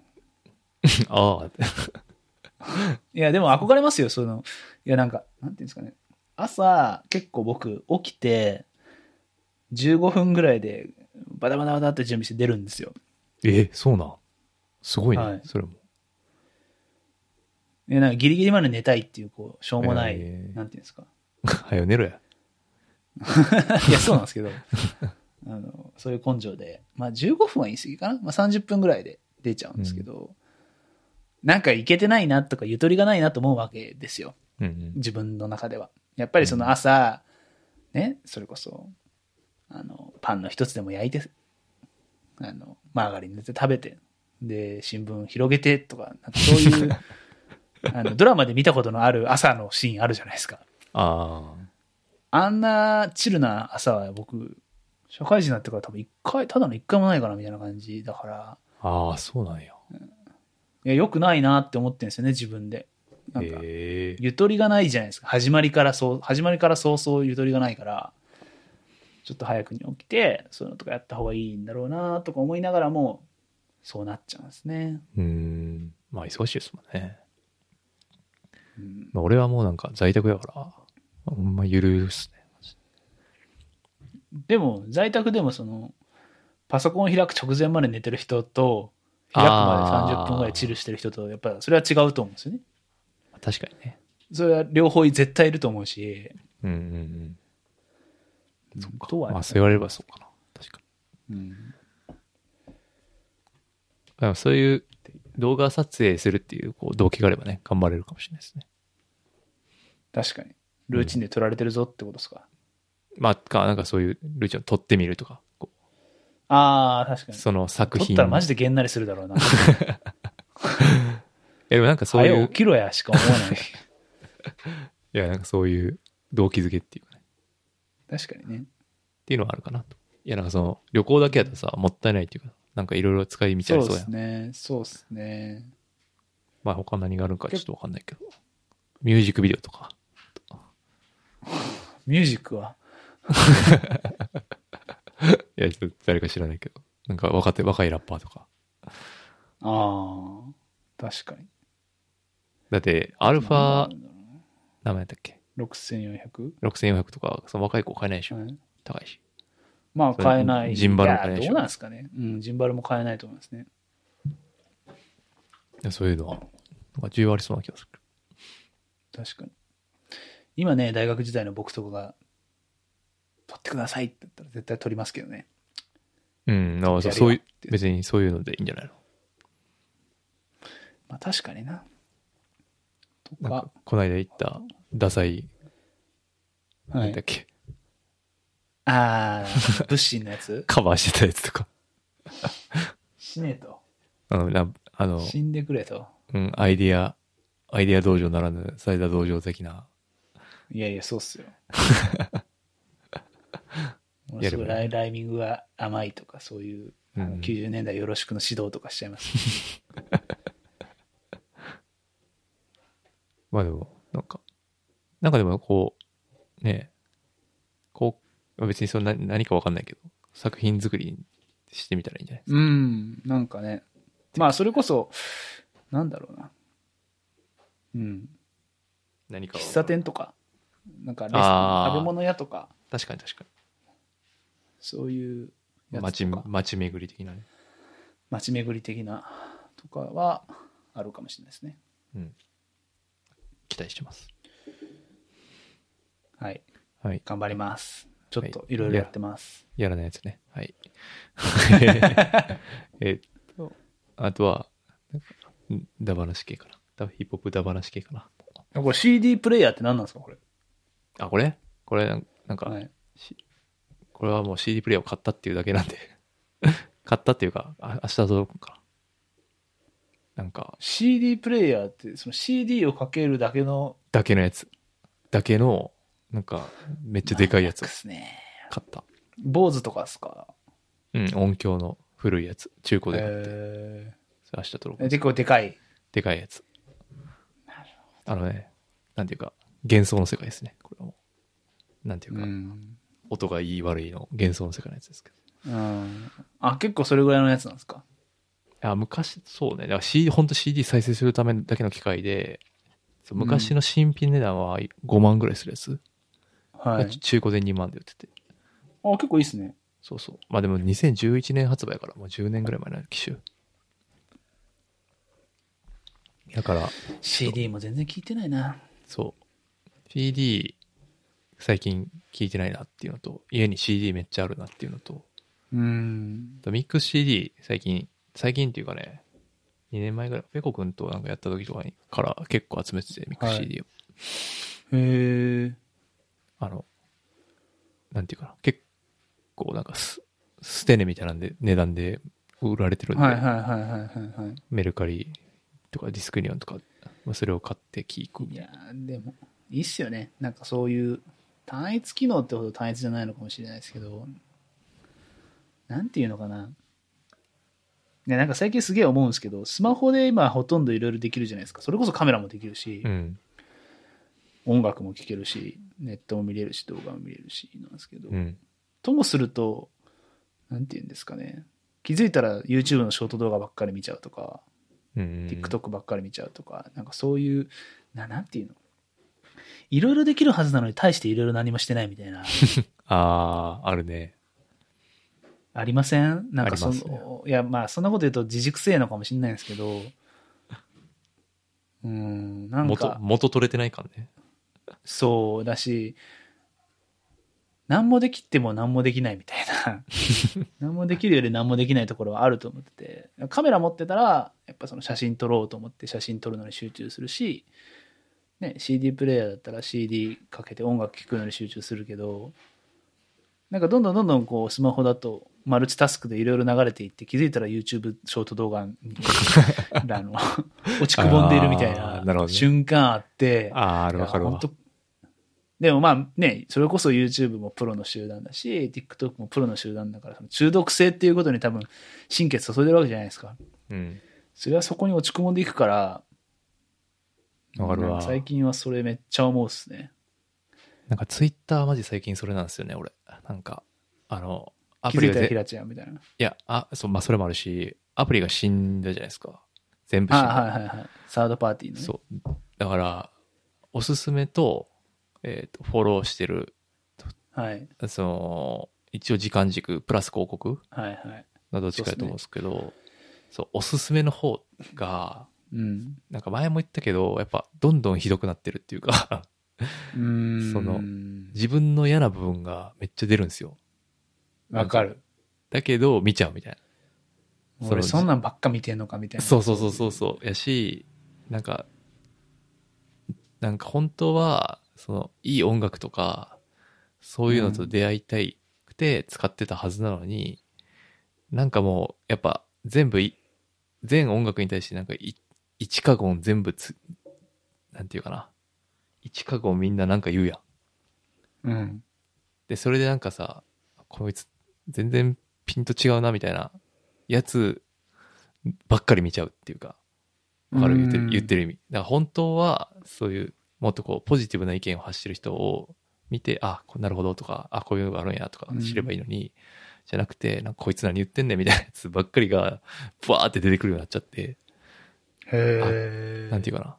Speaker 2: ああ、
Speaker 3: いや、でも憧れますよ、その、いや、なんか、なんていうんですかね。朝、結構僕、起きて、15分ぐらいで、バタバタバタって準備して出るんですよ。
Speaker 2: え、そうなん。すごいね、
Speaker 3: はい
Speaker 2: それも。
Speaker 3: いやなんかギリギリまで寝たいっていう、こう、しょうもない、
Speaker 2: へえ
Speaker 3: なんていうんですか。
Speaker 2: はよ寝ろや。
Speaker 3: いや、そうなんですけど、あの、そういう根性で、まあ15分は言い過ぎかな。まあ30分ぐらいで出ちゃうんですけど、なんかいけてないなとか、ゆとりがないなと思うわけですよ。
Speaker 2: うんうん。
Speaker 3: 自分の中では。やっぱりその朝、ね、それこそ、あの、パンの一つでも焼いて、あの、マーガリン塗って食べて、で、新聞広げてとか、なんかそういうあの、ドラマで見たことのある朝のシーンあるじゃないですか。
Speaker 2: あ
Speaker 3: あんなチルな朝は僕、社会人になってから多分一回、ただの一回もないかなみたいな感じだから、
Speaker 2: あ。ああ、そうなんや。
Speaker 3: いや、良くないなって思ってるんですよね、自分で。なんか、
Speaker 2: ええ
Speaker 3: ゆとりがないじゃないですか始まりからそう始まりから早々ゆとりがないからちょっと早くに起きてそういうのとかやった方がいいんだろうなとか思いながらもそうなっちゃうんですね、
Speaker 2: うーん。まあ、忙しいですもんね。
Speaker 3: うん、
Speaker 2: まあ、俺はもうなんか在宅やから、ほんまゆるっすね。
Speaker 3: でも在宅でもそのパソコンを開く直前まで寝てる人と開くまで30分ぐらいチルしてる人とやっぱそれは違うと思うんですよね
Speaker 2: 確かにね。
Speaker 3: それは両方絶対いると思うし
Speaker 2: うんうん
Speaker 3: そと
Speaker 2: うん。
Speaker 3: は
Speaker 2: まあ、そう言われればそうかな。確か
Speaker 3: うん
Speaker 2: に。でもそういう動画撮影するっていうこう動機があればね、頑張れるかもしれないですね。
Speaker 3: 確かにルーチンで取られてるぞってことですか、
Speaker 2: まあ、か、なんかそういうルーチンを撮ってみるとか、こ
Speaker 3: ああ確か
Speaker 2: う
Speaker 3: に
Speaker 2: その作
Speaker 3: 取
Speaker 2: 品。
Speaker 3: ったらマジでげんなりする だろうな
Speaker 2: え、でもなんかそうい
Speaker 3: 早
Speaker 2: う
Speaker 3: 起、きろやしか思わない。
Speaker 2: いや、なんかそういう動機づけっていうかね、っ
Speaker 3: 確かにね。
Speaker 2: ていうのはあるかなと。いや、なんかその、旅行だけやとさ、もったいないっていうか、なんかいろいろ使い道あ
Speaker 3: そ
Speaker 2: り
Speaker 3: う
Speaker 2: そう
Speaker 3: で
Speaker 2: やん。
Speaker 3: すね。そうですね。
Speaker 2: まあ他何があるんかちょっとわかんないけど。ミュージックビデオとか。
Speaker 3: ミュージックはい
Speaker 2: や、ちょっと誰か知らないけど。なんか若手、若いラッパーとか。
Speaker 3: ああ、確かに。
Speaker 2: だって、ア
Speaker 3: ア
Speaker 2: ルファ、名前だっけ
Speaker 3: ?6400?
Speaker 2: ?6400 とか、その若い子買えないでしょ、
Speaker 3: はい
Speaker 2: 高いし。
Speaker 3: まあ
Speaker 2: それ
Speaker 3: 買えない。
Speaker 2: ジンバルも買えない
Speaker 3: い
Speaker 2: で
Speaker 3: や
Speaker 2: しょ
Speaker 3: どうなんですかね。うん、ジンバルも買えないと思いますね。
Speaker 2: いやそういうのは、なんか重要ありそうな気がする。
Speaker 3: 確かに。今ね、大学時代の僕とかが、取ってくださいって言ったら絶対取りますけどね。
Speaker 2: うん、なんかそうそ
Speaker 3: やるよ
Speaker 2: うい
Speaker 3: って
Speaker 2: う、別にそういうのでいいんじゃないの
Speaker 3: まあ確かにな。と
Speaker 2: なん
Speaker 3: か
Speaker 2: か、、この間行った、ダサい、
Speaker 3: は
Speaker 2: なんだっ
Speaker 3: い、
Speaker 2: け、
Speaker 3: ああ、物心のやつ
Speaker 2: カバーしてたやつとか。
Speaker 3: 死ねと。
Speaker 2: あの、なあの、
Speaker 3: 死んでくれと。
Speaker 2: うん、アイディア、アイディア道場ならぬ、サイダー道場的な。
Speaker 3: いやいや、そうっす よ。もう
Speaker 2: や
Speaker 3: す
Speaker 2: ればね
Speaker 3: ぐライライミングが甘いとか、そういう、あ
Speaker 2: う
Speaker 3: の
Speaker 2: ん
Speaker 3: 90年代よろしくの指導とかしちゃいます。
Speaker 2: まあでも、なんか、なんかでもこう、ねえ、こう、まあ別にその何何かわかんないけど、作品作りしてみたらいいんじゃない
Speaker 3: うん、なんかね。まあ、それこそ、なんだろうな。うん、
Speaker 2: 何かを
Speaker 3: 喫茶店とか、なんかレスト
Speaker 2: あー
Speaker 3: ラン、食べ物屋とか、
Speaker 2: 確かに確か
Speaker 3: そういう
Speaker 2: に。
Speaker 3: やつ
Speaker 2: 街
Speaker 3: とか、
Speaker 2: 街巡り的なね。
Speaker 3: 街巡り的なとかはあるかもしれないですね。
Speaker 2: うん。期待してます。
Speaker 3: はい、
Speaker 2: はい。
Speaker 3: 頑張ります。ちょっといろいろやってます。
Speaker 2: やらないやつね。 はい。えっと、あとは、なんかんダバなし系かな。多分ヒップホップダバなし系かな。
Speaker 3: これ CD プレイヤーって何なんですか、これ。
Speaker 2: あ、これこれなん、なんか、
Speaker 3: はい
Speaker 2: しこれはもう CD プレイヤーを買ったっていうだけなんで 買ったっていうかあ明日届くんかななんか
Speaker 3: CD プレイヤーってその CD をかけるだけの
Speaker 2: だけのやつだけのなんかめっちゃでかいやつ
Speaker 3: で
Speaker 2: を
Speaker 3: すね
Speaker 2: 買った、
Speaker 3: 坊主とかですか
Speaker 2: うん、音響の古いやつ中古で買って、
Speaker 3: え
Speaker 2: それ明日届
Speaker 3: ー、
Speaker 2: く
Speaker 3: 結構でかい
Speaker 2: でかいやつあのねなんていうか幻想の世界ですねこれはもうなんていうか、
Speaker 3: ん、
Speaker 2: 音がいい悪いの幻想の世界のやつですけど
Speaker 3: うん、あ結構それぐらいのやつなんですか
Speaker 2: あ昔、そうね。だから CD、本当 CD 再生するためだけの機械で、そう昔の新品値段は5万ぐらいするやつ。
Speaker 3: はいあ結
Speaker 2: 中古で2万で売ってて。
Speaker 3: 構いいっすね
Speaker 2: そうそう。まあでも2011年発売からもう10年ぐらい前の機種。だから、
Speaker 3: CD も全然聞いてないな
Speaker 2: そう。CD、最近聞いてないなっていうのと、家に CD めっちゃあるなっていうのと、
Speaker 3: うん
Speaker 2: あとミックス CD 最近、最近っていうかね、2年前ぐらい、ペコくんとなんかやった時とかにから結構集めてて、ミックス CD を。
Speaker 3: へえ。
Speaker 2: あの、なんていうかな、結構なんかす、捨て値みたいなんで、値段で売られてるんで、
Speaker 3: はいはいはいはいはいは
Speaker 2: メルカリとかディスクニオンとか、まあそれを買って聞く
Speaker 3: い。いやーでも、いいっすよね。なんかそういう、単一機能ってほど単一じゃないのかもしれないですけど、なんていうのかな。ね、なんか最近すげえ思うんですけど、スマホで今ほとんどいろいろできるじゃないですか。それこそカメラもできるし、
Speaker 2: うん。
Speaker 3: 音楽も聴けるし、ネットも見れるし、動画も見れるし、なんですけど、
Speaker 2: うん。
Speaker 3: ともすると、なんていうんですかね。気づいたら YouTube のショート動画ばっかり見ちゃうとか、
Speaker 2: うん。
Speaker 3: TikTok ばっかり見ちゃうとか、なんかそういう、ななんていうのいろいろできるはずなのに対していろいろ何もしてないみた いな、
Speaker 2: ああ、あるね。
Speaker 3: ありませんなんかそ
Speaker 2: あります
Speaker 3: の、いやまあそんなこと言うと自熟性のかもしれないんですけど、うん、なん
Speaker 2: 元、
Speaker 3: か
Speaker 2: 元取れてない感ね。
Speaker 3: そうだし、何もできても何もできないみたい な、何もできるより何もできないところはあると思ってて、カメラ持ってたら、やっぱその写真撮ろうと思って写真撮るのに集中するし、ね、CD プレイヤーだったら CD かけて音楽聴くのに集中するけど、なんかどんどんどんどんこうスマホだとマルチタスクでいろいろ流れていって気づいたら YouTube ショート 動画にあの落ちくぼんでいるみたい
Speaker 2: あーなるほ
Speaker 3: な
Speaker 2: どね
Speaker 3: 瞬間あって、
Speaker 2: ああ、あるわかる
Speaker 3: い
Speaker 2: わ。
Speaker 3: や本当でもまあね、それこそ YouTube もプロの集団だし、TikTok もプロの集団だから、その中毒性っていうことに多分神経注いでるわけじゃないですか。
Speaker 2: うん。
Speaker 3: それはそこに落ち込んでいくから、
Speaker 2: わかる
Speaker 3: なん
Speaker 2: わ。
Speaker 3: 最近はそれめっちゃ思うっすね。
Speaker 2: なんかツイッターマジ最近それなんですよね、俺。なんか、あの、ア
Speaker 3: 気
Speaker 2: プ
Speaker 3: づ
Speaker 2: リ
Speaker 3: い
Speaker 2: が
Speaker 3: たら
Speaker 2: ぜ
Speaker 3: ひらちゃんみたいな。
Speaker 2: いや、あ、そう、まあそれもあるし、アプリが死んだじゃないですか。全部死ん
Speaker 3: あ
Speaker 2: だ。
Speaker 3: はいはいはいはい。サードパーティーのね。
Speaker 2: そう。だから、おすすめと、えっ、と、フォローしてる、
Speaker 3: はい
Speaker 2: その、一応時間軸、プラス広告
Speaker 3: はいはい。
Speaker 2: のどっちかやと思うんですけど、そう,、おすすめの方が、
Speaker 3: うん。
Speaker 2: なんか前も言ったけど、やっぱどんどんひどくなってるっていうか、
Speaker 3: うーん。
Speaker 2: その自分の嫌な部分がめっちゃ出るんですよ。
Speaker 3: わかる。
Speaker 2: だけど、見ちゃうみたいその
Speaker 3: 俺そんなんばっか見てんのかみたい
Speaker 2: な。
Speaker 3: な。
Speaker 2: そうそうそうそうそう。やし、なんか、なんか本当は、その、いい音楽とか、そういうのと出会いたいくて使ってたはずなのに、なんかもう、やっぱ全部い、全音楽に対してなんかい、一カゴン全部つ、なんていうかな。一カゴンみんななんか言うやん。
Speaker 3: うん。
Speaker 2: で、それでなんかさ、こいつ全然ピンと違うなみたいなやつばっかり見ちゃうっていうか、わかる言って
Speaker 3: う
Speaker 2: る
Speaker 3: ん
Speaker 2: 言ってる意味。だから本当はそういうもっとこうポジティブな意見を発してる人を見て、あ、こなるほどとか、あ、こういうのがあるんやとか
Speaker 3: うん
Speaker 2: 知ればいいのに、じゃなくて、なんかこいつ何言ってんねんみたいなやつばっかりが、 ブワーって出てくるようになっちゃって、
Speaker 3: へ
Speaker 2: なんて
Speaker 3: い
Speaker 2: いうかな。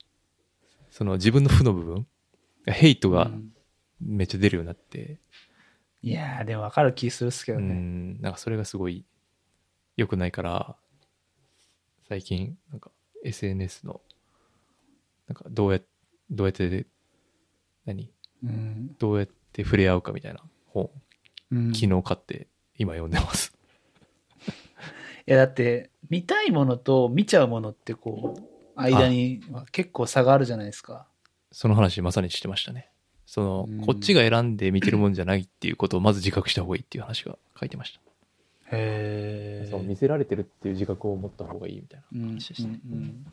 Speaker 2: その自分の負の部分、ヘイトがめっちゃ出るようになって、
Speaker 3: いやーでもわかる気するっすけど
Speaker 2: う
Speaker 3: ね。
Speaker 2: ん、なんかそれがすごい良くないから、最近、なんか SNS の、なんかどうや、どうやって、何
Speaker 3: うん。
Speaker 2: どうやって触れ合うかみたいな本、
Speaker 3: うん
Speaker 2: 昨日買って、今読んでます。
Speaker 3: いやだって見たいものと見ちゃうものってこう間には結構差があるじゃないですか。
Speaker 2: その話まさにしてましたね。その、
Speaker 3: うん
Speaker 2: こっちが選んで見てるもんじゃないっていうことをまず自覚した方がいいっていう話が書いてました。
Speaker 3: へ
Speaker 2: その見せられてるっていう自覚を持った方がいいみたいな。
Speaker 3: うん
Speaker 2: 話でしたね
Speaker 3: うんうん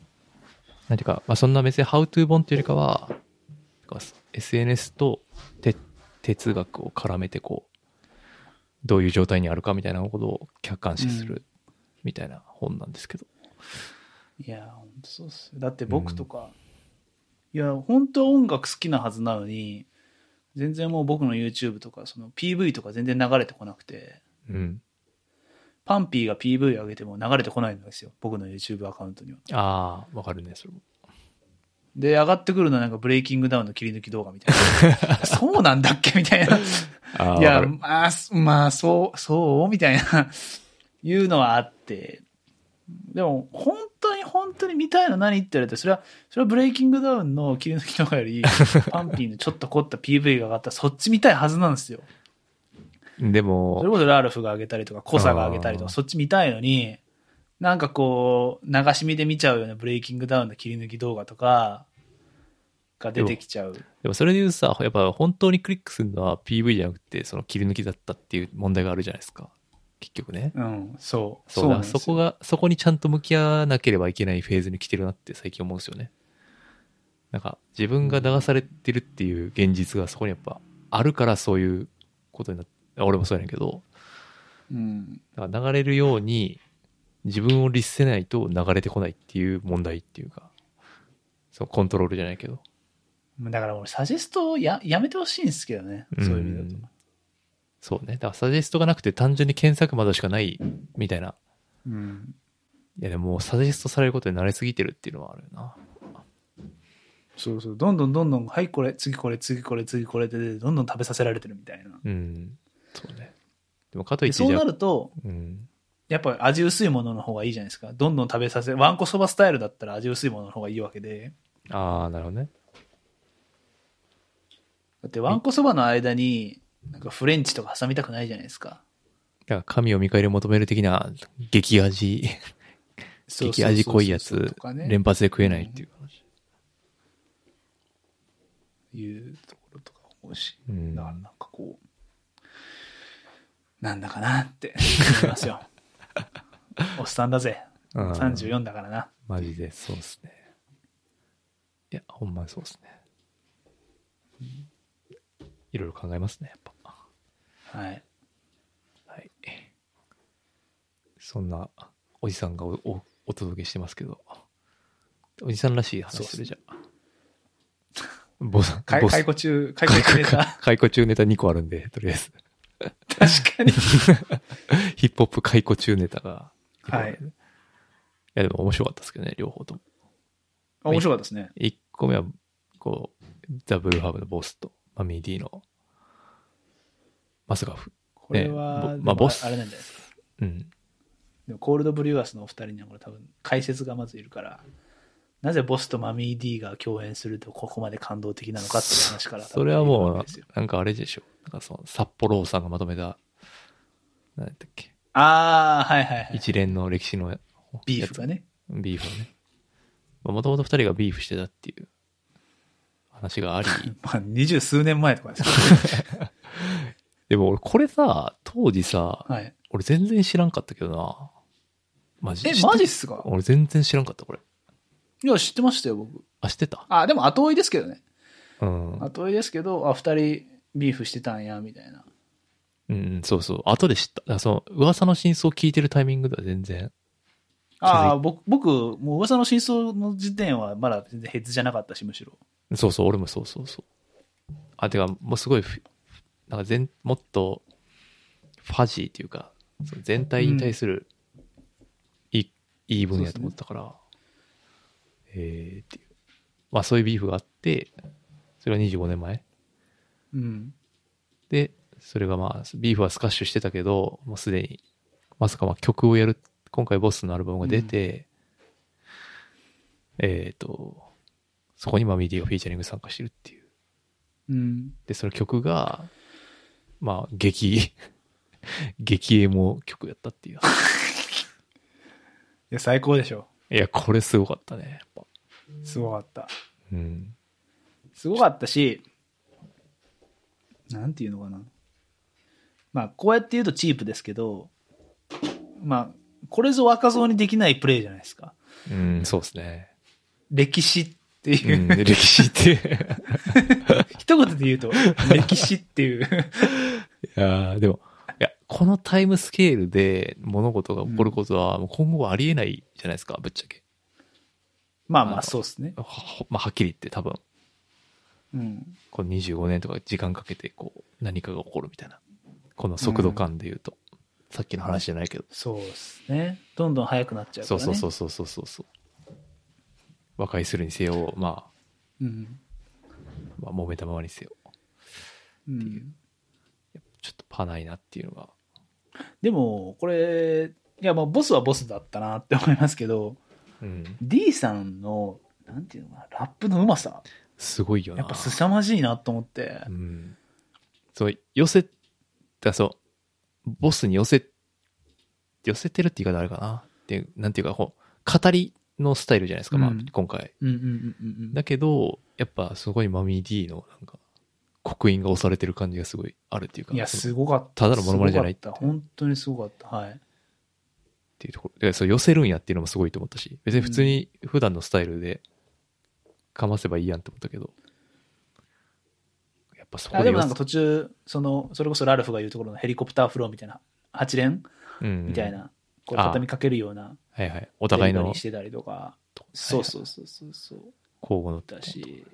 Speaker 2: なんていうか、まあ、そんな目線、How to 本っていうよりかは、なんか SNS とて哲学を絡めて、こう、どういう状態にあるかみたいなことを客観視するみたいな本なんですけど。
Speaker 3: いや本当そうっすよだって僕とか、いや本当は音楽好きなはずなのに全然もう僕の YouTube とかその PV とか全然流れてこなくて
Speaker 2: うん。
Speaker 3: パンピーが PV 上げても流れてこないんですよ僕の YouTube アカウントには。
Speaker 2: ああ、わかるね、それも。
Speaker 3: で上がってくるのはなんかブレイキングダウンの切り抜き動画みたい なそうなんだっけみたいな。
Speaker 2: あ
Speaker 3: いや、まあ、すまあ、そう、そう、みたいな、いうのはあって、でも、本当に本当に見たいの何って言われて、それは、それはブレイキングダウンの切り抜きとか より、パンピーのちょっと凝った PV が上がったら、そっち見たいはずなんですよ。
Speaker 2: で
Speaker 3: それ
Speaker 2: も、
Speaker 3: こそラルフが上げたりとか、コサが上げたりと
Speaker 2: あ
Speaker 3: か、
Speaker 2: ー
Speaker 3: そっち見たいのに、なんかこう、流し見で見ちゃうようなブレイキングダウンの切り抜き動画とか、が出てきちゃう。
Speaker 2: でもそれで言うさ、やっぱ本当にクリックするのは PV じゃなくて、その切り抜きだったっていう問題があるじゃないですか。結局ね。
Speaker 3: うん、そう。
Speaker 2: そうだ
Speaker 3: なんです
Speaker 2: そ
Speaker 3: よ
Speaker 2: こが、そこにちゃんと向き合わなければいけないフェーズに来てるなって最近思うんですよね。なんか自分が流されてるっていう現実がそこにやっぱあるからそういうことになって、俺もそうやねんけど、
Speaker 3: うん。
Speaker 2: だから流れるように自分を律せないと流れてこないっていう問題っていうか、そのコントロールじゃないけど。
Speaker 3: だから俺、サジェストをややめてほしいんですけどね。そういう意味だと。
Speaker 2: そうね。だからサジェストがなくて単純に検索窓しかないみたいな。
Speaker 3: うん。
Speaker 2: いやでももうサジェストされることに慣れすぎてるっていうのはあるよな。
Speaker 3: そうそう。どんどんどんどん、はい、これ、次これ、次これ、次これって出て、どんどん食べさせられてるみたいな。
Speaker 2: うん。そうね。でもかといっ
Speaker 3: で
Speaker 2: て
Speaker 3: そう
Speaker 2: じゃ
Speaker 3: な
Speaker 2: あ
Speaker 3: ると、
Speaker 2: うん。
Speaker 3: やっぱ味薄いものの方がいいじゃないですか。どんどん食べさせ、わんこそばスタイルだったら味薄いものの方がいいわけで。
Speaker 2: ああ、なるほどね。
Speaker 3: だって、わんこそばの間に、なんかフレンチとか挟みたくないじゃないですか。
Speaker 2: だから神を見返り求める的な激 味、激
Speaker 3: そうそうそう
Speaker 2: 味
Speaker 3: そう
Speaker 2: 濃いやつ
Speaker 3: とか、ね
Speaker 2: 連発で食えないっていう話。
Speaker 3: いうところとか思うし、
Speaker 2: うん
Speaker 3: だからなんかこう、なんだかなって思いま すよ。おっさんだぜ。
Speaker 2: うん
Speaker 3: 34だからな。
Speaker 2: マジで、そうっすね。いや、ほんまにそうっすね。いろいろ考えますね、やっぱ。
Speaker 3: はい。
Speaker 2: はい。そんな、おじさんがおおお届けしてますけど、おじさんらしい話するじゃあ。坊さん、
Speaker 3: 解
Speaker 2: 坊さん
Speaker 3: 解雇中、解雇中ネタ。
Speaker 2: 解雇中ネタ2個あるんで、とりあえず。
Speaker 3: 確かに。
Speaker 2: ヒップホップ解雇中ネタが。
Speaker 3: はい
Speaker 2: いや、でも面白かったですけどね、両方とも。
Speaker 3: あ 面白かったですね。
Speaker 2: 1個目は、こう、ザ・ブルーハーブのボスと、マミー D の、マスガフ。
Speaker 3: これは、
Speaker 2: ぼまあボス
Speaker 3: あれなんじゃないですか。
Speaker 2: うん。
Speaker 3: でもコールドブリュワースのお二人にはこれ多分解説がまずいるから、なぜボスとマミー D が共演するとここまで感動的なのかっていう話から多分
Speaker 2: それは
Speaker 3: 出てくる
Speaker 2: も
Speaker 3: わけですよ
Speaker 2: う、なんかあれでしょ。なんかその、札幌さんがまとめた、何だったっけ、
Speaker 3: ああ、はいはいはい。
Speaker 2: 一連の歴史のやつ、
Speaker 3: ビーフがね。
Speaker 2: ビーフをね。もともと二人がビーフしてたっていう話があり、
Speaker 3: まあ、二十数年前とかですけど
Speaker 2: でも俺これさ、当時さ、
Speaker 3: はい。
Speaker 2: 俺全然知らんかったけどな。マジ
Speaker 3: え、
Speaker 2: 知って
Speaker 3: マジっすか
Speaker 2: 俺全然知らんかった、これ。
Speaker 3: いや、知ってましたよ、僕。
Speaker 2: あ、知ってた
Speaker 3: あ、でも後追いですけどね。
Speaker 2: うん。うん
Speaker 3: 後追いですけど、あ、二人ビーフしてたんや、みたいな。
Speaker 2: うん、そうそう。後で知った。だからその、噂の真相聞いてるタイミングでは全然。
Speaker 3: ああ、僕、僕、もう噂の真相の時点はまだ全然ヘッズじゃなかったし、むしろ。
Speaker 2: そうそう、俺もそうそうそう。あ、てか、もうすごいふ、なんか全、もっと、ファジーっていうか、その全体に対する、いい、いい分野だと思ったから、えーっていう。まあそういうビーフがあって、それが25年前
Speaker 3: うん。
Speaker 2: で、それがまあ、ビーフはスカッシュしてたけど、もうすでに、まさかまあ曲をやる、今回ボスのアルバムが出て、えっ、と、そこにマミディがフィーチャリング参加してるっていう。
Speaker 3: うん。
Speaker 2: で、その曲が、まあ、 激、激エモ曲やったっていう。
Speaker 3: いや、最高でしょ。
Speaker 2: いや、これすごかったね、やっぱ。
Speaker 3: すごかった。
Speaker 2: うん。
Speaker 3: すごかったし、なんていうのかな。まあ、こうやって言うとチープですけど、まあ、これぞ若造にできないプレイじゃないですか。
Speaker 2: うん、そうですね。
Speaker 3: 歴史っていうう、
Speaker 2: ん、歴史って。
Speaker 3: 一言で言 うと、歴史ってい
Speaker 2: い
Speaker 3: う。
Speaker 2: やーでも、いや、このタイムスケールで物事が起こることは、もう今後はありえないじゃないですか、ぶっちゃけ。
Speaker 3: まあまあ、そうですね。
Speaker 2: ははまあ、はっきり言って多分、
Speaker 3: うん。
Speaker 2: この25年とか時間かけて、こう、何かが起こるみたいな。この速度感で言うと。さっきの話じゃないけど。
Speaker 3: そうですね。どんどん速くなっちゃうか
Speaker 2: そ
Speaker 3: ら、
Speaker 2: う
Speaker 3: ね。
Speaker 2: そうそうそうそうそうそう。和解するにせよ、まあ、
Speaker 3: う。うん。
Speaker 2: まあ、揉めたままにせよ。
Speaker 3: うん、
Speaker 2: ちょっとパないなっていうのが。
Speaker 3: でも、これ、いや、まあ、ボスはボスだったなって思いますけど、
Speaker 2: うん。
Speaker 3: D さんの、なんていうのかな、ラップのうまさ。
Speaker 2: すごいよな。
Speaker 3: やっぱ凄まじいなと思って
Speaker 2: う。ん。そう、寄せ、だそう、ボスに寄せ、寄せてるって言い方あるかな。っていう、なんていうか、こう、語りのスタイルじゃないですか、まあ
Speaker 3: うん、
Speaker 2: 今回。
Speaker 3: うんうんうんうんうん。
Speaker 2: だけど、やっぱそこにマミー D のなんか刻印が押されてる感じがすごいあるっていうか
Speaker 3: いや、
Speaker 2: その
Speaker 3: すごかった。
Speaker 2: ただのモノマネじゃない
Speaker 3: すごかった本当にすごかった。はい。
Speaker 2: っていうところでそう寄せるんやっていうのもすごいと思ったし別に普通に普段のスタイルでかませばいいやんと思ったけどやっぱそこ
Speaker 3: あ
Speaker 2: で
Speaker 3: でもなんか途中、その、それこそラルフが言うところのヘリコプターフローみたいな、8連み
Speaker 2: み
Speaker 3: たい、
Speaker 2: うん
Speaker 3: な、こう畳みかけるような、
Speaker 2: はいはい、お互い
Speaker 3: デリバリ
Speaker 2: の
Speaker 3: ーしてたりとか、
Speaker 2: はい
Speaker 3: そ
Speaker 2: はいう
Speaker 3: そうそうそうそう。
Speaker 2: 交互の
Speaker 3: だし、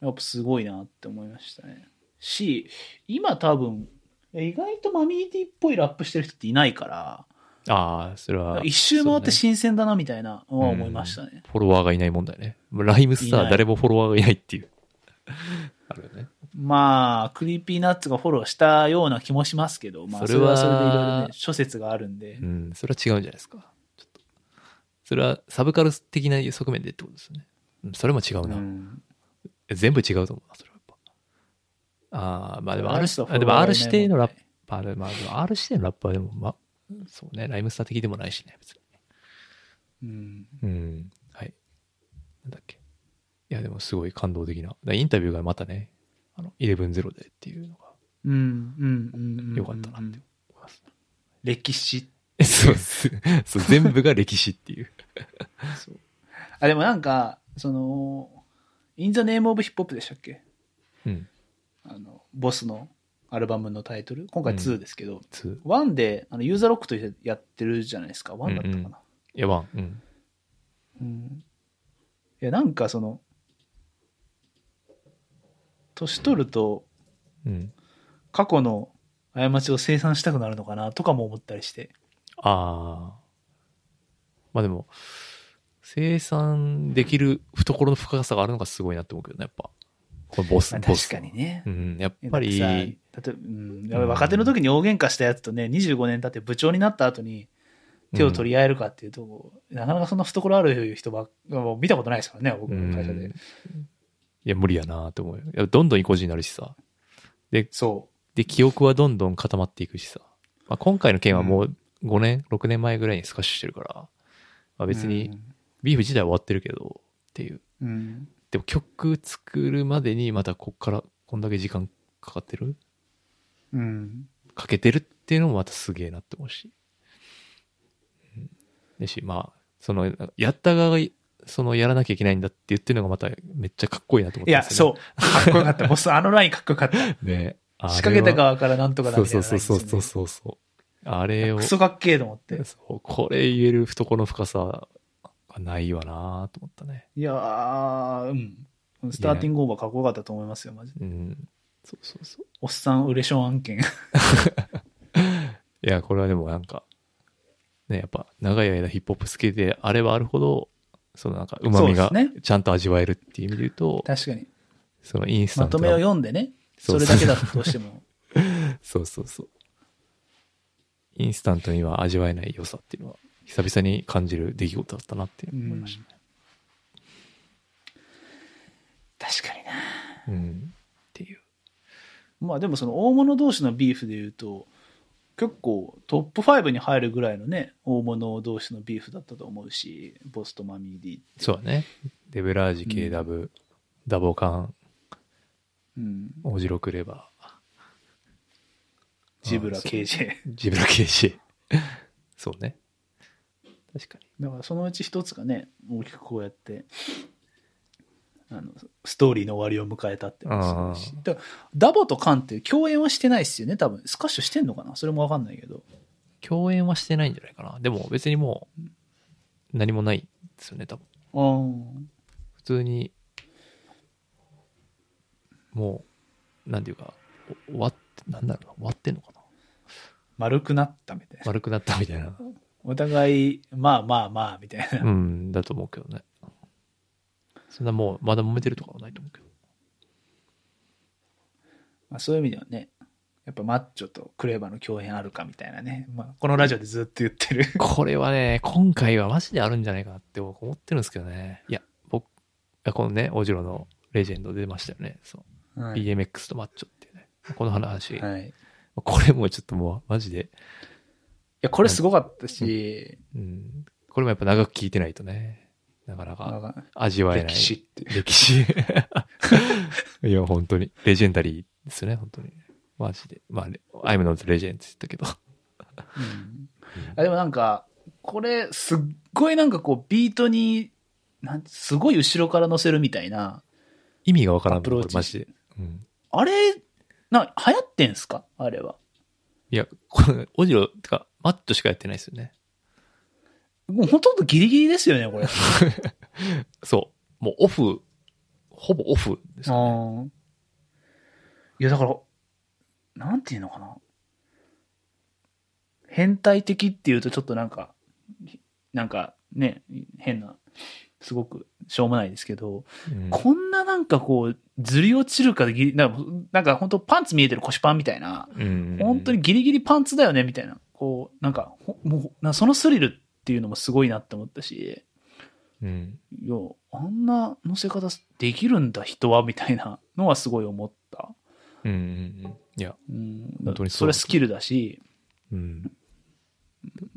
Speaker 3: やっぱすごいなって思いましたね。し、今多分、意外とマミーティっぽいラップしてる人っていないから、
Speaker 2: ああそれは
Speaker 3: 一周回って
Speaker 2: そうね
Speaker 3: 新鮮だなみたいなのは思いましたね。
Speaker 2: フォロワーがいない問題ねもうライムスタ
Speaker 3: いな
Speaker 2: ー
Speaker 3: い
Speaker 2: 誰もフォロワーがいないっていう あるよね
Speaker 3: まあ、クリーピーナッツがフォローしたような気もしますけど、まあ、
Speaker 2: そ
Speaker 3: そ
Speaker 2: れ
Speaker 3: れ
Speaker 2: は
Speaker 3: はそれでいろいろね、諸説があるんで
Speaker 2: う、んそれは違うんじゃないですかちょっとそれはサブカル的な側面でってことですよねうんそれも違う
Speaker 3: う
Speaker 2: な、
Speaker 3: ん
Speaker 2: 全部違うと思うなそれはやっぱああまあでも
Speaker 3: あ
Speaker 2: R
Speaker 3: の人はフォ
Speaker 2: で
Speaker 3: ロ
Speaker 2: も
Speaker 3: ワー
Speaker 2: R
Speaker 3: がいないもんね
Speaker 2: 指定のラッパーでまあでも R 指定のラッパーでもまあそうねライムスター的でもないしね別に
Speaker 3: うん
Speaker 2: うん。はい。なんだっけ。いや、でもすごい感動的な。だからインタビューがまたね、あの、11-0でっていうのが
Speaker 3: うんうんうんうん
Speaker 2: 良かったなって思います。
Speaker 3: 歴史
Speaker 2: え そうす。そう、全部が歴史っていう。
Speaker 3: そうあでもなんかその「In the Name of Hip Hop」でしたっけ
Speaker 2: うん。
Speaker 3: あのボスのアルバムのタイトル今回
Speaker 2: うん
Speaker 3: 2ですけど、
Speaker 2: 2。
Speaker 3: 1であのユーザーロックとしてやってるじゃないですか1だったかな、
Speaker 2: いや、ワン。うん。
Speaker 3: うんいやなんかその年取ると
Speaker 2: うん。
Speaker 3: 過去の過ちを清算したくなるのかなとかも思ったりして
Speaker 2: ああ。まあでも、生産できる懐の深さがあるのがすごいなって思うけどね、やっぱ。このボス、
Speaker 3: まあ
Speaker 2: ボス。
Speaker 3: 確かにね
Speaker 2: うん、やっ
Speaker 3: や
Speaker 2: ぱり、
Speaker 3: だってさ例えばうん、やっぱり若手の時に大喧嘩したやつとね、25年経って部長になった後に手を取り合えるかっていうと、なかなかそんな懐ある人ばっもう見たことないですからね、僕の会社で。
Speaker 2: うんいや、無理やなと思うよ。いやどんどん意固地になるしさ。
Speaker 3: そ
Speaker 2: で、記憶はどんどん固まっていくしさ。まあ、今回の件はもう5年、6年前ぐらいにスカッシュしてるから、まあ、
Speaker 3: う。
Speaker 2: 別に、ビーフ自体は終わってるけど、っていう。
Speaker 3: うん。うん
Speaker 2: でも曲作るまでにまたこっからこんだけ時間かかってる
Speaker 3: うん。
Speaker 2: かけてるっていうのもまたすげえなって思うし。うん。でし、まあ、その、やった側が、その、やらなきゃいけないんだって言ってるのがまためっちゃかっこいいなと思っ
Speaker 3: い
Speaker 2: て
Speaker 3: や、そう。かっこよ かった。ボス、あのラインかっこよかった。
Speaker 2: う。ね。あれは
Speaker 3: 仕掛けた側からなんとかだ
Speaker 2: そ
Speaker 3: み
Speaker 2: う
Speaker 3: たい
Speaker 2: そう
Speaker 3: なラインです
Speaker 2: そ
Speaker 3: よ
Speaker 2: うそう
Speaker 3: ね。
Speaker 2: そうそうそう。あれを。
Speaker 3: クソかっけえと思っ て。
Speaker 2: そう、これ言える懐の深さがないわなと思ったね。
Speaker 3: いやー、うん。スターティングオーバーかっこよかったと思いますよ、マジ
Speaker 2: う
Speaker 3: で。
Speaker 2: ん。そうそうそう。
Speaker 3: おっさん、ウレション案件。
Speaker 2: いや、これはでもなんか、ね、やっぱ長い間ヒップホップ好きであればあるほど、そのなんか旨味が
Speaker 3: そうです
Speaker 2: ちゃんと味わえるっていう意味で言うと、
Speaker 3: 確かに。
Speaker 2: そのインスタ
Speaker 3: ま
Speaker 2: ント
Speaker 3: と
Speaker 2: な
Speaker 3: めを読んでね、
Speaker 2: そう
Speaker 3: それだけだとどうしても。
Speaker 2: そうそうそう。インスタントには味わえない良さっていうのは、久々に感じる出来事だったなっていうのを思いましたね。
Speaker 3: 確かにな。
Speaker 2: うん。っていう。
Speaker 3: まあでもその大物同士のビーフで言うと、結構トップ5に入るぐらいのね、大物同士のビーフだったと思うし、ボスとマミーディ。
Speaker 2: そうだね。デブラージ、
Speaker 3: うん
Speaker 2: KW、ダボカン、
Speaker 3: うん。
Speaker 2: オジロクレバー、
Speaker 3: ジブラ、
Speaker 2: あそう
Speaker 3: KJ。
Speaker 2: ジブラ刑事。そうね。確かに。
Speaker 3: だからそのうち一つがね、大きくこうやって、あの、ストーリーの終わりを迎えたってのもすごいし。だからダボとカンって共演はしてないっすよね、多分。スカッシュしてんのかなそれもわかんないけど。
Speaker 2: 共演はしてないんじゃないかな。でも別にもう何もないですよね、多分。
Speaker 3: うん。
Speaker 2: 普通に、もう、なんていうか、お終わって、なんだろうな、終わってんのかな。
Speaker 3: 丸くなったみたいな。
Speaker 2: 悪くなったみたいな。
Speaker 3: お互い、まあまあまあ、みたいな。
Speaker 2: うん、だと思うけどね。そんなもう、まだ揉めてるとかはないと思うけど。
Speaker 3: まあ、そういう意味ではね、やっぱマッチョとクレバの共演あるかみたいなね、まあ、このラジオでずっと言ってる。
Speaker 2: これはね、今回はマジであるんじゃないかなって僕思ってるんですけどね。いや、僕、いやこのね、大城のレジェンド出ましたよね。そう。
Speaker 3: はい。
Speaker 2: BMX とマッチョっていうね。この話、
Speaker 3: はい、い
Speaker 2: これもちょっともうマジで、
Speaker 3: や、これすごかったし、
Speaker 2: うん、これもやっぱ長く聞いてないとね。なかな
Speaker 3: わ
Speaker 2: か
Speaker 3: かんない
Speaker 2: 味わえない。
Speaker 3: 歴史って。
Speaker 2: 歴史。 いや、本当に。レジェンダリーですね、本当に。マジで。まあ、レ I'm not legend って言ったけど。
Speaker 3: うんあでもなんか、これ、すっごいなんかこう、ビートに、なんすごい後ろから乗せるみたいな。
Speaker 2: 意味がわからん
Speaker 3: アプローチ
Speaker 2: これマジで。うん。
Speaker 3: あれ、な、流行ってんすかあれは。
Speaker 2: いや、これ、オジロ、てか、マットしかやってないですよね。
Speaker 3: もうほとんどギリギリですよね、これ。
Speaker 2: そう。もうオフ、ほぼオフですよね。
Speaker 3: ああ。いや、だから、なんていうのかな。変態的っていうとちょっとなんか、なんかね、変な、すごくしょうもないですけど、
Speaker 2: うん
Speaker 3: こんななんかこう、ずり落ちるからギリ、なんかなんか本当パンツ見えてる腰パンみたいな、
Speaker 2: うん
Speaker 3: 本当にギリギリパンツだよねみたいな、こう、なんか、ほもう、なんかそのスリルっていうのもすごいなって思ったし、
Speaker 2: うん。
Speaker 3: いや、あんな乗せ方できるんだ、人は、みたいなのはすごい思った。
Speaker 2: うん。うん。うんいや、
Speaker 3: うん、
Speaker 2: 本当に
Speaker 3: そ
Speaker 2: そう
Speaker 3: れはスキルだし、
Speaker 2: うん。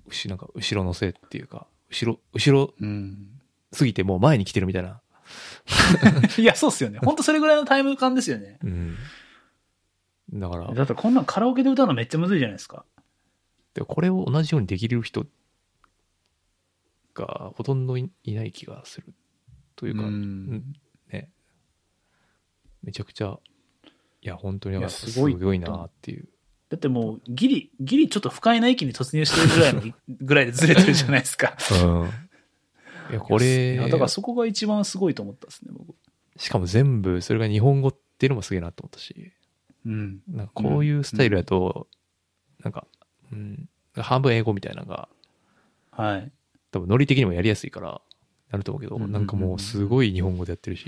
Speaker 2: 後なんか、後ろのせいっていうか、後ろ、後ろすぎてもう前に来てるみたいな。
Speaker 3: いや、そうっす よね。本当それぐらいのタイム感ですよね。
Speaker 2: うん。だから、
Speaker 3: だってこんなんカラオケで歌うのめっちゃむずいじゃないですか。
Speaker 2: でこれを同じようにできる人がほとんどいいない気がするというか、
Speaker 3: うん
Speaker 2: ねめちゃくちゃいや本当に
Speaker 3: いや
Speaker 2: やっぱ
Speaker 3: すごい
Speaker 2: すごいなっていう
Speaker 3: だってもう、ギリ、ギリちょっと不快な域に突入してるぐらいの、ぐらいでずれてるじゃないですか。
Speaker 2: い やこれ
Speaker 3: いやだからそこが一番すごいと思ったですね、僕。
Speaker 2: しかも全部それが日本語っていうのもすげえなと思ったし
Speaker 3: うん。
Speaker 2: なんかこういうスタイルやと、なんか、うん、半分英語みたいなのが
Speaker 3: はい。
Speaker 2: 多分ノリ的にもやりやすいからなると思うけど、
Speaker 3: うんうんうん
Speaker 2: なんかもうすごい日本語でやってるし、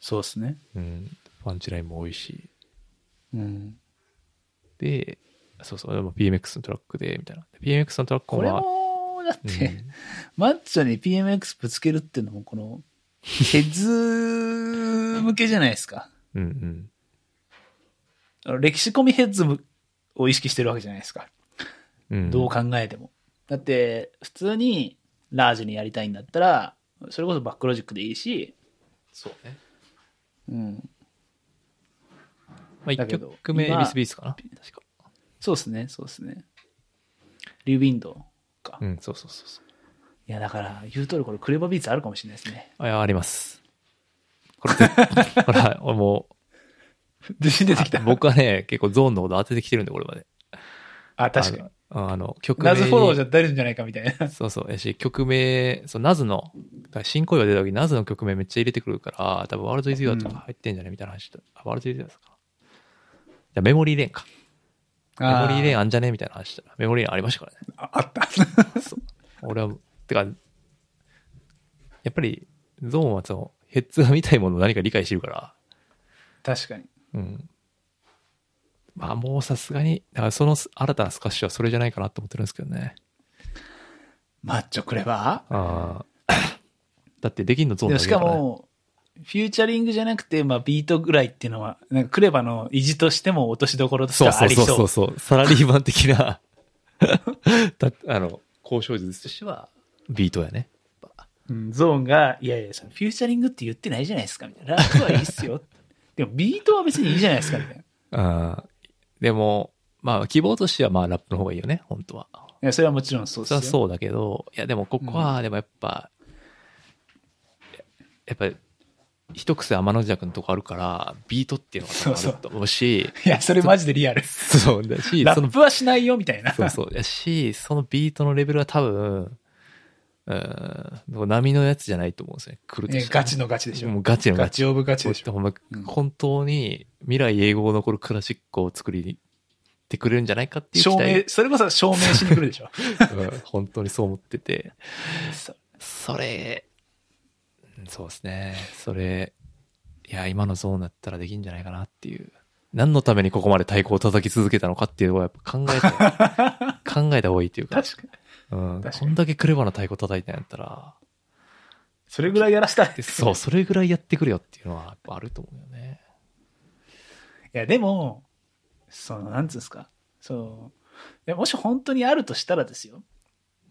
Speaker 3: そうですね。
Speaker 2: うん、パンチラインも多いし
Speaker 3: うん。
Speaker 2: でそうそうでも PMX のトラックでみたいなで PMX のトラック
Speaker 3: これ
Speaker 2: は
Speaker 3: も、だっ
Speaker 2: う
Speaker 3: て、
Speaker 2: ん
Speaker 3: マッチョに PMX ぶつけるっていうのも、この、ヘッズ向けじゃないですか。
Speaker 2: うんうん
Speaker 3: あの歴史込みヘッズを意識してるわけじゃないですか。
Speaker 2: うん
Speaker 3: どう考えても。だって、普通にラージにやりたいんだったら、それこそバックロジックでいいし、
Speaker 2: そうね、
Speaker 3: うん。
Speaker 2: まあ、
Speaker 3: だ
Speaker 2: 1
Speaker 3: けど
Speaker 2: 曲目
Speaker 3: 今
Speaker 2: ミスビースかな確か
Speaker 3: そうですね、そうですね。リューウィンドウか。
Speaker 2: う
Speaker 3: い
Speaker 2: んそうそうそうそう
Speaker 3: や、だから、言う通りこれクレバビーツあるかもしれないで すね。
Speaker 2: あいやありますこれ ほら俺もう
Speaker 3: 自信出てきた。
Speaker 2: あ僕はね結構ゾーンのこと当ててきてるんでこれまで
Speaker 3: あ、確
Speaker 2: あ
Speaker 3: かに。
Speaker 2: のあの曲名
Speaker 3: ナズフォローじ
Speaker 2: ゃ
Speaker 3: ゃ出るんじゃないかみたいな。
Speaker 2: そうそうやし曲名そうナズのだから新恋が出た時ナズの曲名めっちゃ入れてくるから多分ワールドイズユアとか入ってんじゃねみたいな話だ、あワールドイズユアですかじゃあメモリーレーンかメモリーレーンあんじゃねみたいな話したら、メモリーレーンありましたからね。
Speaker 3: ああった。
Speaker 2: そう。俺は、てか、やっぱり、ゾーンはその、ヘッズが見たいものを何か理解してるから、
Speaker 3: 確かに。
Speaker 2: うん。まあもうさすがに、だからその新たなスカッシュはそれじゃないかなと思ってるんですけどね。
Speaker 3: マッチョクレバ
Speaker 2: ああ。だってできんのゾ
Speaker 3: ー
Speaker 2: ーン
Speaker 3: で
Speaker 2: だ
Speaker 3: も
Speaker 2: け
Speaker 3: し
Speaker 2: だ、
Speaker 3: から
Speaker 2: ね。
Speaker 3: も、フューチャリングじゃなくて、まあ、ビートぐらいっていうのは、なんかクレバの意地としても落としどころとして
Speaker 2: そう
Speaker 3: は
Speaker 2: そ
Speaker 3: あ
Speaker 2: う
Speaker 3: りそう。
Speaker 2: そうそう。サラリーマン的 なだ、あの、交渉術としては、ビートやね。
Speaker 3: うんゾーンが、いやいや、そのフューチャリングって言ってないじゃないですか、みたいな。ラップはいい っすよ。でも、ビートは別にいいじゃないですか、みたいな。い
Speaker 2: ああ。でも、まあ希望としてはまあラップの方がいいよね、本当は。
Speaker 3: やそれはもちろんそうで
Speaker 2: そ
Speaker 3: す
Speaker 2: れ
Speaker 3: よ。
Speaker 2: はそうだけど、いやでもここは、でもやっぱ、ややっぱ、一癖天の弱のとこあるから、ビートっていうのが多分あると思うし、
Speaker 3: いや、それマジでリアル。
Speaker 2: そうだし、
Speaker 3: ラ
Speaker 2: そ
Speaker 3: ッ
Speaker 2: の、
Speaker 3: プはしないよ、みたいな。
Speaker 2: そうそう、だし、そのビートのレベルは多分、うん、波のやつじゃないと思うんですよね。来ると
Speaker 3: ね
Speaker 2: したら
Speaker 3: ガチのガチでしょ。
Speaker 2: もうガチの
Speaker 3: ガ
Speaker 2: ガチ。
Speaker 3: チオブガチでしょ。
Speaker 2: ほんま
Speaker 3: うん
Speaker 2: 本当に未来英語が残るクラシックを作りてくれるんじゃないかっていう期
Speaker 3: 証
Speaker 2: 待
Speaker 3: 明、 それこそ証明しに来るでしょ。
Speaker 2: うん本当にそう思ってて。
Speaker 3: そう
Speaker 2: それ、そうですね。それ、いや、今のゾーンだったらできんじゃないかなっていう。何のためにここまで太鼓を叩き続けたのかっていうのはやっぱ考えた、 考えた方がいいっていうか、
Speaker 3: 確かに。
Speaker 2: うん、
Speaker 3: 確か
Speaker 2: こ
Speaker 3: に
Speaker 2: んだけクレバな太鼓叩いたんやったら、
Speaker 3: それぐらいやらしたい
Speaker 2: でそう、それぐらいやってくれよっていうのはやっぱあると思うよね。
Speaker 3: いや、でも、その、なんつうんですか。そう。いやもし本当にあるとしたらですよ。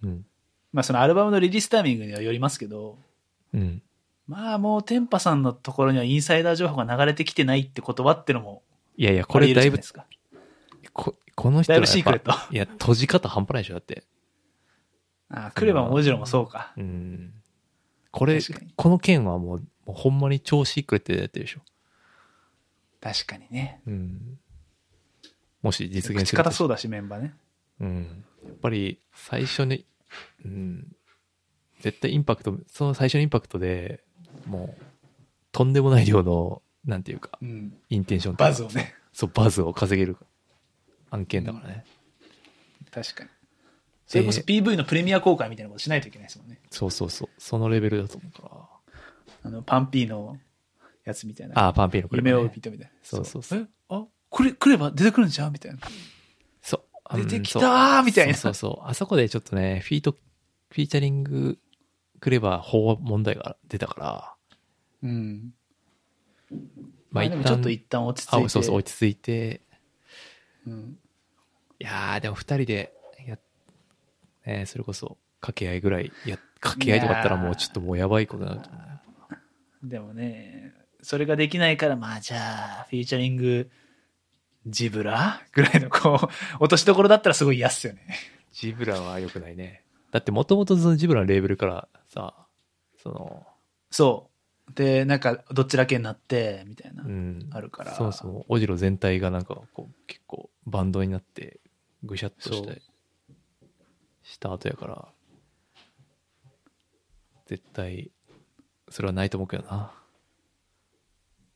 Speaker 2: うん。
Speaker 3: まあそのアルバムのリリースタイミングにはよりますけど、
Speaker 2: うん。
Speaker 3: まあもう天パさんのところにはインサイダー情報が流れてきてないって言葉ってのも、
Speaker 2: いやいや、これだいぶ
Speaker 3: で、すか。
Speaker 2: ここの人
Speaker 3: だ
Speaker 2: ら
Speaker 3: いぶシ
Speaker 2: や
Speaker 3: ー
Speaker 2: っ
Speaker 3: ク
Speaker 2: ぱ
Speaker 3: レット。あ
Speaker 2: いや、閉じ方半端ないでしょ、だって。
Speaker 3: あ、クレバもオジロもそうか。
Speaker 2: うん。これ
Speaker 3: 確かに、
Speaker 2: この件はもう、もうほんまに超シークレットでやってるでしょ。
Speaker 3: 確かにね。
Speaker 2: うん。もし実現
Speaker 3: 口
Speaker 2: する
Speaker 3: 方
Speaker 2: と
Speaker 3: そうだし、メンバーね。
Speaker 2: うん。やっぱり、最初に、うん。絶対インパクト、その最初のインパクトでもう、とんでもない量の、なんていうか、
Speaker 3: うん。
Speaker 2: インテンションとか
Speaker 3: バズをね。
Speaker 2: そう、バズを稼げる案件だからね。
Speaker 3: 確かに。それこそ PV のプレミア公開みたいなことしないといけないですもんね。
Speaker 2: そうそうそう。そのレベルだと思うから。
Speaker 3: あの、パンピーのやつみたいな。
Speaker 2: ああ、パンピーのこれ、ね。
Speaker 3: 夢を追い人みたいな。
Speaker 2: そうそうそう。
Speaker 3: あ、これ、クレバ出てくるんじゃんみたいな。
Speaker 2: そう。
Speaker 3: 出てきた
Speaker 2: うん
Speaker 3: ー
Speaker 2: そう
Speaker 3: みたいな
Speaker 2: そうそうそう。あそこでちょっとね、フィート、フィーチャリングくれば法問題が出たから、
Speaker 3: うん。
Speaker 2: ま
Speaker 3: ま
Speaker 2: あ
Speaker 3: あ、
Speaker 2: 一
Speaker 3: で
Speaker 2: 旦、
Speaker 3: もちょっと一旦落ち着
Speaker 2: あ
Speaker 3: いて。
Speaker 2: そうそう、落ち着いて、
Speaker 3: うん。
Speaker 2: いやー、でも二人で、や、ね、それこそ、掛け合いぐらい、や、掛け合いとかあったらもうちょっともうやばいことになると思う。
Speaker 3: でもね、それができないから、まあじゃあ、フィーチャリング、ジブラぐらいの、こう、落としどころだったらすごい安っすよね。
Speaker 2: ジブラは良くないね。だってもともとそのジブラのレーベルからさ、その、
Speaker 3: そう。で、なんか、どっちだけになって、みたいな。
Speaker 2: うん。
Speaker 3: あるから
Speaker 2: そうそう。オジロ全体がなんか、こう、結構バンドになって、ぐしゃっとし
Speaker 3: そ
Speaker 2: て
Speaker 3: う、
Speaker 2: した後やから、絶対、それはないと思うけどな。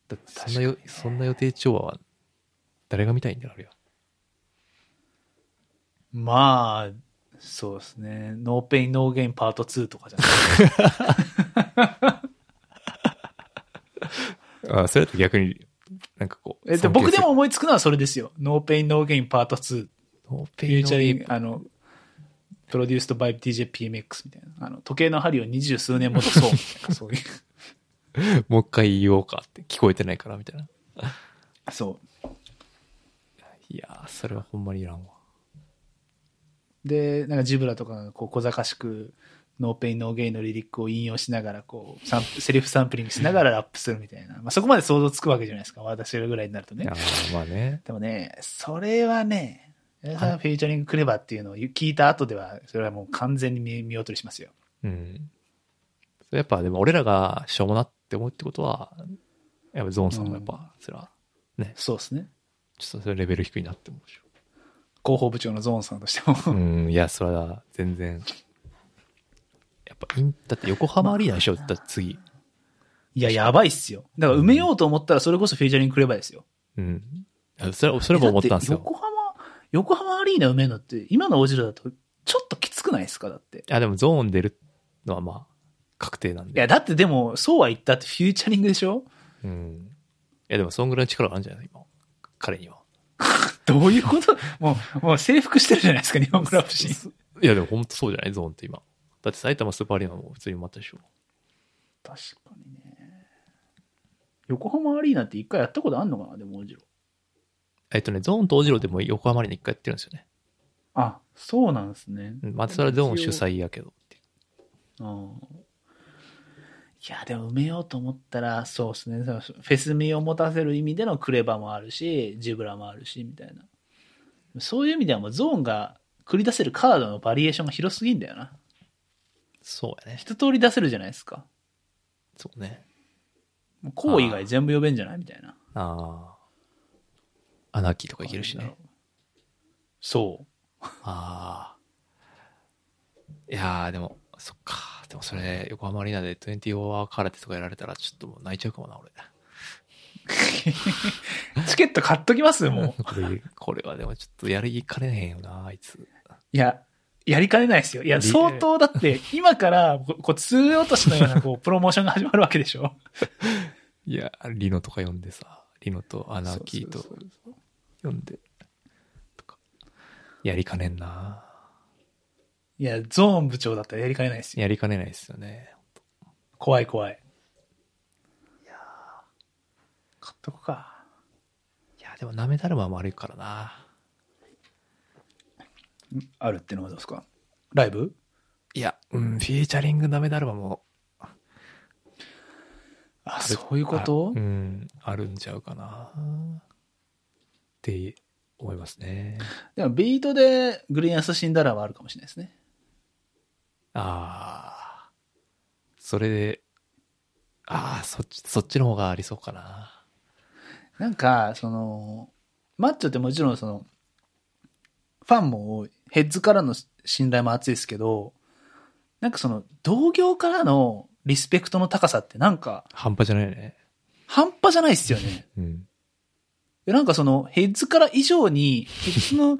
Speaker 2: だってそんなよ、そんな予定調和は、誰が見たいんだろうよ。
Speaker 3: まあ、そうですね。ノーペインノーゲインパート2とかじゃない
Speaker 2: あそれだと逆に、なんかこう。
Speaker 3: えで僕でも、思いつくのはそれですよ。ノーペインノーゲインパート2。フ
Speaker 2: フ
Speaker 3: ュ
Speaker 2: ュ
Speaker 3: ーチャリング、あの、プロデュースとバイ DJPMX みたいな。あの、時計の針を二十数年戻そうみたいな。 そういう。
Speaker 2: もう一回言おうかって聞こえてないからみたいな。
Speaker 3: そう。
Speaker 2: いやー、それはほんまにいらんわ。
Speaker 3: でなんかジブラとかがこう小賢しく「ノーペインノーゲイ」のリリックを引用しながらこうサンプセリフサンプリングしながらラップするみたいな、まあ、そこまで想像つくわけじゃないですか私らぐらいになるとね
Speaker 2: あーまあね。
Speaker 3: でもねそれはね皆
Speaker 2: は
Speaker 3: さ
Speaker 2: い
Speaker 3: んフィーチャリングクレバーっていうのを聞いた後ではそれはもう完全に見見劣りしますよ
Speaker 2: うん。それやっぱでも俺らがしょうもなって思うってことは、やっぱゾーンさんもやっぱ、それは、
Speaker 3: そうですね
Speaker 2: ちょっとそれレベル低いなって思うでし
Speaker 3: 広報部長のゾーンさんとしても
Speaker 2: ょ。うん、いや、それは全然。やっぱイン、だって横浜アリーナでしょ、だって次。
Speaker 3: いややばいっすよだから埋めようと思ったらそれこそフィーチャリングクレバーですよ
Speaker 2: うん。あそれは、それも思ったんです
Speaker 3: だって
Speaker 2: よ。
Speaker 3: 横浜横浜アリーナ埋めるのって今のオジロだとちょっときつくないですかだって
Speaker 2: いや、でもゾーン出るのはまあ、確定なん
Speaker 3: い
Speaker 2: で。
Speaker 3: や、だってでも、そうは言ったってフューチャリングでしょ
Speaker 2: うん。いや、でもそんぐらいの力があるんじゃない今。彼には。
Speaker 3: どういうこともう、もう征服してるじゃないですか、日本グラフシーン。
Speaker 2: いや、でも本当そうじゃないゾーンって今。だって埼玉スーパーアリーナも普通に埋まったでしょ。
Speaker 3: 確かにね。横浜アリーナって一回やったことあんのかなでも、大次郎。
Speaker 2: えっとね、ゾーンとオジロでも横浜アリーナ一回やってるんですよね。
Speaker 3: あ、そうなんですね。
Speaker 2: うんまあ、それはゾーン主催やけどっていう
Speaker 3: うん。いや、でも埋めようと思ったら、そうですね。そのフェス味を持たせる意味でのクレバもあるし、ジブラもあるし、みたいな。そういう意味ではもうゾーンが繰り出せるカードのバリエーションが広すぎんだよな。
Speaker 2: そうやね。
Speaker 3: 一通り出せるじゃないですか。
Speaker 2: そうね。
Speaker 3: もうこう以外全部呼べんじゃないみたいな。
Speaker 2: ああ。アナーキーとかいけるしね。。
Speaker 3: そう。
Speaker 2: ああ。いやー、でも、そっか。でもそれ、横浜アリーナで24アワー空手とかやられたら、ちょっともう泣いちゃうかもな、俺。
Speaker 3: チケット買っときますも う。
Speaker 2: これ、これはでもちょっとやりかねへんよな、あいつ。
Speaker 3: いや、やりかねないですよ。いや、
Speaker 2: リ
Speaker 3: 相当だって、今から、ここう、通落としのような、こう、プロモーションが始まるわけでしょ。
Speaker 2: いや、リノとか呼んでさ、リノとアナーキーと
Speaker 3: そうそうそう
Speaker 2: 呼んで、とか、やりかねんな。
Speaker 3: いや、ゾーン部長だったらやりかねないですよ。
Speaker 2: やりかねないですよね。
Speaker 3: 怖い怖い。いやー買っとくか。
Speaker 2: いや、でも、なめだるまも悪いからな。
Speaker 3: あるってのはどうですかライブ
Speaker 2: いや、うん、フィーチャリングダメだればも
Speaker 3: あ、
Speaker 2: う。
Speaker 3: そういうこと
Speaker 2: あうん、あるんちゃうかな。って思いますね。
Speaker 3: でもビートでグリーンアス死んだらはあるかもしれないですね。
Speaker 2: ああ。それで、ああ、そっち、そっちの方がありそうかな。
Speaker 3: なんか、その、マッチョってもちろんその、ファンも多いヘッズからの信頼も厚いですけど、なんかその、同業からのリスペクトの高さってなんか、
Speaker 2: 半端じゃないよね。
Speaker 3: 半端じゃないっすよね。
Speaker 2: うん。
Speaker 3: でなんかその、ヘッズから以上に、ヘッズ の、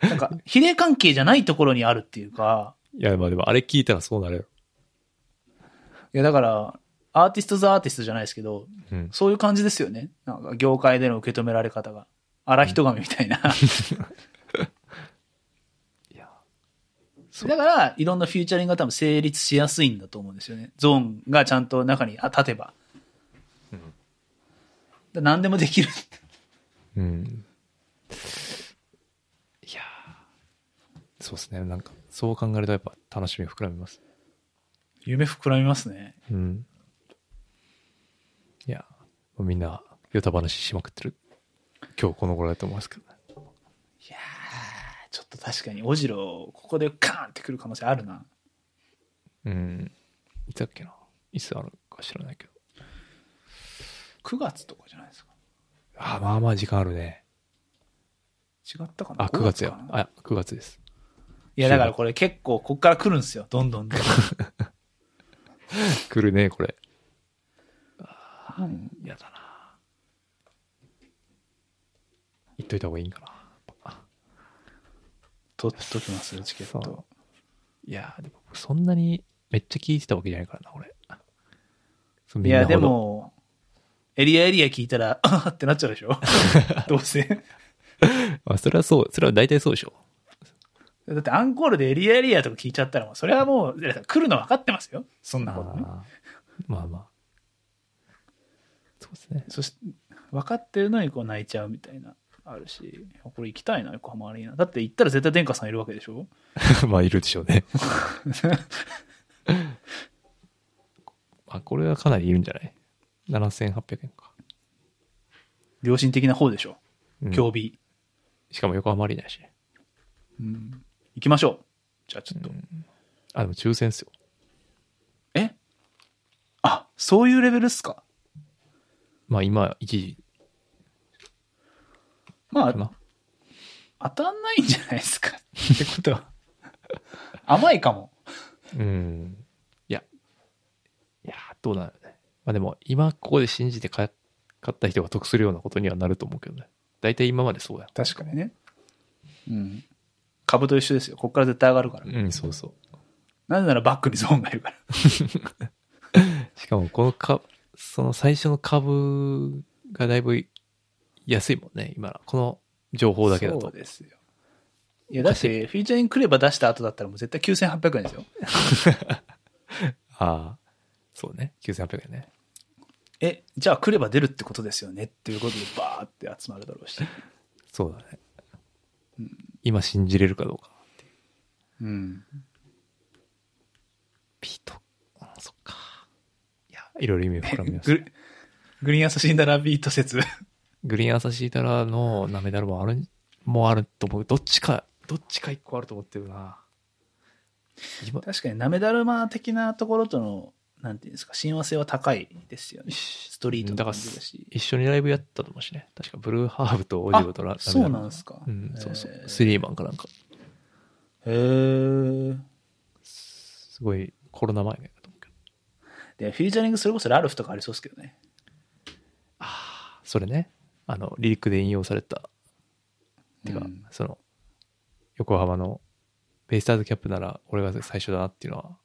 Speaker 3: なんか、比例関係じゃないところにあるっていうか、
Speaker 2: いや、まあでもあれ聞いたらそうなるよ。
Speaker 3: いやだから、アーティストザアーティストじゃないですけど、
Speaker 2: うん。
Speaker 3: そういう感じですよね。なんか業界での受け止められ方が。荒人神みたいな。
Speaker 2: いや、そう
Speaker 3: だから、いろんなフューチャリングが多分成立しやすいんだと思うんですよね。ゾーンがちゃんと中にあ立てば。
Speaker 2: うん
Speaker 3: だ何でもできる。
Speaker 2: うん。いやーそうですね。なんか、そう考えるとやっぱ楽しみが膨らみます。
Speaker 3: 夢膨らみますね。
Speaker 2: うん。いや、もうみんな、ヨタ話しまくってる。今日この頃だと思いますけどね。
Speaker 3: いやー、ちょっと確かに、オジロ、ここでカーンってくる可能性あるな。
Speaker 2: うん。いつだっけな。いつあるか知らないけど。
Speaker 3: 9月とかじゃないですか。
Speaker 2: あー、まあまあ時間あるね。
Speaker 3: 違ったかな
Speaker 2: あ、9月や
Speaker 3: か。な
Speaker 2: あ、9月です。
Speaker 3: いや、だからこれ結構、こっから来るんですよ。どんどんどんどん。
Speaker 2: 来るね、これ。
Speaker 3: うん
Speaker 2: 嫌だな言っといた方がいいんかな。
Speaker 3: 取っときますよ、チケッ
Speaker 2: そう
Speaker 3: ト。
Speaker 2: いやーでも僕そんなにめっちゃ聞いてたわけじゃないからな、俺。そう
Speaker 3: い
Speaker 2: みんな
Speaker 3: や、
Speaker 2: ほど
Speaker 3: でも、エリアエリア聞いたら、 あはってなっちゃうでし ょどうせ。
Speaker 2: あ、それはそう、それは大体そうでしょ。
Speaker 3: だってアンコールでエリアエリアとか聞いちゃったら、もうそれはもう、来るの分かってますよ。そんなことね。
Speaker 2: あーまあまあ。そうですね。
Speaker 3: そして、分かってるのにこう泣いちゃうみたいな、あるし、これ行きたいな、横浜アリーナ。だって行ったら絶対殿下さんいるわけでしょ
Speaker 2: まあ、いるでしょう ね。あ、これはかなりいるんじゃない ?7800 円か。
Speaker 3: 良心的な方でしょ
Speaker 2: うん
Speaker 3: 競技、
Speaker 2: しかも横浜アリーナやし。
Speaker 3: うん行きましょう。じゃあちょっと。
Speaker 2: あ、でも抽選っすよ。
Speaker 3: えあ、そういうレベルっすか
Speaker 2: まあ今、一時
Speaker 3: ま
Speaker 2: か
Speaker 3: あ、
Speaker 2: な。
Speaker 3: 当たんないんじゃないですかってことは。 甘いかも。
Speaker 2: うん。いや、いや、どうなるね。まあでも、今ここで信じて買買った人が得するようなことにはなると思うけどね。大体今までそうや。
Speaker 3: 確かにね。うん。株と一緒ですよ。ここから絶対上がるから。
Speaker 2: うん、そうそう。
Speaker 3: なぜならバックにゾーンがいるから。
Speaker 2: しかも、このか、その最初の株がだいぶ安いもんね、今の。この情報だけだ
Speaker 3: そ
Speaker 2: と
Speaker 3: う。ですよ。いや、だ って、フィーチャリングクレバ出した後だったらもう絶対9800円ですよ。
Speaker 2: ああ、そうね。9800円ね。
Speaker 3: え、じゃあクレバ出るってことですよねっていうことでバーって集まるだろうし。
Speaker 2: そうだね。今信じれるかどうか。
Speaker 3: うん。
Speaker 2: ピート。あそっか。いや、いろいろ意味を膨らみました。
Speaker 3: ググリーンアス死んだらビート説。
Speaker 2: グリーンアサシータラのナメダルもあるん、もうあると思う。どっちか、どっちか一個あると思ってるな。今、
Speaker 3: 確かにナメダルマ的なところとの、なんていうんですか、親和性は高いですよね。ストリート
Speaker 2: だ
Speaker 3: の
Speaker 2: か
Speaker 3: 感
Speaker 2: ら
Speaker 3: じだし。
Speaker 2: 一緒にライブやったと思うしね。確かブルーハーブとオジロとラ
Speaker 3: あそうなん
Speaker 2: の
Speaker 3: ですか。
Speaker 2: うん、そうそう
Speaker 3: へ。ー
Speaker 2: スリーマンかなんか。
Speaker 3: へー
Speaker 2: すごいコロナ前のやつだと思うけど。
Speaker 3: で、フィーチャリングそれこそラルフとかありそうですけどね。
Speaker 2: それね、あの、リリックで引用された、てか、
Speaker 3: うん
Speaker 2: その、横浜のベイスターズキャップなら俺が最初だなっていうのは、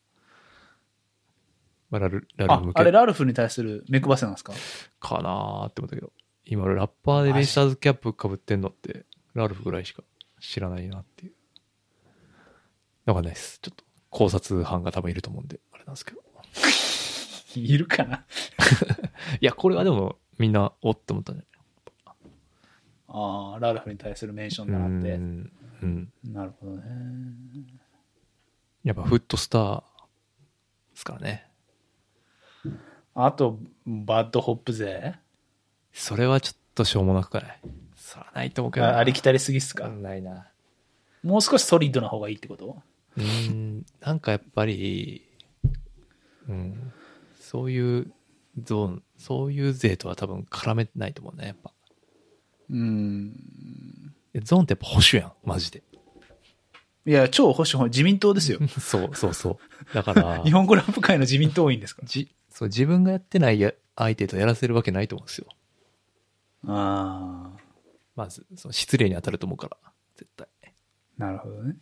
Speaker 2: まあ、ラル、ラル
Speaker 3: あ
Speaker 2: ム向、け
Speaker 3: あれラルフに対する目配せなんですか
Speaker 2: かなーって思ったけど今俺ラッパーでベイスターズキャップかぶってんのってラルフぐらいしか知らないなっていうわかんないですちょっと考察班が多分いると思うんであれなんですけど
Speaker 3: いるかない
Speaker 2: やこれはでもみんなおって思ったんじ
Speaker 3: ああ、ラルフに対するメンショ
Speaker 2: ゃ
Speaker 3: ンだ
Speaker 2: ない
Speaker 3: なって
Speaker 2: う。んうん
Speaker 3: なるほどね。
Speaker 2: やっぱフットスターですからね。
Speaker 3: あと、バッドホップ勢
Speaker 2: それはちょっとしょうもなくかない。そらないと思うけどな。
Speaker 3: あありきたりすぎっすか、
Speaker 2: うんないな。
Speaker 3: もう少しソリッドな方がいいってこと
Speaker 2: うーん、なんかやっぱり、うん、そういうゾーン、そういう税とは多分絡めてないと思うね、やっぱ。
Speaker 3: うん。
Speaker 2: ゾーンってやっぱ保守やん、マジで。
Speaker 3: いや、超保守派、自民 党ですよ。
Speaker 2: そうそうそう。だ から、
Speaker 3: 日本語ラップ界の自民党員ですから。
Speaker 2: じそう自分がやってないや相手とやらせるわけないと思うんですよ。
Speaker 3: ああ、
Speaker 2: まず、その失礼に当たると思うから、絶対。
Speaker 3: なるほどね。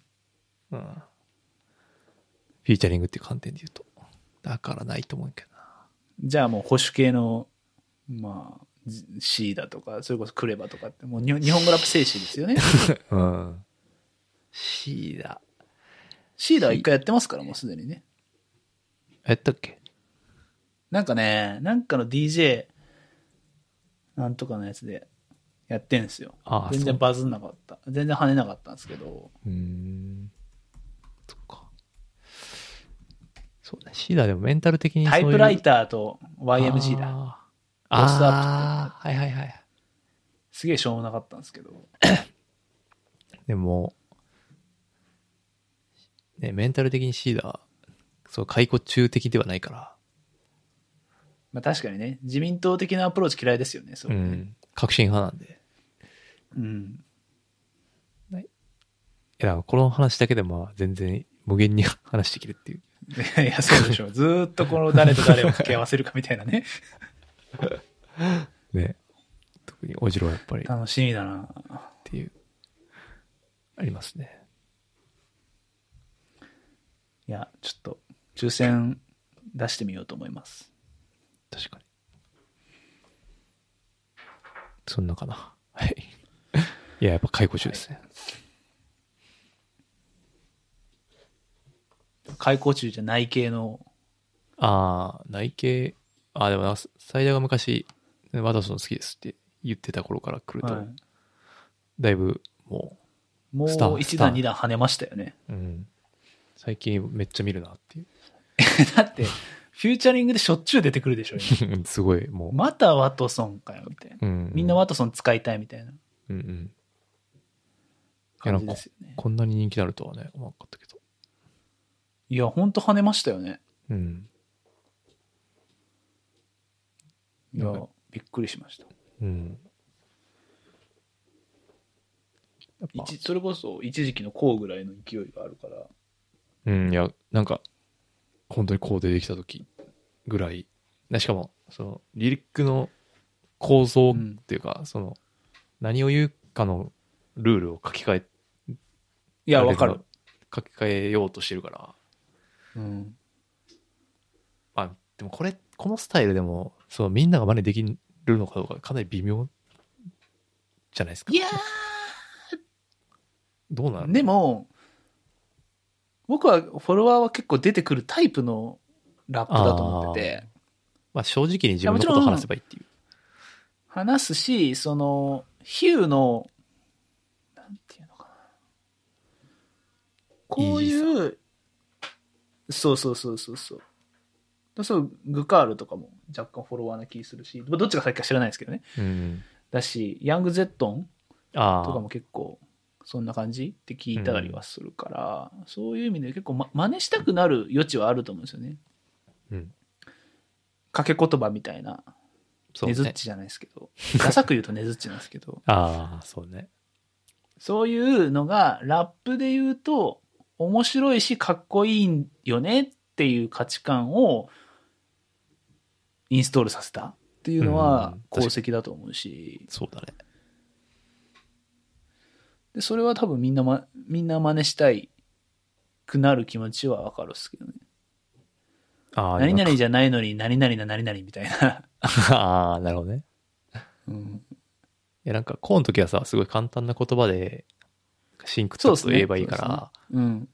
Speaker 2: うん。フィーチャリングっていう観点で言うと。だからないと思うけどな。
Speaker 3: じゃあもう保守系の、まあ、じ C だとか、それこそクレバとかって、もう日 本日本語ラップ精神ですよね。
Speaker 2: うん。C だ。
Speaker 3: C だは一回やってますから、もうすでにね。
Speaker 2: やったっけ
Speaker 3: なんかね、なんかの DJ、なんとかのやつでやってんすよ
Speaker 2: ああ。
Speaker 3: 全
Speaker 2: そう
Speaker 3: 然バズんなかった。全然跳ねなかったんですけど。
Speaker 2: うーん。そっか。そうね。C だ、でもメンタル的にそう
Speaker 3: タ
Speaker 2: いう。
Speaker 3: イプライターと YMG だ。
Speaker 2: あー。
Speaker 3: ロストア
Speaker 2: あーはいはいはい。
Speaker 3: すげえしょうもなかったんですけど。
Speaker 2: でも、ね、メンタル的に C だ、そう、解雇中的ではないから、
Speaker 3: まあ確かにね、自民党的なアプローチ嫌いですよね、そう
Speaker 2: う
Speaker 3: ね
Speaker 2: ん、革新派なんで。
Speaker 3: うん。
Speaker 2: いや、この話だけでまあ全然無限に話してきるっていう。
Speaker 3: いや、そうでしょう。ずーっとこの誰と誰を掛け合わせるかみたいなね。
Speaker 2: ね。特におじろはやっぱりっ
Speaker 3: 楽しみだな。
Speaker 2: ていう、ありますね。
Speaker 3: いや、ちょっと、抽選出してみようと思います。
Speaker 2: 確かに。そんなかな。はい。いや、やっぱ解雇中ですね。
Speaker 3: 開校中じゃない系の、
Speaker 2: ああ、内系、ああ、でもな、最大が昔、ワトソン好きですって言ってた頃から来ると、
Speaker 3: はい
Speaker 2: だいぶも
Speaker 3: も
Speaker 2: スター
Speaker 3: う一段二段跳ねましたよね。
Speaker 2: う、うん、最近めっちゃ見るなってい
Speaker 3: だって、フューチャリングでしょっちゅう出てくるでしょ、 今
Speaker 2: う。 すごい、もう。
Speaker 3: またワトソンかよ、みたいな。
Speaker 2: うん、
Speaker 3: みんなワトソン使いたいみたいな
Speaker 2: うんうん。いや
Speaker 3: 感
Speaker 2: なん
Speaker 3: じ
Speaker 2: か
Speaker 3: ですよね。
Speaker 2: こんなに人気になるとはね、思わなかったけど。
Speaker 3: いや、ほんと跳ねましたよね。
Speaker 2: うん。
Speaker 3: いや
Speaker 2: なんか、
Speaker 3: びっくりしました。
Speaker 2: うん。やっぱ、
Speaker 3: 一それこそ一時期のこうぐらいの勢いがあるから。
Speaker 2: うん、いや、なんか、本当にこう出てきた時ぐらい。でしかも、その、リリックの構造っていうか、その、何を言うかのルールを書き換え、
Speaker 3: いや、わかる。。
Speaker 2: 書き換えようとしてるから。
Speaker 3: うん。
Speaker 2: まあ、でもこれ、このスタイルでも、そう、みんなが真似できるのかどうかかなり微妙じゃないですか。
Speaker 3: いや
Speaker 2: どうなの
Speaker 3: で、も、僕はフォロワーは結構出てくるタイプのラップだと思ってて、
Speaker 2: まあ正直に自分の
Speaker 3: いやもち
Speaker 2: こ
Speaker 3: ろん
Speaker 2: とを話せばいいっていう。
Speaker 3: 話すし、その、ヒューの、なんていうのかな。こういう、そうそうそうそうそう。だそう、グカールとかも若干フォロワーな気するし、まあどっちが先か知らないですけどね。
Speaker 2: うん。
Speaker 3: だし、ヤングゼットン
Speaker 2: ああ。
Speaker 3: とかも結構そんな感じって聞いたりはするから、そういう意味で結構、ま、真似したくなる余地はあると思うんですよね
Speaker 2: うん。
Speaker 3: 掛け言葉みたいな
Speaker 2: そう
Speaker 3: ねずっ
Speaker 2: ね。
Speaker 3: ちじゃないですけど、ダサく言うとねずっちなんですけど
Speaker 2: ああ、そうね。
Speaker 3: そういうのがラップで言うと面白いしかっこいいよねっていう価値観をインストールさせたっていうの
Speaker 2: う
Speaker 3: は
Speaker 2: ん
Speaker 3: 功績だと思うし、
Speaker 2: そうだね。
Speaker 3: でそれは多分みんな、ま、みんな真似したいくなる気持ちはわかるっすけどね
Speaker 2: ああ、
Speaker 3: 何々
Speaker 2: 今
Speaker 3: じゃないのに何々な何々みたいな、
Speaker 2: ああ、なるほどね。いや、なんか、こうの時はさ、すごい簡単な言葉で、シンク
Speaker 3: そ
Speaker 2: と
Speaker 3: うですね
Speaker 2: 言えばいいから、
Speaker 3: うん、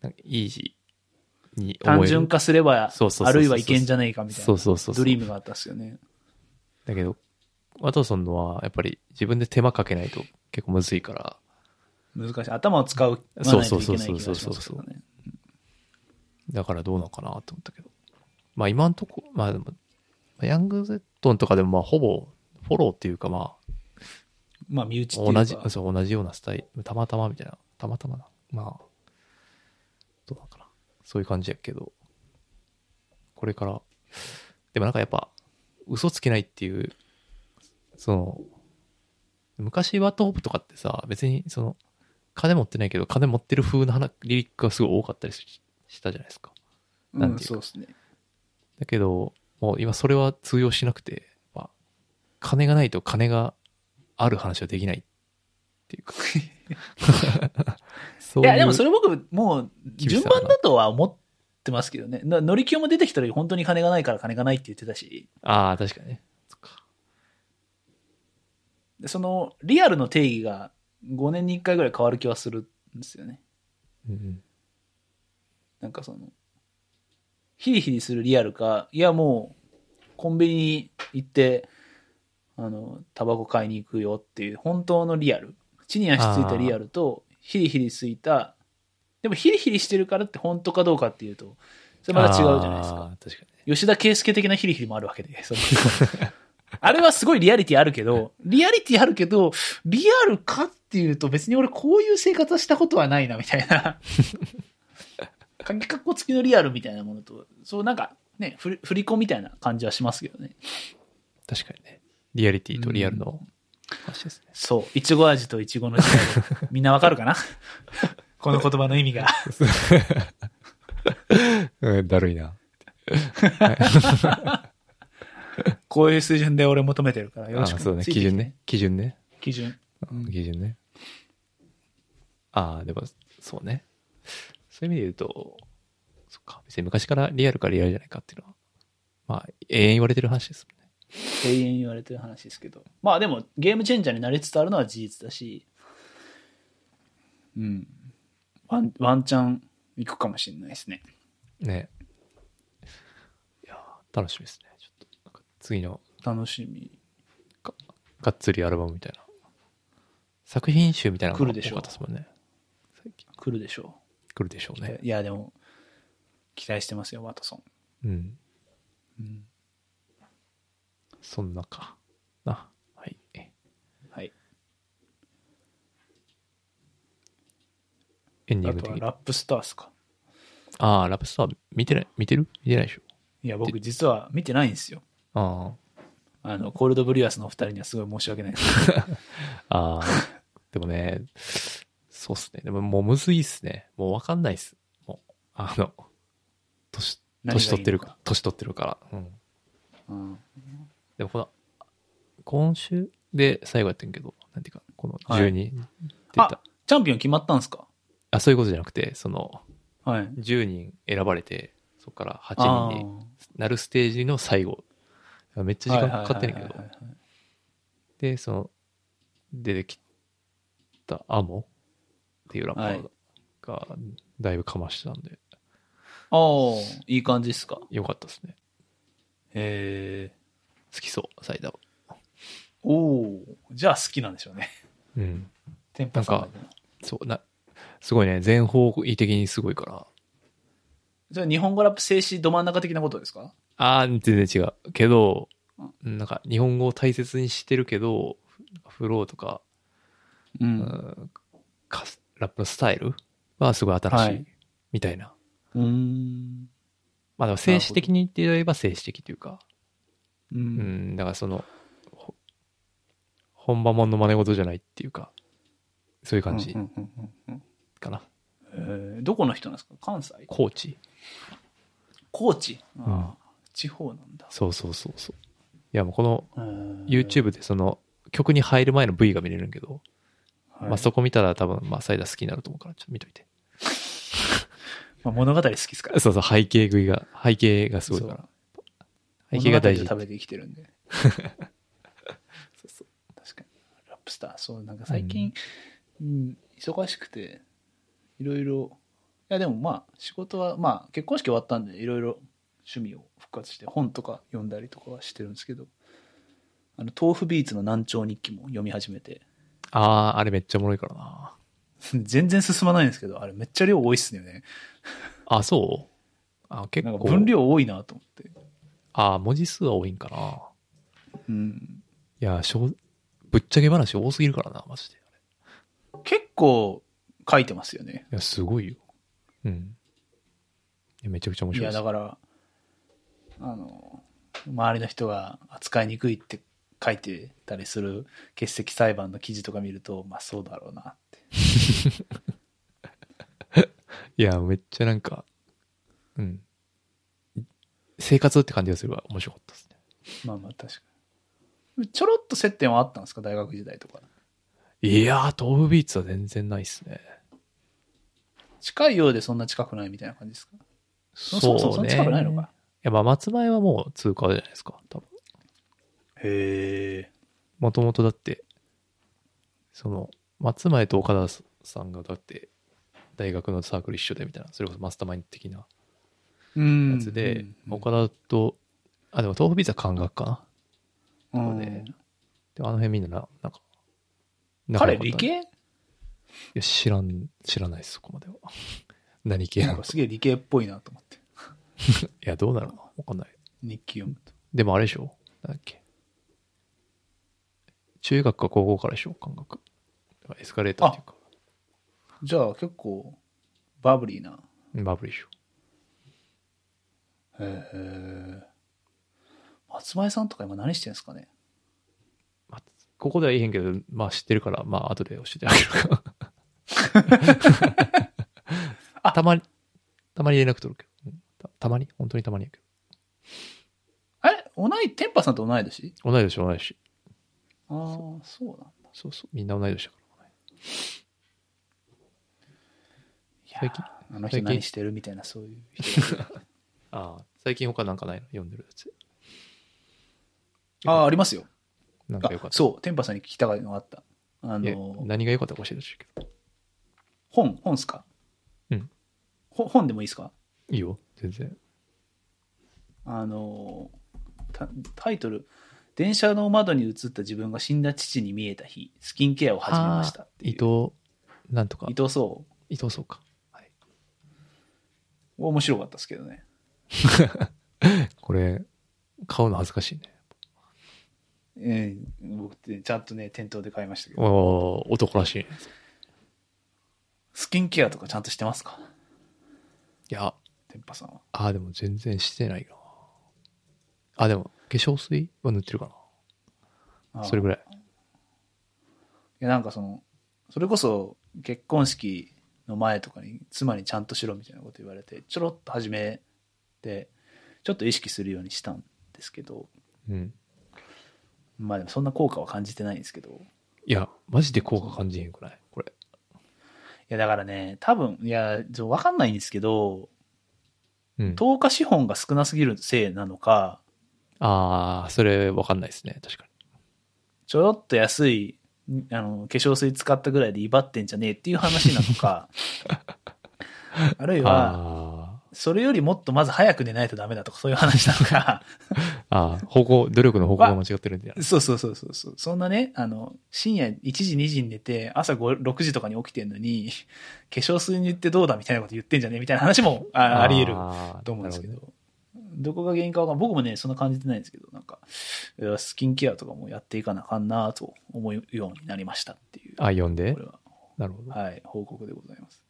Speaker 2: なんか、イージーに思える。
Speaker 3: 単純化すれば
Speaker 2: そうそうそうそう
Speaker 3: あるいはいけんじゃないかみたいな
Speaker 2: そうそうそうそう
Speaker 3: ドリームがあったっすよね
Speaker 2: だけど、ワトソンのは、やっぱり自分で手間かけないと結構むずいから、
Speaker 3: 難しい。頭を使う。
Speaker 2: そうそうそうそうそう
Speaker 3: 使
Speaker 2: そう
Speaker 3: わないといけない気がしますけどね
Speaker 2: だからどうなのかなと思ったけど。まあ今のとこ、まあでも、ヤングゼットンとかでもまあほぼフォローっていうかま
Speaker 3: まあ、身内っ
Speaker 2: あ
Speaker 3: ていうか。
Speaker 2: 同じ、そう同じようなスタイル、たまたまみたいな、たまたまな。まあ、どうなのかな。そういう感じやけど、これから、でもなんかやっぱ、嘘つけないっていう、その、昔ワットホップとかってさ、別にその、金持ってないけど、金持ってる風な話リリックがすごい多かったりししたじゃないですか。
Speaker 3: う
Speaker 2: なん
Speaker 3: ん、
Speaker 2: ていうか
Speaker 3: そうですね。
Speaker 2: だけど、もう今それは通用しなくて、まあ、金がないと金がある話はできないっていうか。そ
Speaker 3: いう
Speaker 2: いう
Speaker 3: や、でもそれ僕、もう、
Speaker 2: 厳し
Speaker 3: 順
Speaker 2: さだな
Speaker 3: 番だとは思ってますけどね。な乗り気も出てきた時、本当に金がないから金がないって言ってたし、
Speaker 2: ああ、確かにね。そっか
Speaker 3: でその、リアルの定義が5年に1回ぐらい変わる気はするんですよね。
Speaker 2: うん
Speaker 3: なんかその、ヒリヒリするリアルか、いやもう、コンビニに行って、あの、タバコ買いに行くよっていう、本当のリアル。地に足ついたリアルと、ヒリヒリついた、でもヒリヒリしてるからって本当かどうかっていうと、それまた違うじゃないですか。
Speaker 2: あー確か
Speaker 3: 吉田圭介的なヒリヒリもあるわけで、そのあれはすごいリアリティあるけど、リアリティあるけど、リアルかっていうと別に俺こういう生活はしたことはないな、みたいな。感覚格好付きのリアルみたいなものと、そうなんかね、ふり振り子みたいな感じはしますけどね。
Speaker 2: に。確かにね。リアリティとリアルの話ですね。
Speaker 3: そう、いちご味といちごの違い。 みんなわかるかなこの言葉の意味が。
Speaker 2: うん、だるいな。
Speaker 3: こういう水準で俺求めてるから、
Speaker 2: あ
Speaker 3: よろ
Speaker 2: あ
Speaker 3: しく。
Speaker 2: ー、そうね。
Speaker 3: つ
Speaker 2: 基
Speaker 3: いてきて
Speaker 2: 準ね。。基準ね。
Speaker 3: 基準。
Speaker 2: うん基準ね。ああ、でも、そうね。そういう意味で言うと、そっか、別に昔からリアルかリアルじゃないかっていうのは、まあ、永遠言われてる話ですもんね。
Speaker 3: 永遠言われてる話ですけどまあでもゲームチェンジャーになりつつあるのは事実だしうんワンワンチャン行くかもしれないですね
Speaker 2: ね。いやー楽しみですね。ちょっと、なんか次の
Speaker 3: 楽しみ
Speaker 2: がっつりアルバムみたいな。作品集みたいなのが
Speaker 3: 来るでしょう
Speaker 2: 多かったですもんね。最近
Speaker 3: 来るでしょ
Speaker 2: 来るでしょう
Speaker 3: う、
Speaker 2: ね。
Speaker 3: いやでも期待してますよワトソン、
Speaker 2: うん。
Speaker 3: うん
Speaker 2: そんなか。な。はい。え
Speaker 3: はい
Speaker 2: エンディ
Speaker 3: あ
Speaker 2: ング
Speaker 3: と
Speaker 2: 的
Speaker 3: は
Speaker 2: に。
Speaker 3: ラップスターズか
Speaker 2: ああ、ラプスター見てない、見てる見てないでしょ。
Speaker 3: いや僕実は見てないんですよ
Speaker 2: ああ。
Speaker 3: あのコールドブリュアスのお二人にはすごい申し訳ないです
Speaker 2: あ あ、でもね、そうっすね。でももうむずいっすね。もうわかんないっす。もう、あの、年、
Speaker 3: 何がいい
Speaker 2: 年
Speaker 3: のか
Speaker 2: 取ってるか、年取ってるから。うん。
Speaker 3: うん
Speaker 2: でもこの、今週で最後やってんけど、なんていうか、この
Speaker 3: はい
Speaker 2: 12出た、
Speaker 3: あチャンピオン決まったんですか
Speaker 2: あ、そういうことじゃなくて、その、
Speaker 3: はい
Speaker 2: 10人選ばれて、そこから8
Speaker 3: あ
Speaker 2: 人に
Speaker 3: ー
Speaker 2: なるステージの最後。めっちゃ時間かかってんねんけ
Speaker 3: はい
Speaker 2: ど
Speaker 3: はい。はいはいはい
Speaker 2: で、その、出てきたアモっていうラッパーが、だいぶかましてたんで、
Speaker 3: あーいい感じっすか
Speaker 2: よかったですね。
Speaker 3: へえ
Speaker 2: 好きそう、埼玉。
Speaker 3: おおじゃあ好きなんでしょうね。
Speaker 2: うん。
Speaker 3: 天パさんだけど
Speaker 2: そう、な、すごいね、全方位的にすごいから。
Speaker 3: じゃあ日本語ラップ静止ど真ん中的なことですか
Speaker 2: ああ、全然違う。けど
Speaker 3: あ、
Speaker 2: なんか、日本語を大切にしてるけど、フローとか、
Speaker 3: う
Speaker 2: う。んかラップのスタイルはすごい新し
Speaker 3: はいい、
Speaker 2: みたいな。
Speaker 3: うん。
Speaker 2: まあ、でも静止的にって言えば静止的というか、
Speaker 3: う。
Speaker 2: うんん、だからその、ほ本場もんの真似事じゃないっていうか、そういう感じ
Speaker 3: うんうんうん
Speaker 2: かな。
Speaker 3: うんえーどこの人なんですか関西
Speaker 2: コーチ。
Speaker 3: 高知あー
Speaker 2: うん
Speaker 3: 地方なんだ。
Speaker 2: そうそうそうそう。いや、もうこの
Speaker 3: えー
Speaker 2: YouTube でその曲に入る前の V が見れるんけど、
Speaker 3: はい
Speaker 2: まあそこ見たら多分、まあサイダー好きになると思うから、ちょっと見といて。
Speaker 3: まあ物語好きですから。
Speaker 2: そうそう、背景食いが、背景がすごいから。背景が大事。
Speaker 3: 物語を食べて生きてるんで。 確かに。ラップスター、そう、なんか最近、うん、忙しくて、いろいろ、いやでもまあ、仕事は、まあ、結婚式終わったんで、いろいろ趣味を復活して、本とか読んだりとかはしてるんですけど、あの、豆腐ビーツの南朝日記も読み始めて、
Speaker 2: ああ、あれめっちゃおもろいからな。
Speaker 3: 全然進まないんですけど、あれめっちゃ量多いっすよね。
Speaker 2: あ、そうあ、結
Speaker 3: なんか
Speaker 2: 構。
Speaker 3: 分量多いなと思って。
Speaker 2: あ、文字数は多いんかな。
Speaker 3: うん。
Speaker 2: いや、しょうぶっちゃけ話多すぎるからな、マジで。い
Speaker 3: 結構書いてますよね。
Speaker 2: や、すごいよ。うん。いやめちゃくちゃ面
Speaker 3: い
Speaker 2: 白い
Speaker 3: や、
Speaker 2: です
Speaker 3: だ。から、あの、周りの人が扱いにくいって書いてたりする欠席裁判の記事とか見ると、まあそうだろうなって。
Speaker 2: いや、めっちゃなんか、うん。生活って感じがするわ。面白かったですね。
Speaker 3: まあまあ確かに。ちょろっと接点はあったんですか大学時代とか。
Speaker 2: いやー、豆腐ビーツは全然ないっすね。
Speaker 3: 近いようでそんな近くないみたいな感じですかそもそもそんな近くないの
Speaker 2: い
Speaker 3: か。
Speaker 2: や、まあ、松前はもう通過じゃないですか。多分。
Speaker 3: へえ。
Speaker 2: もともとだって、その、松前と岡田さんがだって、大学のサークル一緒でみたいな、それこそマスターマインド的な
Speaker 3: うん。
Speaker 2: やつで、
Speaker 3: うん
Speaker 2: 岡田と、あ、でも豆腐ビーツは感覚かな。
Speaker 3: うん
Speaker 2: ねであの辺みんなな、なんか、仲
Speaker 3: 彼
Speaker 2: 良かっ
Speaker 3: 理
Speaker 2: たねい
Speaker 3: 系
Speaker 2: や、知らん、知らないです、そこまでは。 何系な
Speaker 3: なん
Speaker 2: の
Speaker 3: か
Speaker 2: か。
Speaker 3: すげえ理系っぽいなと思って。
Speaker 2: いや、どうなるのわかんない。
Speaker 3: 日記読むと。
Speaker 2: でもあれでしょなんだっけ。中学か高校からでしょ感覚。だからエスカレーターっていうか
Speaker 3: じゃあ結構バブリーな。
Speaker 2: うん、バブルでしょ。
Speaker 3: へえ。松前さんとか今何してんですかね
Speaker 2: まあ、ここでは言えへんけど、まあ知ってるから、まあ後で教えてあげるか。 たまに、たまに連絡取るけど。うんたたまに本当にたまにやけ
Speaker 3: あれ同い、天パさんと同い年
Speaker 2: ど。同い年同い年。
Speaker 3: ああ、そうなんだ。
Speaker 2: そうそう。みんな同い年だから。
Speaker 3: いや
Speaker 2: 最近
Speaker 3: あ
Speaker 2: 最
Speaker 3: の人
Speaker 2: 近
Speaker 3: 何してるみたいな、そういう人。
Speaker 2: ああ、最近他なんかないの読んでるやつ。
Speaker 3: ああ、ありますよ。
Speaker 2: なん
Speaker 3: あ
Speaker 2: かよかった。
Speaker 3: そう、天パさんに聞きたいのがあった。あ
Speaker 2: いや
Speaker 3: の、
Speaker 2: 何が良かったか教えてほしいけど。
Speaker 3: 本、本っすか
Speaker 2: うん
Speaker 3: ほ本でもいいですか
Speaker 2: いいよ、全然。
Speaker 3: あのタタイトル「電車の窓に映った自分が死んだ父に見えた日スキンケアを始めました」って
Speaker 2: 伊
Speaker 3: いう
Speaker 2: 藤、なんとか。
Speaker 3: 伊藤壮
Speaker 2: 伊藤そうか。はい、
Speaker 3: 面白かったですけどね
Speaker 2: これ、買うの恥ずかしいね。
Speaker 3: えー僕ってちゃんとね店頭で買いましたけど
Speaker 2: おー男らしい。い
Speaker 3: スキンケアとかちゃんとしてますか
Speaker 2: や、
Speaker 3: 天パさんは
Speaker 2: ああ、でも全然してないな。あ、でも、化粧水は塗ってるか
Speaker 3: あ
Speaker 2: な。
Speaker 3: ー
Speaker 2: それぐ
Speaker 3: い
Speaker 2: らい。
Speaker 3: やなんかそのそれこそ結婚式の前とかに妻にちゃんとしろみたいなこと言われてちょろっと始めてちょっと意識するようにしたんですけど
Speaker 2: うん。
Speaker 3: まあでもそんな効果は感じてないんですけど
Speaker 2: いや、マジで効果感じへんくないこれ。
Speaker 3: いやだからね、多分、いや、ちょわかんないんですけど、
Speaker 2: うん。
Speaker 3: 投下資本が少なすぎるせいなのか、
Speaker 2: ああ、それわかんないですね。確かに。
Speaker 3: ちょろっと安い、んあの、化粧水使ったぐらいで威張ってんじゃねえっていう話なの か、あるいは、
Speaker 2: あ
Speaker 3: それよりもっとまず早く寝ないとダメだとかそういう話なのか、
Speaker 2: ーあー、方向、努力の方向が間違ってるんじゃない
Speaker 3: そうそうそうそうそう。そんなね、あの、深夜1時2時に寝て、朝5 6時とかに起きてんのに、化粧水に言ってどうだみたいなこと言ってんじゃねえみたいな話も ああり得る。
Speaker 2: あー
Speaker 3: と思うんですけど
Speaker 2: なるほ
Speaker 3: どこが原因かわかんない僕もねそんな感じてないんですけどなんかいやスキンケアとかもやっていかなあかんなあと思うようになりましたっていう
Speaker 2: どねあ、読んで
Speaker 3: これ。は
Speaker 2: なるほど。
Speaker 3: はい報告でございます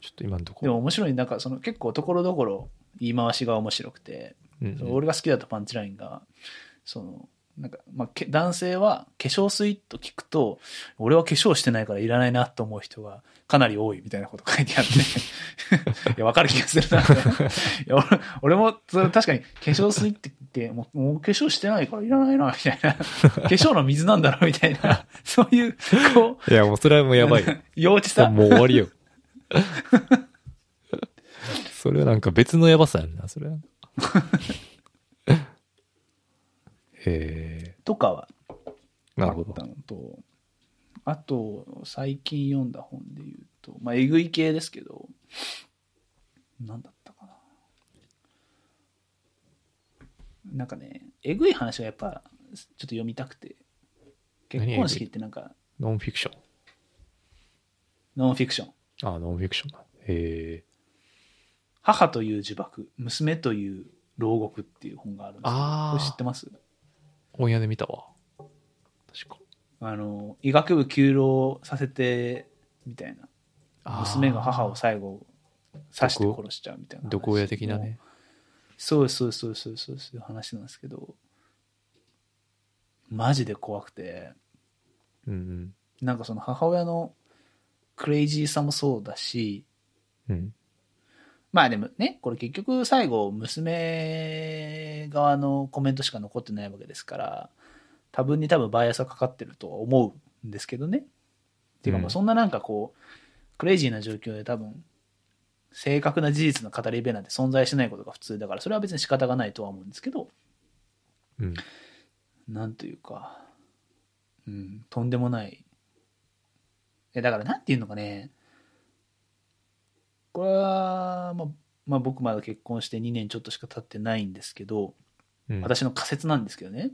Speaker 2: ちょっと今のとこ
Speaker 3: でも面白いなんかその結構ところどころ言い回しが面白くて、
Speaker 2: うんうん
Speaker 3: その俺が好きだったパンチラインがそのなんか、まあ、け男性は化粧水と聞くと俺は化粧してないからいらないなと思う人がかなり多いみたいなこと書いてあって いやわかる気がするないや俺俺もそれ確かに化粧水って言ってもうもう化粧してないからいらないなみたいな化粧の水なんだろみたいなそういうこう
Speaker 2: いや、もうそれはもうやばいよ。
Speaker 3: 幼稚さ
Speaker 2: もう終わりよ。それはなんか別のやばさやんな、そ れは。へえ、
Speaker 3: とかは
Speaker 2: なるほど
Speaker 3: あっ。たのと、あと、最近読んだ本で言うと、まあ、えぐい系ですけど、なんだったかな。なんかね、えぐい話はやっぱ、ちょっと読みたくて、結
Speaker 2: 何
Speaker 3: 婚式ってなんか、
Speaker 2: ノンフィクション。
Speaker 3: ノンフィクション。
Speaker 2: あ、ノンフィクションだ。へえ。
Speaker 3: 母という呪縛、娘という牢獄っていう本があるんですけど
Speaker 2: あー
Speaker 3: これ知ってます
Speaker 2: 本屋で見たわ。確か。
Speaker 3: あの、医学部休老させて、みたいな。
Speaker 2: あー
Speaker 3: 娘が母を最後、刺して殺しちゃうみたいな話。
Speaker 2: 毒親的な
Speaker 3: もう
Speaker 2: ね。
Speaker 3: そうですそうですそうですそうですそうですそういう話なんですけど、マジで怖くて、
Speaker 2: うんうん。
Speaker 3: なんかその母親のクレイジーさもそうだし、
Speaker 2: うん。
Speaker 3: まあでもね、これ結局最後、娘側のコメントしか残ってないわけですから、多分に多分バイアスはかかってるとは思うんですけどね。っていうかま
Speaker 2: う
Speaker 3: あ
Speaker 2: ん
Speaker 3: そんななんかこう、クレイジーな状況で多分、正確な事実の語り部なんて存在しないことが普通だから、それは別に仕方がないとは思うんですけど、
Speaker 2: うん。
Speaker 3: なんというか、うん、とんでもない。え、だからなんていうのかね、これは、まあ、まあ僕まだ結婚して2年ちょっとしか経ってないんですけど、
Speaker 2: うん、
Speaker 3: 私の仮説なんですけどね、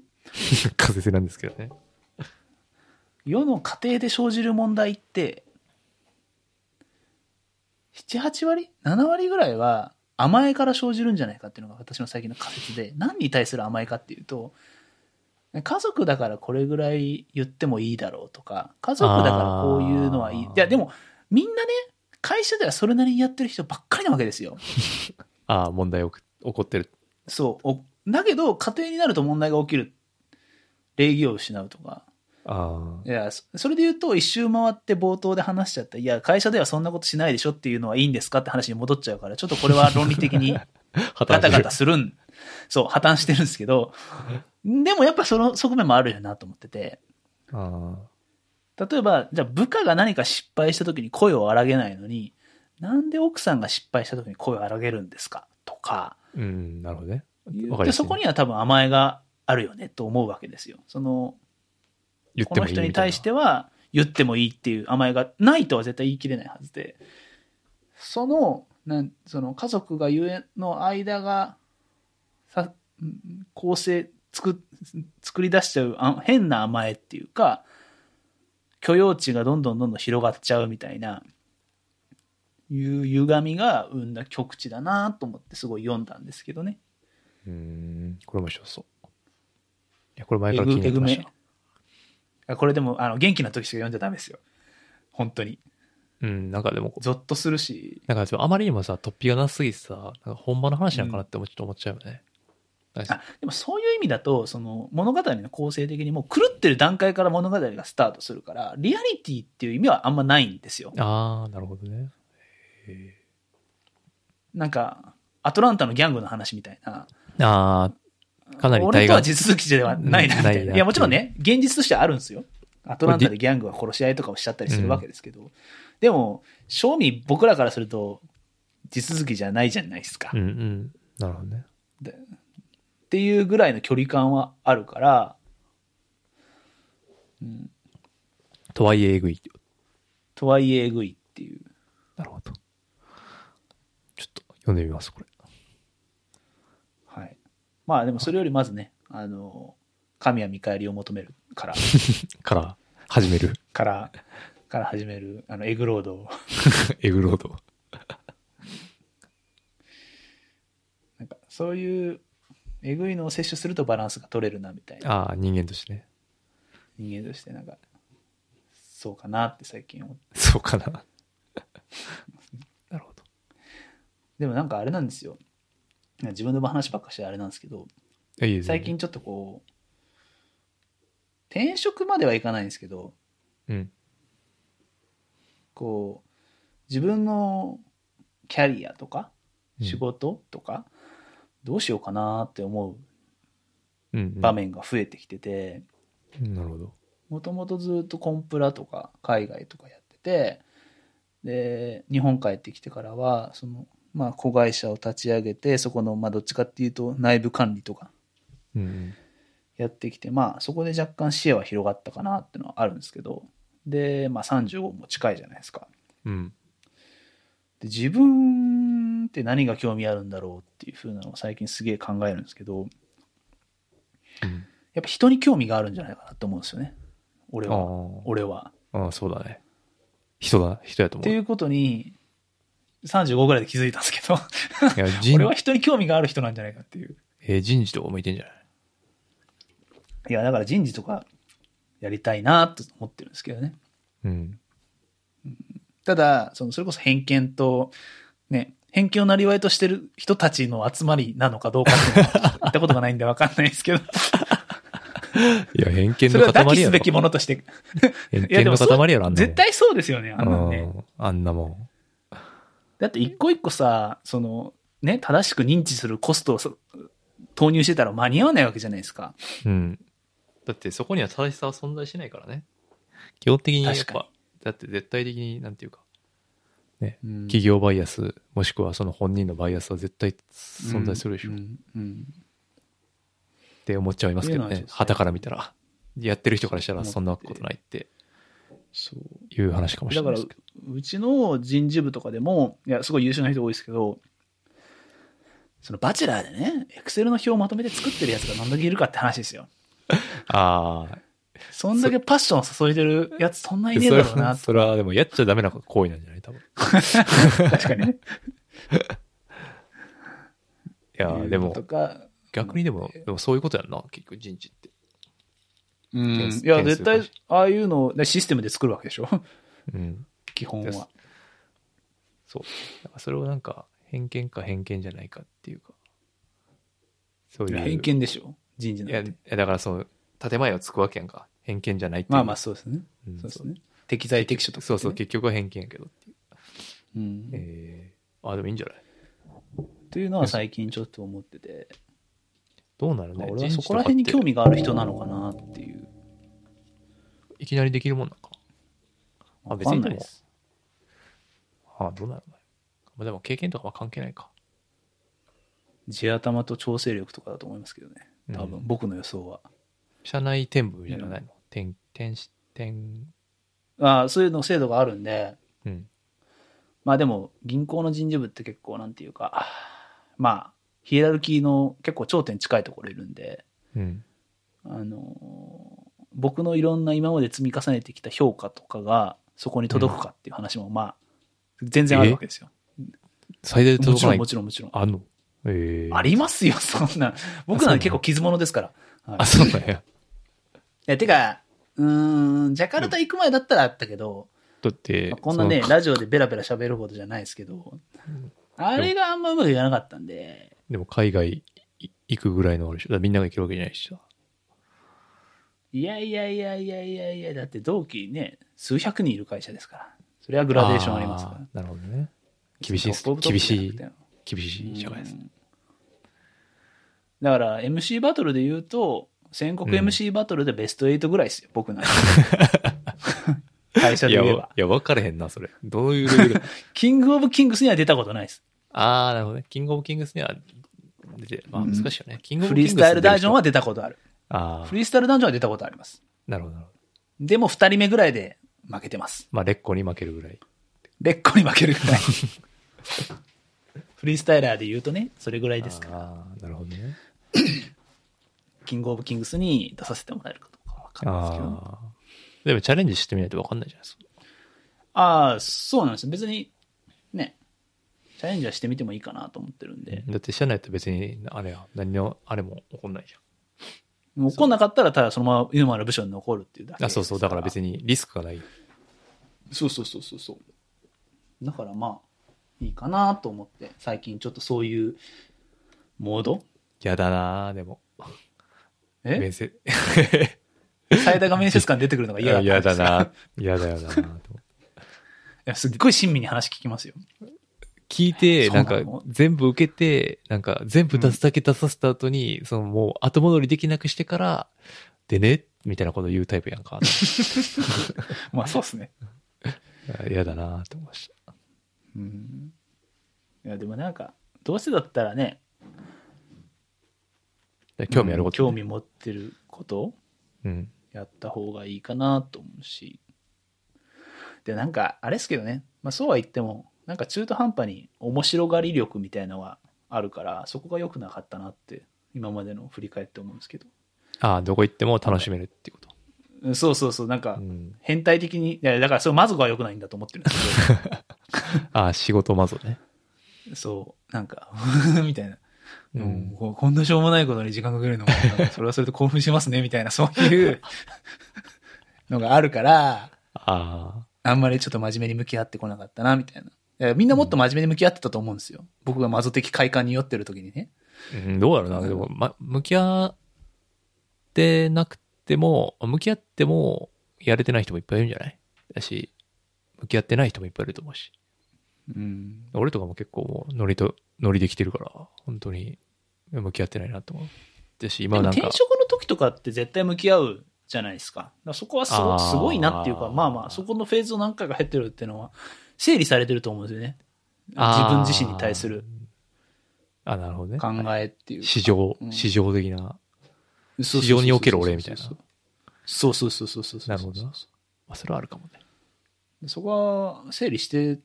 Speaker 2: 風邪なんですけどね。
Speaker 3: 世の家庭で生じる問題って、7、8割 ?7 割ぐらいは甘えから生じるんじゃないかっていうのが私の最近の仮説で、何に対する甘えかっていうと、家族だからこれぐらい言ってもいいだろうとか、家族だからこういうのはいい。い
Speaker 2: あー
Speaker 3: や、でもみんなね、会社ではそれなりにやってる人ばっかりなわけですよ。
Speaker 2: ああ、問題起こってる。
Speaker 3: そう。おだけど、家庭になると問題が起きる。礼儀を失うとか。
Speaker 2: あ
Speaker 3: いや、そそれで言うと、一周回って冒頭で話しちゃった、いや、会社ではそんなことしないでしょっていうのはいいんですかって話に戻っちゃうから、ちょっとこれは論理的 に
Speaker 2: あ。は
Speaker 3: ガタガタするん、そう、破綻してるんですけど、でもやっぱその側面もあるよなと思ってて、
Speaker 2: あ
Speaker 3: 例えば、じゃあ部下が何か失敗した時に声を荒げないのに、なんで奥さんが失敗した時に声を荒げるんですかと
Speaker 2: あ。
Speaker 3: か、
Speaker 2: うん、なるほどね。
Speaker 3: 言
Speaker 2: わか
Speaker 3: って
Speaker 2: りやすい
Speaker 3: そこには多分甘えがあるよねと思うわけですよ。その、
Speaker 2: 言っ
Speaker 3: こ
Speaker 2: て
Speaker 3: の
Speaker 2: もいいみた
Speaker 3: 人
Speaker 2: いな。
Speaker 3: に対しては言ってもいいっていう甘えがないとは絶対言い切れないはずでそのなんその家族がゆえの間がさん構成作作り出しちゃうあ変な甘えっていうか許容値がどんどんどんどん広がっちゃうみたいないう歪みが生んだ極致だなと思ってすごい読んだんですけどね。
Speaker 2: うーん、これ面白そう。いや、これ前から気になってまし
Speaker 3: え
Speaker 2: た
Speaker 3: ぐ。あこれでもあの元気な時しか読んじゃダメですよ。本当に。
Speaker 2: うん、なんかでも、
Speaker 3: ゾッとするし、
Speaker 2: なんかあまりにもさ、突飛がなすぎてさ、なんか本場の話なんかなってもちょっと思っちゃうよね。なんか
Speaker 3: あでもそういう意味だと、その物語の構成的にもう狂ってる段階から物語がスタートするから、リアリティっていう意味はあんまないんですよ。
Speaker 2: あー、なるほどね。へ
Speaker 3: なんか、アトランタのギャングの話みたいな。
Speaker 2: ーあー、かなり
Speaker 3: 俺
Speaker 2: 対
Speaker 3: とは
Speaker 2: 岸
Speaker 3: 地続きではないなみたい
Speaker 2: ない
Speaker 3: な。
Speaker 2: ない
Speaker 3: や、もちろんね、現実としてはあるんですよ。アトランタでギャングは殺し合いとかをしちゃったりするわけですけど。でも、正味僕らからすると、地続きじゃないじゃないですか。
Speaker 2: うん
Speaker 3: っ
Speaker 2: うん。なるほどね。
Speaker 3: ていうぐらいの距離感はあるから、うん、
Speaker 2: とはいえ、えぐい。
Speaker 3: とはいええぐいっていう。
Speaker 2: なるほど。ちょっと読んでみます、これ。
Speaker 3: はい。まあでもそれよりまずね、あの、神は見返りを求めるから、
Speaker 2: から、始める。
Speaker 3: から、から始める、あの、エグロードを、
Speaker 2: エグロード。
Speaker 3: なんかそういう、えぐいのを摂取するとバランスが取れるな、みたいな
Speaker 2: ああ、人間としてね。
Speaker 3: 人間として、なんか、そうかなって最近思って。
Speaker 2: そうかな。 なるほど。
Speaker 3: でもなんかあれなんですよ。自分の話ばっかしてあれなんですけど、
Speaker 2: いやいいです
Speaker 3: 最近、ちょっとこう、転職まではいかないんですけど、
Speaker 2: うん。
Speaker 3: こう、自分のキャリアとか、仕事とか、どうしようかなって思
Speaker 2: うん、うんう
Speaker 3: うん場。面が増えてきてて、
Speaker 2: うんなるほど。
Speaker 3: もともとずっとコンプラとか海外とかやってて、で、日本帰ってきてからは、その、まあ、子会社を立ち上げて、そこの、まあ、どっちかっていうと内部管理とか
Speaker 2: うんうん。
Speaker 3: やってきて、まあ、そこで若干視野は広がったかなってのはあるんですけど、で、まあ、35も近いじゃないですか。
Speaker 2: うん。
Speaker 3: で自分って何が興味あるんだろうっていうふうなのを最近すげえ考えるんですけど、
Speaker 2: うん
Speaker 3: やっぱ人に興味があるんじゃないかなと思うんですよね。俺
Speaker 2: ああ
Speaker 3: は。俺は。
Speaker 2: うん、そうだね。人だ、人やと
Speaker 3: っ
Speaker 2: 思
Speaker 3: て
Speaker 2: う。
Speaker 3: いうことに、35ぐらいで気づいたんですけど、
Speaker 2: いや、人
Speaker 3: 俺、は人に興味がある人なんじゃないかっていう。
Speaker 2: えー人事とか向いてんじゃない
Speaker 3: いや、だから人事とかやりたいなと思ってるんですけどね。
Speaker 2: うん。
Speaker 3: ただ、その、それこそ偏見と、ね、偏見をなりわいとしてる人たちの集まりなのかどうかっていうのは言ったことがないんでわかんないで すけど、
Speaker 2: いや、偏見
Speaker 3: そ
Speaker 2: の
Speaker 3: れは
Speaker 2: 塊や
Speaker 3: 抱
Speaker 2: ろ。
Speaker 3: きすべきものとして、
Speaker 2: 偏
Speaker 3: いや
Speaker 2: 見
Speaker 3: で
Speaker 2: の
Speaker 3: もそう
Speaker 2: 塊やろ、あんなもん。
Speaker 3: 絶対そうですよね、あんなのね。
Speaker 2: うんあんなもん。
Speaker 3: だって一個一個さ、その、ね、正しく認知するコストをさ投入してたら間に合わないわけじゃないですか。
Speaker 2: うん。だってそこには正しさは存在しないからね。基本的にやっ
Speaker 3: 確か
Speaker 2: ぱ、だって絶対的になんていうか、
Speaker 3: うん
Speaker 2: 企業バイアス、もしくはその本人のバイアスは絶対存在するでしょ、
Speaker 3: う
Speaker 2: っ
Speaker 3: んうん
Speaker 2: て思っちゃいますけど
Speaker 3: っていう
Speaker 2: ね
Speaker 3: の。は
Speaker 2: 旗から見たら。やってる人からしたら
Speaker 3: 思って
Speaker 2: そんなことないって
Speaker 3: そう
Speaker 2: いう話かもしれ
Speaker 3: だ
Speaker 2: な
Speaker 3: か
Speaker 2: い
Speaker 3: ら
Speaker 2: ですけど。
Speaker 3: うちの人事部とかでもいやすごい優秀な人多いですけどそのバチェラーでねエクセルの表をまとめて作ってるやつが何だけいるかって話ですよ
Speaker 2: ああ、
Speaker 3: そんだけパッションを注いでるやつそんないねえ
Speaker 2: そ
Speaker 3: だ
Speaker 2: れ
Speaker 3: ろうな
Speaker 2: は、それはでもやっちゃダメな行為なんじゃない多分。い
Speaker 3: 確かにね
Speaker 2: やー、でも
Speaker 3: と、か
Speaker 2: 逆にでも、でもそういうことやんな、結局人事って。
Speaker 3: うん
Speaker 2: 点数
Speaker 3: いや絶
Speaker 2: 点
Speaker 3: 対
Speaker 2: 数
Speaker 3: ああいうのをねシステムで作るわけでしょ
Speaker 2: うん。
Speaker 3: 基本
Speaker 2: です
Speaker 3: は
Speaker 2: そう。だからそれをなんか、偏見か偏見じゃないかっていうか。そう
Speaker 3: い
Speaker 2: いう。
Speaker 3: や偏見でしょ人事
Speaker 2: い
Speaker 3: な
Speaker 2: や、
Speaker 3: ん
Speaker 2: い
Speaker 3: て
Speaker 2: やだからその、建前をつくわけやんか。偏見じゃないっていう。
Speaker 3: まあまあそうですね、
Speaker 2: うん、
Speaker 3: そうですね適材適所とか、ね、
Speaker 2: そうそう、結局は偏見やけどっていう。
Speaker 3: うん
Speaker 2: えー、あ、でもいいんじゃない
Speaker 3: というのは最近ちょっと思ってて
Speaker 2: どうなるね。
Speaker 3: 俺は
Speaker 2: 人
Speaker 3: そ
Speaker 2: 事
Speaker 3: ことら
Speaker 2: かって
Speaker 3: 辺に興味がある人なのかなっていう。
Speaker 2: いきなりできるもんなんかな。あ、別に
Speaker 3: わかん
Speaker 2: で
Speaker 3: ない
Speaker 2: も
Speaker 3: で。す。
Speaker 2: あ、どうなるのまあでも経験とかは関係ないか。
Speaker 3: 地頭と調整力とかだと思いますけどね。多分、
Speaker 2: うん
Speaker 3: 僕の予想は。
Speaker 2: 社内転部みたいなのないの転、転し、転、
Speaker 3: ああそういうの制度があるんで、
Speaker 2: うん。
Speaker 3: まあでも、銀行の人事部って結構なんていうか、まあ、ヒエラルキーの結構頂点近いところいるんで、
Speaker 2: うん。
Speaker 3: あのー僕のいろんな今まで積み重ねてきた評価とかがそこに届くかっていう話も、まあ、全然あるわけですよ。
Speaker 2: 最大で
Speaker 3: も
Speaker 2: 届
Speaker 3: ち
Speaker 2: か
Speaker 3: ろ、
Speaker 2: なんい
Speaker 3: も。ちろん、もちろん。
Speaker 2: あんのええ
Speaker 3: ありますよ、そんな。僕なんて結構傷物ですから。はい
Speaker 2: あ、そうなんや。
Speaker 3: いや、てか、うーん、ジャカルタ行く前だったらあったけど、
Speaker 2: だって
Speaker 3: まあ、こんなね
Speaker 2: そ、の
Speaker 3: ラジオでベラベラ喋るほどじゃないですけど、あれがあんまうまくいかなかったんで、
Speaker 2: でも海外い行くぐらいのあるでしょ。だからみんなが行けるわけじゃないしさ。
Speaker 3: いやいやいやいやいやいや、だって同期ね、数百人いる会社ですから、それはグラデーションありますか
Speaker 2: ー。
Speaker 3: ら
Speaker 2: なるほどね。厳しいっす
Speaker 3: トップオブトップ
Speaker 2: 厳しい
Speaker 3: じゃなくて
Speaker 2: 厳しい社会です。
Speaker 3: だから、MC バトルで言うと、全国 MC バトルでベスト8ぐらいですよ、僕なんて会社
Speaker 2: い
Speaker 3: で
Speaker 2: や、
Speaker 3: 言え
Speaker 2: わ
Speaker 3: ば。
Speaker 2: いや、分からへんな、それ。どういうレベル
Speaker 3: キングオブキングスには出たことないです。
Speaker 2: ああ、なるほどね。キングオブキングスには出て、まあ難しいよね。キングオ
Speaker 3: フ
Speaker 2: ブキングス
Speaker 3: リース
Speaker 2: に出
Speaker 3: タ
Speaker 2: る
Speaker 3: イ
Speaker 2: 人
Speaker 3: ルダージョンは出たことある。
Speaker 2: ああ
Speaker 3: フ、リースタイルダンジョンは出たことあります。
Speaker 2: なるほどなるほど。
Speaker 3: でも2人目ぐらいで負けてます。
Speaker 2: まあ、レッコに負けるぐらい。
Speaker 3: 劣化に負け るぐらい。フリースタイラーで言うとね、それぐらいですから。
Speaker 2: ああ、なるほどね。
Speaker 3: キングオブキングスに出させてもらえるかどうかわかんないですけどね、
Speaker 2: ああ。でもチャレンジしてみないと分かんないじゃないですか。
Speaker 3: ああ、そうなんですよ別に、ね、チャレンジはしてみてもいいかなと思ってるんで、
Speaker 2: だって社内と別に、あれや、何の、あれも起こんないじ
Speaker 3: もう怒んなかったらただそのままユーマの部署に残るっていうだ
Speaker 2: ゃん。
Speaker 3: け
Speaker 2: あ、そうそう。だから別
Speaker 3: に。
Speaker 2: にリスクがない。
Speaker 3: そうそうそうそうそう。だからまあ、いいかなと思って、最近ちょっとそういうモード
Speaker 2: 嫌だなーでも。面
Speaker 3: え
Speaker 2: 接。
Speaker 3: 最大が面接官出てくるのが嫌だったんですよ
Speaker 2: 嫌だなー嫌だよなーと思って
Speaker 3: いや、すっごい親身に話聞きますよ。
Speaker 2: 聞いて、
Speaker 3: そう
Speaker 2: な
Speaker 3: な
Speaker 2: か
Speaker 3: んの、
Speaker 2: 全部受けて、なんか、全部出すだけ出させた後に、その、もう、後戻りできなくしてから、でね、みたいなこと言うタイプやん か。
Speaker 3: まあ、そうですね。
Speaker 2: あ嫌だなと思いまし
Speaker 3: うん。いや、でもなんか、どうせだったらね、
Speaker 2: た。興味あること、
Speaker 3: うん興味持ってることを
Speaker 2: うん。
Speaker 3: やった方がいいかなと思うし。で、なんか、あれですけどね、まあ、そうは言っても、なんか中途半端に面白がり力みたいのはあるから、そこが良くなかったなって、今までの振り返って思うんですけど。
Speaker 2: ああ、どこ行っても楽しめるっていうこと。
Speaker 3: うんそうそうそう、なんか
Speaker 2: う、ん、
Speaker 3: 変態的に、いやだからそれ、マゾが良くないんだと思ってるんですけ
Speaker 2: ああ、仕事まずね。
Speaker 3: ど、そう、なんか、 みたいな。
Speaker 2: う
Speaker 3: うん
Speaker 2: ん、
Speaker 3: ここんなしょうもないことに時間かけるのも、なんかそれはそれで興奮しますね、みたいな、そういうのがあるから、
Speaker 2: あ
Speaker 3: あんまりちょっと真面目に向き合ってこなかったな、みたいな。いやみんなもっと真面目に向き合ってたと思うんですよ。僕がマゾ的快感に酔ってる時にね。
Speaker 2: あ、うん、どうだろうな。でも、ま、向き合ってなくても、向き合ってもやれてない人もいっぱいいるんじゃないだし、向き合ってない人もいっぱいいると思うし。
Speaker 3: うん。
Speaker 2: 俺とかも結構もうノリと、ノリできてるから、本当に向き合ってないなと思う。だし、今
Speaker 3: でも
Speaker 2: なんか
Speaker 3: 転、職の時とかって絶対向き合うじゃないですか。だからそこはす
Speaker 2: あ
Speaker 3: ご
Speaker 2: ー
Speaker 3: すごいなっていうか、まあまあ、そこのフェーズを何回か減ってるっていうのは、整理されてると思うんですよね。自分自身に対する
Speaker 2: あー。あ、なるほどね。
Speaker 3: 考えっていうか。
Speaker 2: 市場
Speaker 3: う、ん
Speaker 2: 市場的な、
Speaker 3: そうそうそうそう
Speaker 2: 市場における俺みたいな。
Speaker 3: そうそうそうそうそうそうそ
Speaker 2: な
Speaker 3: う。
Speaker 2: るほどなまあそれはあるかもね。
Speaker 3: そこは整理して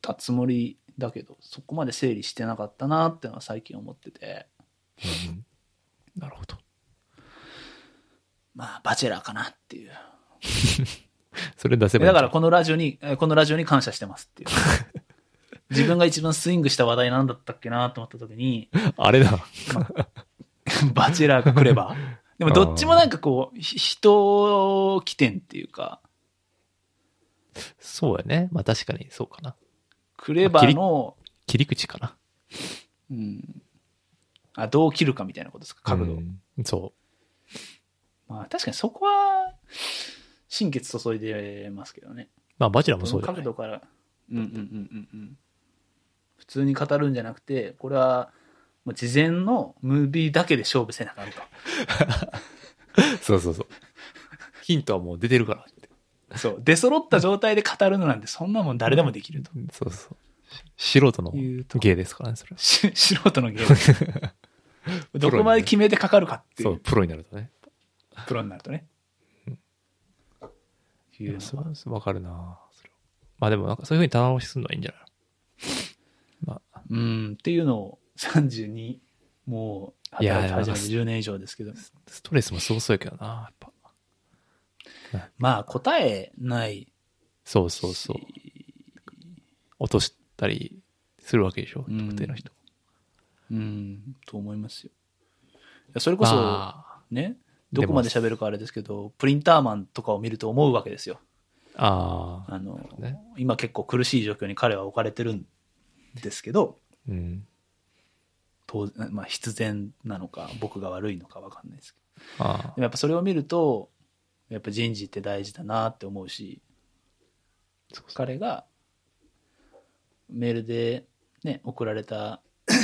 Speaker 3: たつもりだけど、そこまで整理してなかったなってのは最近思ってて、
Speaker 2: なるほど。
Speaker 3: まあ、バチェラーかなっていう。
Speaker 2: それ出せばいい
Speaker 3: だ
Speaker 2: んじ
Speaker 3: か
Speaker 2: ゃな
Speaker 3: ら
Speaker 2: い
Speaker 3: このラジオに、えこのラジオに感謝してます っていう。自分が一番スイングした話題なんだったっけなと思った時に、
Speaker 2: あれだ。
Speaker 3: バチェラーが来れば。でもどっちもなんかこう、ひ人起点っていうか、
Speaker 2: そうやね。まあ確かにそうかな。
Speaker 3: クレバーの、
Speaker 2: 切り口かな。
Speaker 3: うん、あ、どう切るかみたいなことですか、角度を。
Speaker 2: うんそ
Speaker 3: まあ確かにそこは、心血注いでますけどね。
Speaker 2: う。まあバチェラーもそうじゃな
Speaker 3: 角
Speaker 2: い
Speaker 3: 度から、うんうんうんうんうん。普通に語るんじゃなくて、これは、もう事前のムービーだけで勝負せなあかんと。
Speaker 2: そうそうそう。ヒントはもう出てるからって。
Speaker 3: そう。出揃った状態で語るのなんて、そんなもん誰でもできると。
Speaker 2: そうそう。し素人の
Speaker 3: いうとこ
Speaker 2: 芸ですからね、それは。
Speaker 3: し 素人のゲーム。 どこまで決めてかかるかってい
Speaker 2: そう、
Speaker 3: う、
Speaker 2: プロになるとね。
Speaker 3: プロになるとね。いうの
Speaker 2: そ
Speaker 3: は
Speaker 2: うそうわかるなそれはまあでもなんかそういうふうに棚卸しするのはいいんじゃないまあ、
Speaker 3: うん、っていうのを32、もう、
Speaker 2: いや
Speaker 3: 働き始めて
Speaker 2: で
Speaker 3: 10年以上ですけど。
Speaker 2: ストレスもすごそうやけどなやっぱ。
Speaker 3: まあ、答えない。
Speaker 2: そうそうそう。落としたりするわけでしょ、特定の人。
Speaker 3: うん、と思いますよ。いやそれこそ、
Speaker 2: まあ
Speaker 3: ね、
Speaker 2: でも
Speaker 3: どこまで喋るかあれですけど、プリンターマンとかを見ると思うわけですよ。
Speaker 2: ああ、
Speaker 3: あの、
Speaker 2: ね。
Speaker 3: 今結構苦しい状況に彼は置かれてるんですけど、
Speaker 2: うん。
Speaker 3: 当然、まあ必然なのか、僕が悪いのかわかんないですけど。
Speaker 2: あ
Speaker 3: でもやっぱそれを見ると、やっぱ人事って大事だなって思うし、彼がメールでね、送られた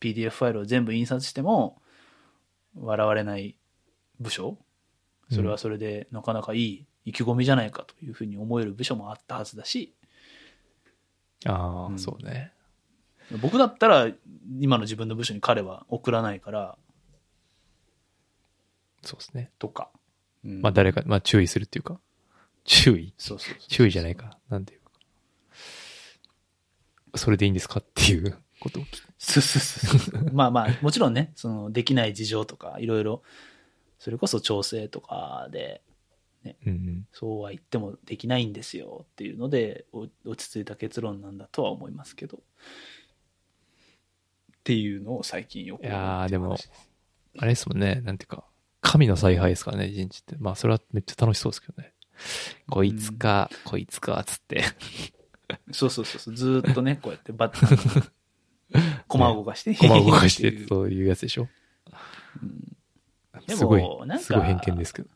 Speaker 3: PDF ファイルを全部印刷しても、笑われない部署それはそれでなかなかいい意気込みじゃないかというふうに思える部署もあったはずだし、
Speaker 2: あ、ああ、
Speaker 3: うん
Speaker 2: そうね。
Speaker 3: 僕だったら今の自分の部署に彼は送らないから、
Speaker 2: そうですね。
Speaker 3: とか。うん
Speaker 2: まあ誰か、まあ注意するっていうか、注意
Speaker 3: そうそうそう
Speaker 2: 注意じゃないか。なんていうか。それでいいんですかっていうことを聞く
Speaker 3: そうそうそうそう。 まあまあ、もちろんね、その、できない事情とか、いろいろ、それこそ調整とかで、
Speaker 2: うん
Speaker 3: そうは言ってもできないんですよっていうので、お落ち着いた結論なんだとは思いますけど。っていうのを最近よ
Speaker 2: う
Speaker 3: く
Speaker 2: ん。い
Speaker 3: 思う
Speaker 2: や
Speaker 3: っ
Speaker 2: ー、
Speaker 3: て
Speaker 2: で
Speaker 3: いう話
Speaker 2: も、あれですもんね。なんていうか、神の采配ですからね、人事って。まあそれはめっちゃ楽しそうですけどね。こいつか、こいつか、つって。
Speaker 3: そうそうそうそう、ずーっとね、こう やってバッ、駒を動かして、
Speaker 2: 駒を動かして
Speaker 3: って いう
Speaker 2: そういうやつでしょ。
Speaker 3: でも
Speaker 2: すごい
Speaker 3: なん、か
Speaker 2: すごい偏見ですけど。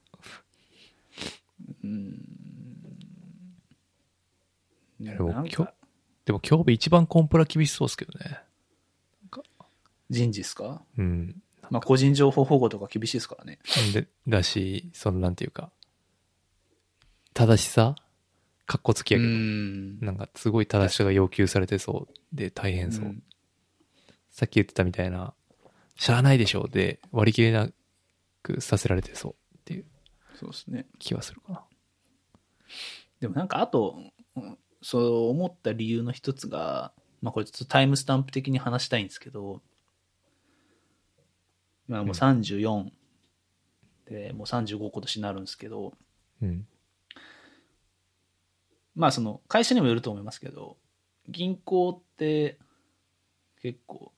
Speaker 3: ね
Speaker 2: でも
Speaker 3: な
Speaker 2: 今
Speaker 3: ん
Speaker 2: 日
Speaker 3: か、
Speaker 2: でも今日一番コンプラ厳しそうですけどね。
Speaker 3: 人事ですか
Speaker 2: うん。
Speaker 3: まあ、個人情報保護とか厳しいですからね。
Speaker 2: でだし、そのなんていうか、正しさかっこつきやけど、
Speaker 3: ん
Speaker 2: なんかすごい正しさが要求されてそうで大変そう。
Speaker 3: うん
Speaker 2: さっき言ってたみたいな、しゃあないでしょうで割り切れなくさせられてそうっていう
Speaker 3: そうですね。
Speaker 2: 気はするかな。
Speaker 3: でもなんかあと、うんそう思った理由の一つが、まあこれちょっとタイムスタンプ的に話したいんですけど、今もう34、で、もう35今年になるんですけど、
Speaker 2: うん。
Speaker 3: まあその会社にもよると思いますけど銀行って結構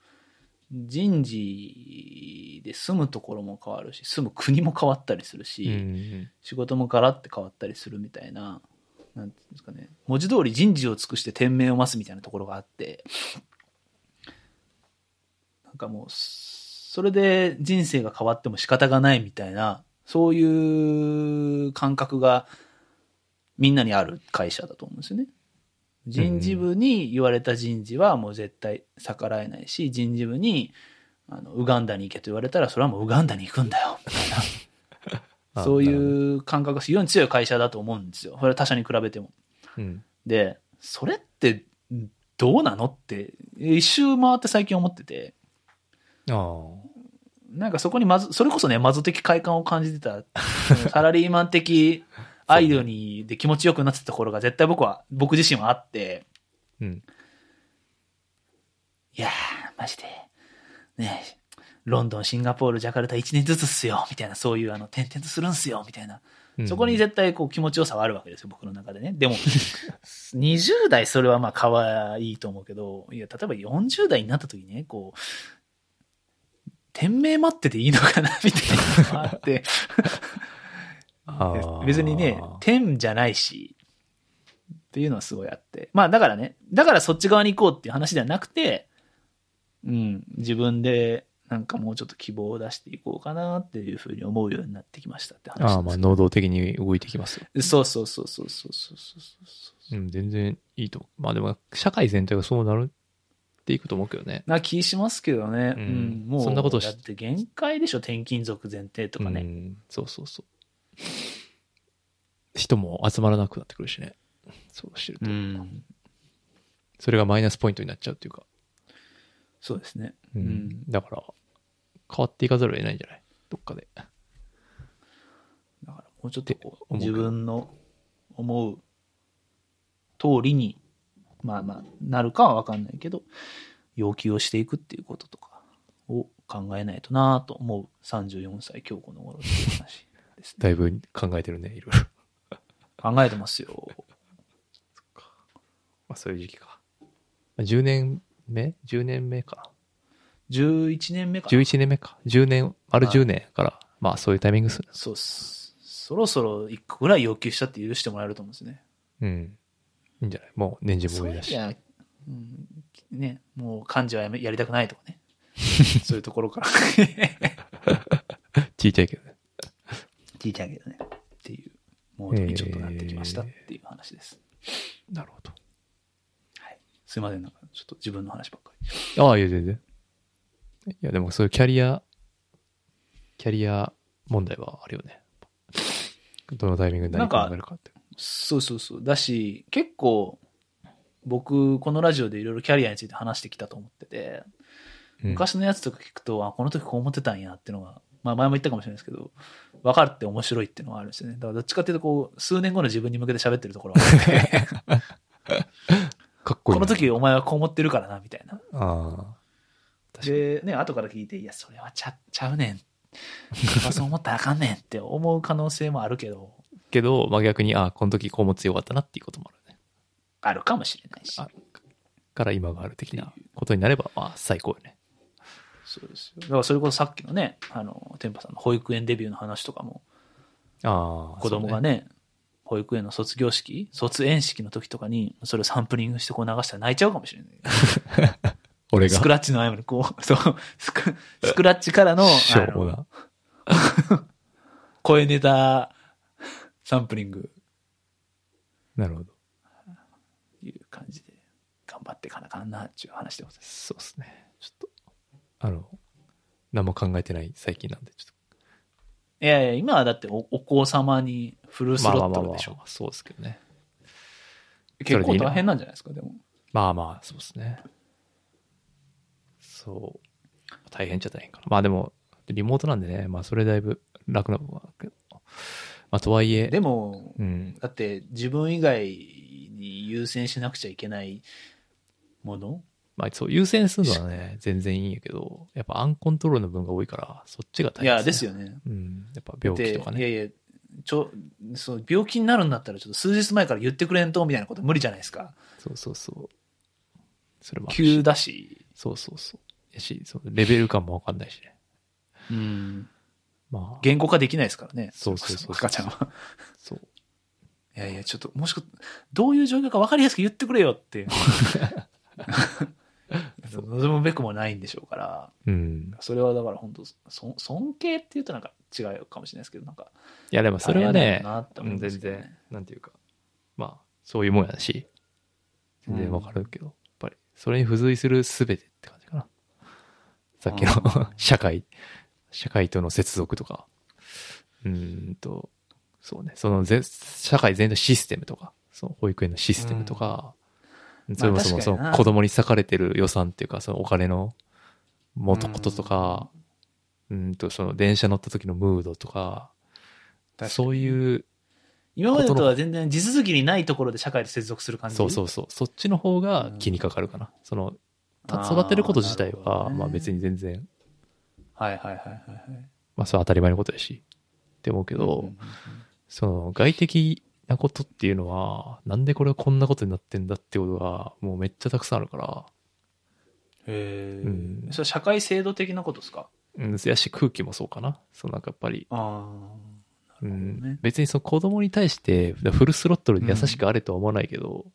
Speaker 3: 人事で住むところも変わるし住む国も変わったりするし、
Speaker 2: うん
Speaker 3: 仕事もガラッて変わったりするみたいななんていうんですかね文字通り人事を尽くして天命を待つみたいなところがあってなんかもうそれで人生が変わっても仕方がないみたいなそういう感覚がみんなにある会社だと思うんですよね。人事部に言われた人事はもう絶対逆らえないし人事部にあのウガンダに行けと言われたらそれはもうウガンダに行くんだよみたいな。
Speaker 2: あ
Speaker 3: そう
Speaker 2: なるほど
Speaker 3: いう感覚が非常に強い会社だと思うんですよ。それは他社に比べても。
Speaker 2: うん。
Speaker 3: で、それってどうなのって、一周回って最近思ってて、
Speaker 2: ああ。
Speaker 3: なんかそこにまず、それこそね、マゾ的快感を感じてた、そのサラリーマン的アイドルにで気持ちよくなってたところが絶対僕は、僕自身はあって、
Speaker 2: うん。
Speaker 3: いやー、マジで、ねえロンドン、シンガポール、ジャカルタ1年ずつっすよ、みたいな、そういう、あの、点々とするんすよ、みたいな。
Speaker 2: うん
Speaker 3: そこに絶対こう気持ちよさはあるわけですよ、僕の中でね。でも、20代それはまあ可愛いと思うけど、いや、例えば40代になった時にね、こう、天命待ってていいのかな、みたいなのがあって、
Speaker 2: ああ
Speaker 3: 別にね、天じゃないし、っていうのはすごいあって。まあだからね、だからそっち側に行こうっていう話ではなくて、うん、自分でなんかもうちょっと希望を出していこうかなっていうふうに思うようになってきましたって話です
Speaker 2: ああ、まあ、能動的に動いてきますよ。
Speaker 3: そうそうそうそうそうそうそうそう。
Speaker 2: うん、全然いいと思う。まあでも、社会全体がそうなるっていくと思うけどね。
Speaker 3: な気しますけどね。
Speaker 2: う
Speaker 3: うんん、もう。
Speaker 2: そんなことし
Speaker 3: だって限界でしょ、転勤族前提とか
Speaker 2: う
Speaker 3: ね。
Speaker 2: ん、そうそうそう。人も集まらなくなってくるしね。そうしてると。
Speaker 3: ん。
Speaker 2: それがマイナスポイントになっちゃうっていうか。
Speaker 3: そうですね。
Speaker 2: う
Speaker 3: うんん。
Speaker 2: だから、変わっていかざるを得ないんじゃないどっかで。
Speaker 3: だからもうちょっとこう
Speaker 2: って思うけ
Speaker 3: 自
Speaker 2: ど
Speaker 3: 分の思う通りに、まあまあ、なるかはわかんないけど、要求をしていくっていうこととかを考えないとなぁと思う34歳今日この頃っていう話ですね。
Speaker 2: だいぶ考えてるね、いろいろ。
Speaker 3: 考えてますよ。
Speaker 2: まあそういう時期か。まあ10年目 ?10 年目か。
Speaker 3: 11年目かな。
Speaker 2: 11年目か。10年、丸
Speaker 3: はい
Speaker 2: 10年から、まあそういうタイミングっする。
Speaker 3: そうっす。そろそろ一個ぐらい要求したって許してもらえると思うんですね。
Speaker 2: うん。いいんじゃないもう年次も
Speaker 3: そう
Speaker 2: 上
Speaker 3: いう意
Speaker 2: だ
Speaker 3: 味
Speaker 2: し
Speaker 3: で。は、うん、ね、もう漢字はやめやりたくないとか ね。そういうところから
Speaker 2: ちいちゃいけどね。
Speaker 3: 聞いてあげるね。っていう、もうにちょっとなってきましたっていう話です。
Speaker 2: なるほど。
Speaker 3: はい。すいません、なんかちょっと自分の話ばっかり。
Speaker 2: ああ、いや、全然。いや、でもそういうキャリア、キャリア問題はあるよね。どのタイミングで何考えるかって。
Speaker 3: そうそうそう。だし、結構、僕、このラジオでいろいろキャリアについて話してきたと思ってて、
Speaker 2: うん
Speaker 3: 昔のやつとか聞くと、あ、この時こう思ってたんやってのが、まあ前も言ったかもしれないですけど、分かるって面白いっていうのはあるんですよね。だからどっちかっていうと、こう、数年後の自分に向けて喋ってるところはあって、
Speaker 2: かっこいい
Speaker 3: こ
Speaker 2: な。
Speaker 3: の時お前はこう思ってるからな、みたいな。
Speaker 2: あ確かに
Speaker 3: で、ね、後から聞いて、いや、それはちゃちゃうねん。まあそう思ったらあかんねんって思う可能性もあるけど、
Speaker 2: あ。けど、まあ逆に、ああ、この時こう持つよかったなっていうこともあるね。
Speaker 3: あるかもしれないし。
Speaker 2: あから今がある的なことになれば、まあ最高よね。
Speaker 3: そうですよ。だからそれこそさっきのね、あの、天パさんの保育園デビューの話とかも、
Speaker 2: ああ。
Speaker 3: 子供が
Speaker 2: ね。
Speaker 3: ね保育園の卒業式卒園式の時とかにそれをサンプリングしてこう流したら泣いちゃうかもしれない
Speaker 2: 俺
Speaker 3: ス
Speaker 2: が
Speaker 3: ク。ラッチの合間にこう そうスクスクラッチからの
Speaker 2: しょう
Speaker 3: あ
Speaker 2: も
Speaker 3: の
Speaker 2: な。
Speaker 3: 声ネタサンプリング
Speaker 2: なるほど。
Speaker 3: いう感じで頑張っていかなあかんなっていう話でございます
Speaker 2: そうですね。ちょっと、あの、何も考えてない最近なんで、ちょっと。
Speaker 3: いやいや今はだっておお子様にフルスロットルでしょ、
Speaker 2: まあまあまあまあそうですけどね。そ
Speaker 3: 結
Speaker 2: れでい
Speaker 3: 構
Speaker 2: いな
Speaker 3: 大変なんじゃないですかでも
Speaker 2: まあまあ、そうですね。そう。大変っちゃ大変かな。まあでも、リモートなんでね、まあそれだいぶ楽な部分はあるけど。まあとはいえ、
Speaker 3: でも
Speaker 2: うん。
Speaker 3: だって自分以外に優先しなくちゃいけないもの
Speaker 2: まあそう、優先するのはね、全然いいんやけど、やっぱアンコントロールの分が多いから、そっちが大
Speaker 3: い
Speaker 2: 変、
Speaker 3: やですよね
Speaker 2: うん。やっぱ病気とか
Speaker 3: で
Speaker 2: ね。
Speaker 3: いやいや、ちょそう病気になるんだったらちょっと数日前から言ってくれんとみたいなこと無理じゃないですか
Speaker 2: そうそうそう。それもあるし
Speaker 3: 急だし
Speaker 2: そうそうそう。やし、そうレベル感もわかんないしね。
Speaker 3: うん
Speaker 2: まあ、
Speaker 3: 言語化できないですからね
Speaker 2: そうそうそう
Speaker 3: 赤ちゃんは
Speaker 2: そう。
Speaker 3: いやいやちょっともしくどういう状況か分かりやすく言ってくれよっていう望むべくもないんでしょうから
Speaker 2: うん。
Speaker 3: それはだから本当そ尊敬っていうとなんか違うかもしれないですけどなんか
Speaker 2: いや、でもそれは
Speaker 3: 大
Speaker 2: ね
Speaker 3: 変だ、なって思
Speaker 2: う
Speaker 3: うん
Speaker 2: ん
Speaker 3: で
Speaker 2: 全
Speaker 3: すけどね
Speaker 2: 然、なんていうか、まあ、そういうもんやし、全然わかるけど、やっぱり、それに付随するすべてって感じかな。さっきの 社会、社会との接続とか、うーんと、そうね、そのぜ社会全体のシステムとか、その保育園のシステムとか、それもそも
Speaker 3: まあ
Speaker 2: そ
Speaker 3: 確かに
Speaker 2: の
Speaker 3: な
Speaker 2: 子供に割かれてる予算っていうか、そのお金の元こととか、うーんと、その電車乗った時のムードとか、
Speaker 3: 確かに
Speaker 2: そういう、
Speaker 3: 今までとは全然地続きにないところで社会と接続する感じ
Speaker 2: そうそうそう、そっちの方が気にかかるかな。その、た育てること自体
Speaker 3: あーなるほ
Speaker 2: は、
Speaker 3: どね
Speaker 2: まあ別に全然、
Speaker 3: はいはいはいはいはい
Speaker 2: まあそれは当たり前のことやし、って思うけど、
Speaker 3: うんうんうん
Speaker 2: その外的なことっていうのは、なんでこれはこんなことになってんだってことが、もうめっちゃたくさんあるから、
Speaker 3: へえ、
Speaker 2: うん
Speaker 3: それは社会制度的なことですか
Speaker 2: うん、やし空気もそうかな。そのなんかやっぱり、
Speaker 3: あ
Speaker 2: う
Speaker 3: なるほど
Speaker 2: ん
Speaker 3: ね、
Speaker 2: 別にその子供に対してフルスロットルで優しくあれとは思わないけど、
Speaker 3: あ、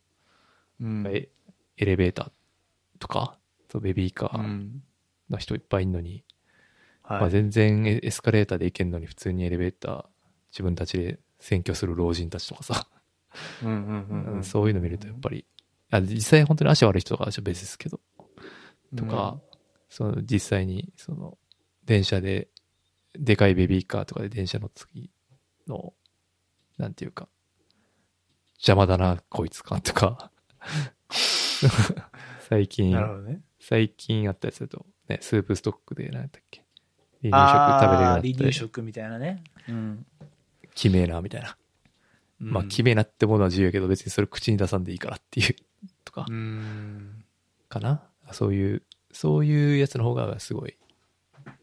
Speaker 3: うん
Speaker 2: えエレベーターとか、そうベビーカ
Speaker 3: う
Speaker 2: ー
Speaker 3: ん
Speaker 2: の人いっぱいいるのに、
Speaker 3: はい
Speaker 2: まあ、全然エエスカレーターで行けんのに普通にエレベーター自分たちで占拠する老人たちとかさ、
Speaker 3: うんうんうんう ん
Speaker 2: そういうの見るとやっぱりあ実際本当に足悪い人とかは別ですけどとか、その実際にその電車ででかいベビーカーとかで電車の次のなんていうか邪魔だなこいつかとか 最近
Speaker 3: なるほどね
Speaker 2: 最近あったやつだと、ね、スープストックで何やったっけ離乳食食べれるようにな
Speaker 3: あ
Speaker 2: っ
Speaker 3: あ
Speaker 2: たり
Speaker 3: 離乳食みたいなね、うん
Speaker 2: きめえなみたいな、まあきめえなってものは自由やけど別にそれ口に出さんでいいからっていうとか
Speaker 3: うん
Speaker 2: かな、そういうそういうやつの方がすごいなん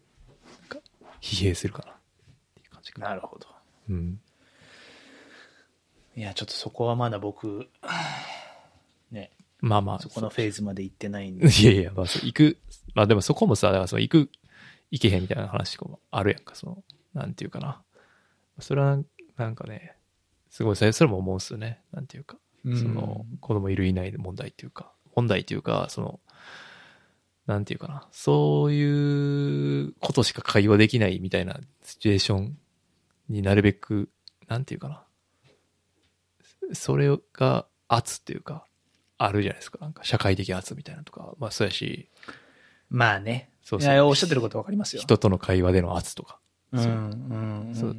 Speaker 2: か疲弊するかなっていう感じかな
Speaker 3: なるほど
Speaker 2: うん
Speaker 3: いやちょっとそこはまだ僕ね
Speaker 2: まあまあ
Speaker 3: そこのフェーズまで行ってないんで
Speaker 2: いやいや、まあ、そう行く、まあでもそこもさ、だからその行く、行けへんみたいな話とかもあるやんか、その、なんていうかな。それは、なんかね、すごい、それそれも思うんすよね。なんていうか、
Speaker 3: うん
Speaker 2: その、子供いるいないの問題っていうか、問題っていうか、その、なんていうかな、そういうことしか会話できないみたいなシチュエーションになるべく、なんていうかな、それが圧っていうか、あるじゃないですか。なんか社会的圧みたいなのとか、まあそうやし、
Speaker 3: まあね
Speaker 2: そう
Speaker 3: い
Speaker 2: そう
Speaker 3: やおっしゃってることわかりますよ
Speaker 2: 人との会話での圧とか。
Speaker 3: うん
Speaker 2: そう
Speaker 3: うんうん
Speaker 2: そう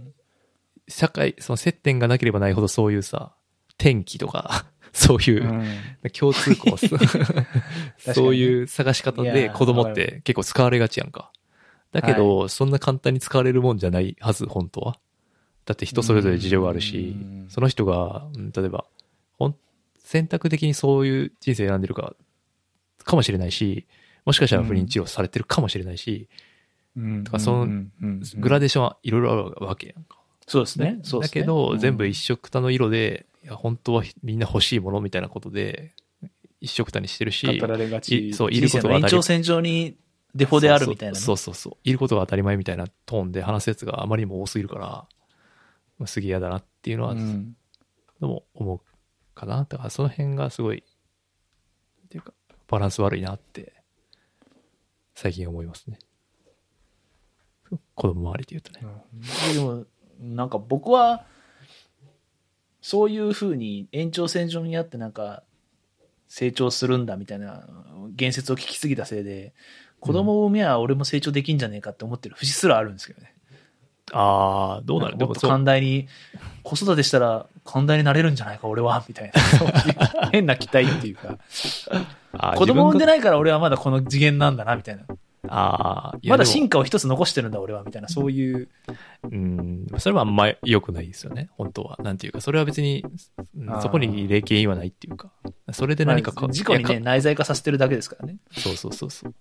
Speaker 2: 社会、その接点がなければないほどそういうさ、天気とか、 そういうう、
Speaker 3: ん
Speaker 2: 共通項、 そういう探し方
Speaker 3: い
Speaker 2: で
Speaker 3: やー
Speaker 2: 子供って結構使われがちやんか。だけど、そんな簡単に使われるもんじゃないはず、本当は。だって人それぞれ事情があるし
Speaker 3: うん、
Speaker 2: その人が、うん例えば、ほん選択的にそういう人生選んでるか、かもしれないし、もしかしたら不妊治療されてるかもしれないし、
Speaker 3: うん
Speaker 2: とかその
Speaker 3: うんうんうん
Speaker 2: グラデーションはいろいろあるわけやんか。
Speaker 3: そうですね
Speaker 2: ね。
Speaker 3: そう
Speaker 2: だ
Speaker 3: ですね
Speaker 2: けど、
Speaker 3: うん
Speaker 2: 全部一色たの色で、いや、本当はみんな欲しいものみたいなことで、一色たにしてるし、
Speaker 3: 語られがち。
Speaker 2: いそういることは
Speaker 3: 人生の延長線上にデフォであるみたいなね。
Speaker 2: そうそうそうそう。いることが当たり前みたいなトーンで話すやつがあまりにも多すぎるから、まあ、すげえ嫌だなっていうのは、
Speaker 3: うん
Speaker 2: でも思うかな。だからその辺がすごい、っていうか、バランス悪いなって、最近思いますね。子供周りで言うとね。
Speaker 3: でも、なんか僕は、そういうふうに延長線上にあってなんか、成長するんだみたいな言説を聞きすぎたせいで、子供を産みは俺も成長できんじゃねえかって思ってる節すらあるんですけどね。
Speaker 2: ああ、どうなる
Speaker 3: なんかもっと寛大に、子育てしたら寛大になれるんじゃないか俺は、みたいな。そ ういう変な期待っていうか。子供産んで
Speaker 2: い
Speaker 3: ないから俺はまだこの次元なんだな、みたいな。
Speaker 2: ああ、いや
Speaker 3: まだ
Speaker 2: でも
Speaker 3: 進化を一つ残してるんだ俺はみたいなそういう
Speaker 2: うん、それはあんま良くないですよね、本当は。なんていうか、それは別に、うん
Speaker 3: あー
Speaker 2: そこに霊系はないっていうか、それで何か
Speaker 3: まあ事故に
Speaker 2: いや
Speaker 3: ね内在化させてるだけですからね
Speaker 2: かそうそうそうそう。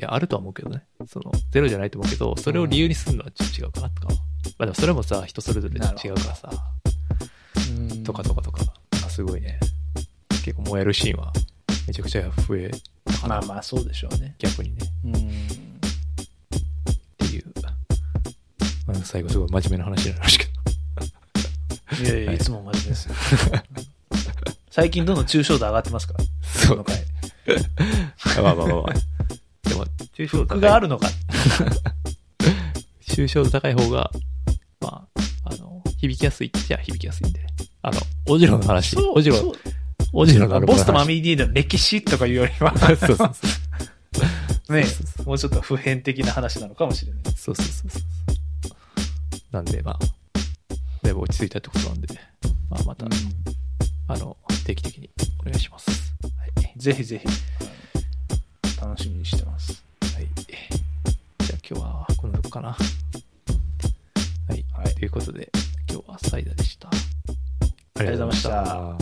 Speaker 2: いや、あるとは思うけどね。その、ゼロじゃないと思うけど、それを理由にするのはちょっと違うかなとか。あでもそれもさ、人それぞれ
Speaker 3: なるほど
Speaker 2: 違うからさ、
Speaker 3: うん
Speaker 2: とかとかとか、あすごいね。結構燃えるシーンはめちゃくちゃ増えたかな、
Speaker 3: まあまあそうでしょうね
Speaker 2: 逆にね。
Speaker 3: うん
Speaker 2: っていう。まあ最後すごい真面目な話になりましたけど。
Speaker 3: いやいや、
Speaker 2: はい
Speaker 3: い、つも真面目ですよ最近どんどん抽象度上がってますから
Speaker 2: そ
Speaker 3: この。回
Speaker 2: まあまあまあまあ。でも、抽象度
Speaker 3: 僕が
Speaker 2: 高
Speaker 3: あ
Speaker 2: い、
Speaker 3: るのか
Speaker 2: 抽象度高い方が、まあ、あの、響きやすいっちゃ響きやすいんで。あの、オジロの話。オジ
Speaker 3: そ
Speaker 2: ロ
Speaker 3: う、
Speaker 2: オジロのアルバ
Speaker 3: ボ
Speaker 2: ムの
Speaker 3: スとマ
Speaker 2: 話。
Speaker 3: ミーディーの歴史とかいうよりは
Speaker 2: そうそうそう。
Speaker 3: ねもうちょっと普遍的な話なのかもしれない
Speaker 2: そうそうそうそう。なんで、まあ、だいぶ落ち着いたってことなんで、まあ、また、あの、定期的にお願いします。はい。
Speaker 3: ぜひぜひあの楽しみにしてます
Speaker 2: はい。じゃあ今日はこのとこかな。はい。
Speaker 3: はい
Speaker 2: ということで、今日はサイダでした。あ
Speaker 3: りがとうございました
Speaker 2: りがとうございました。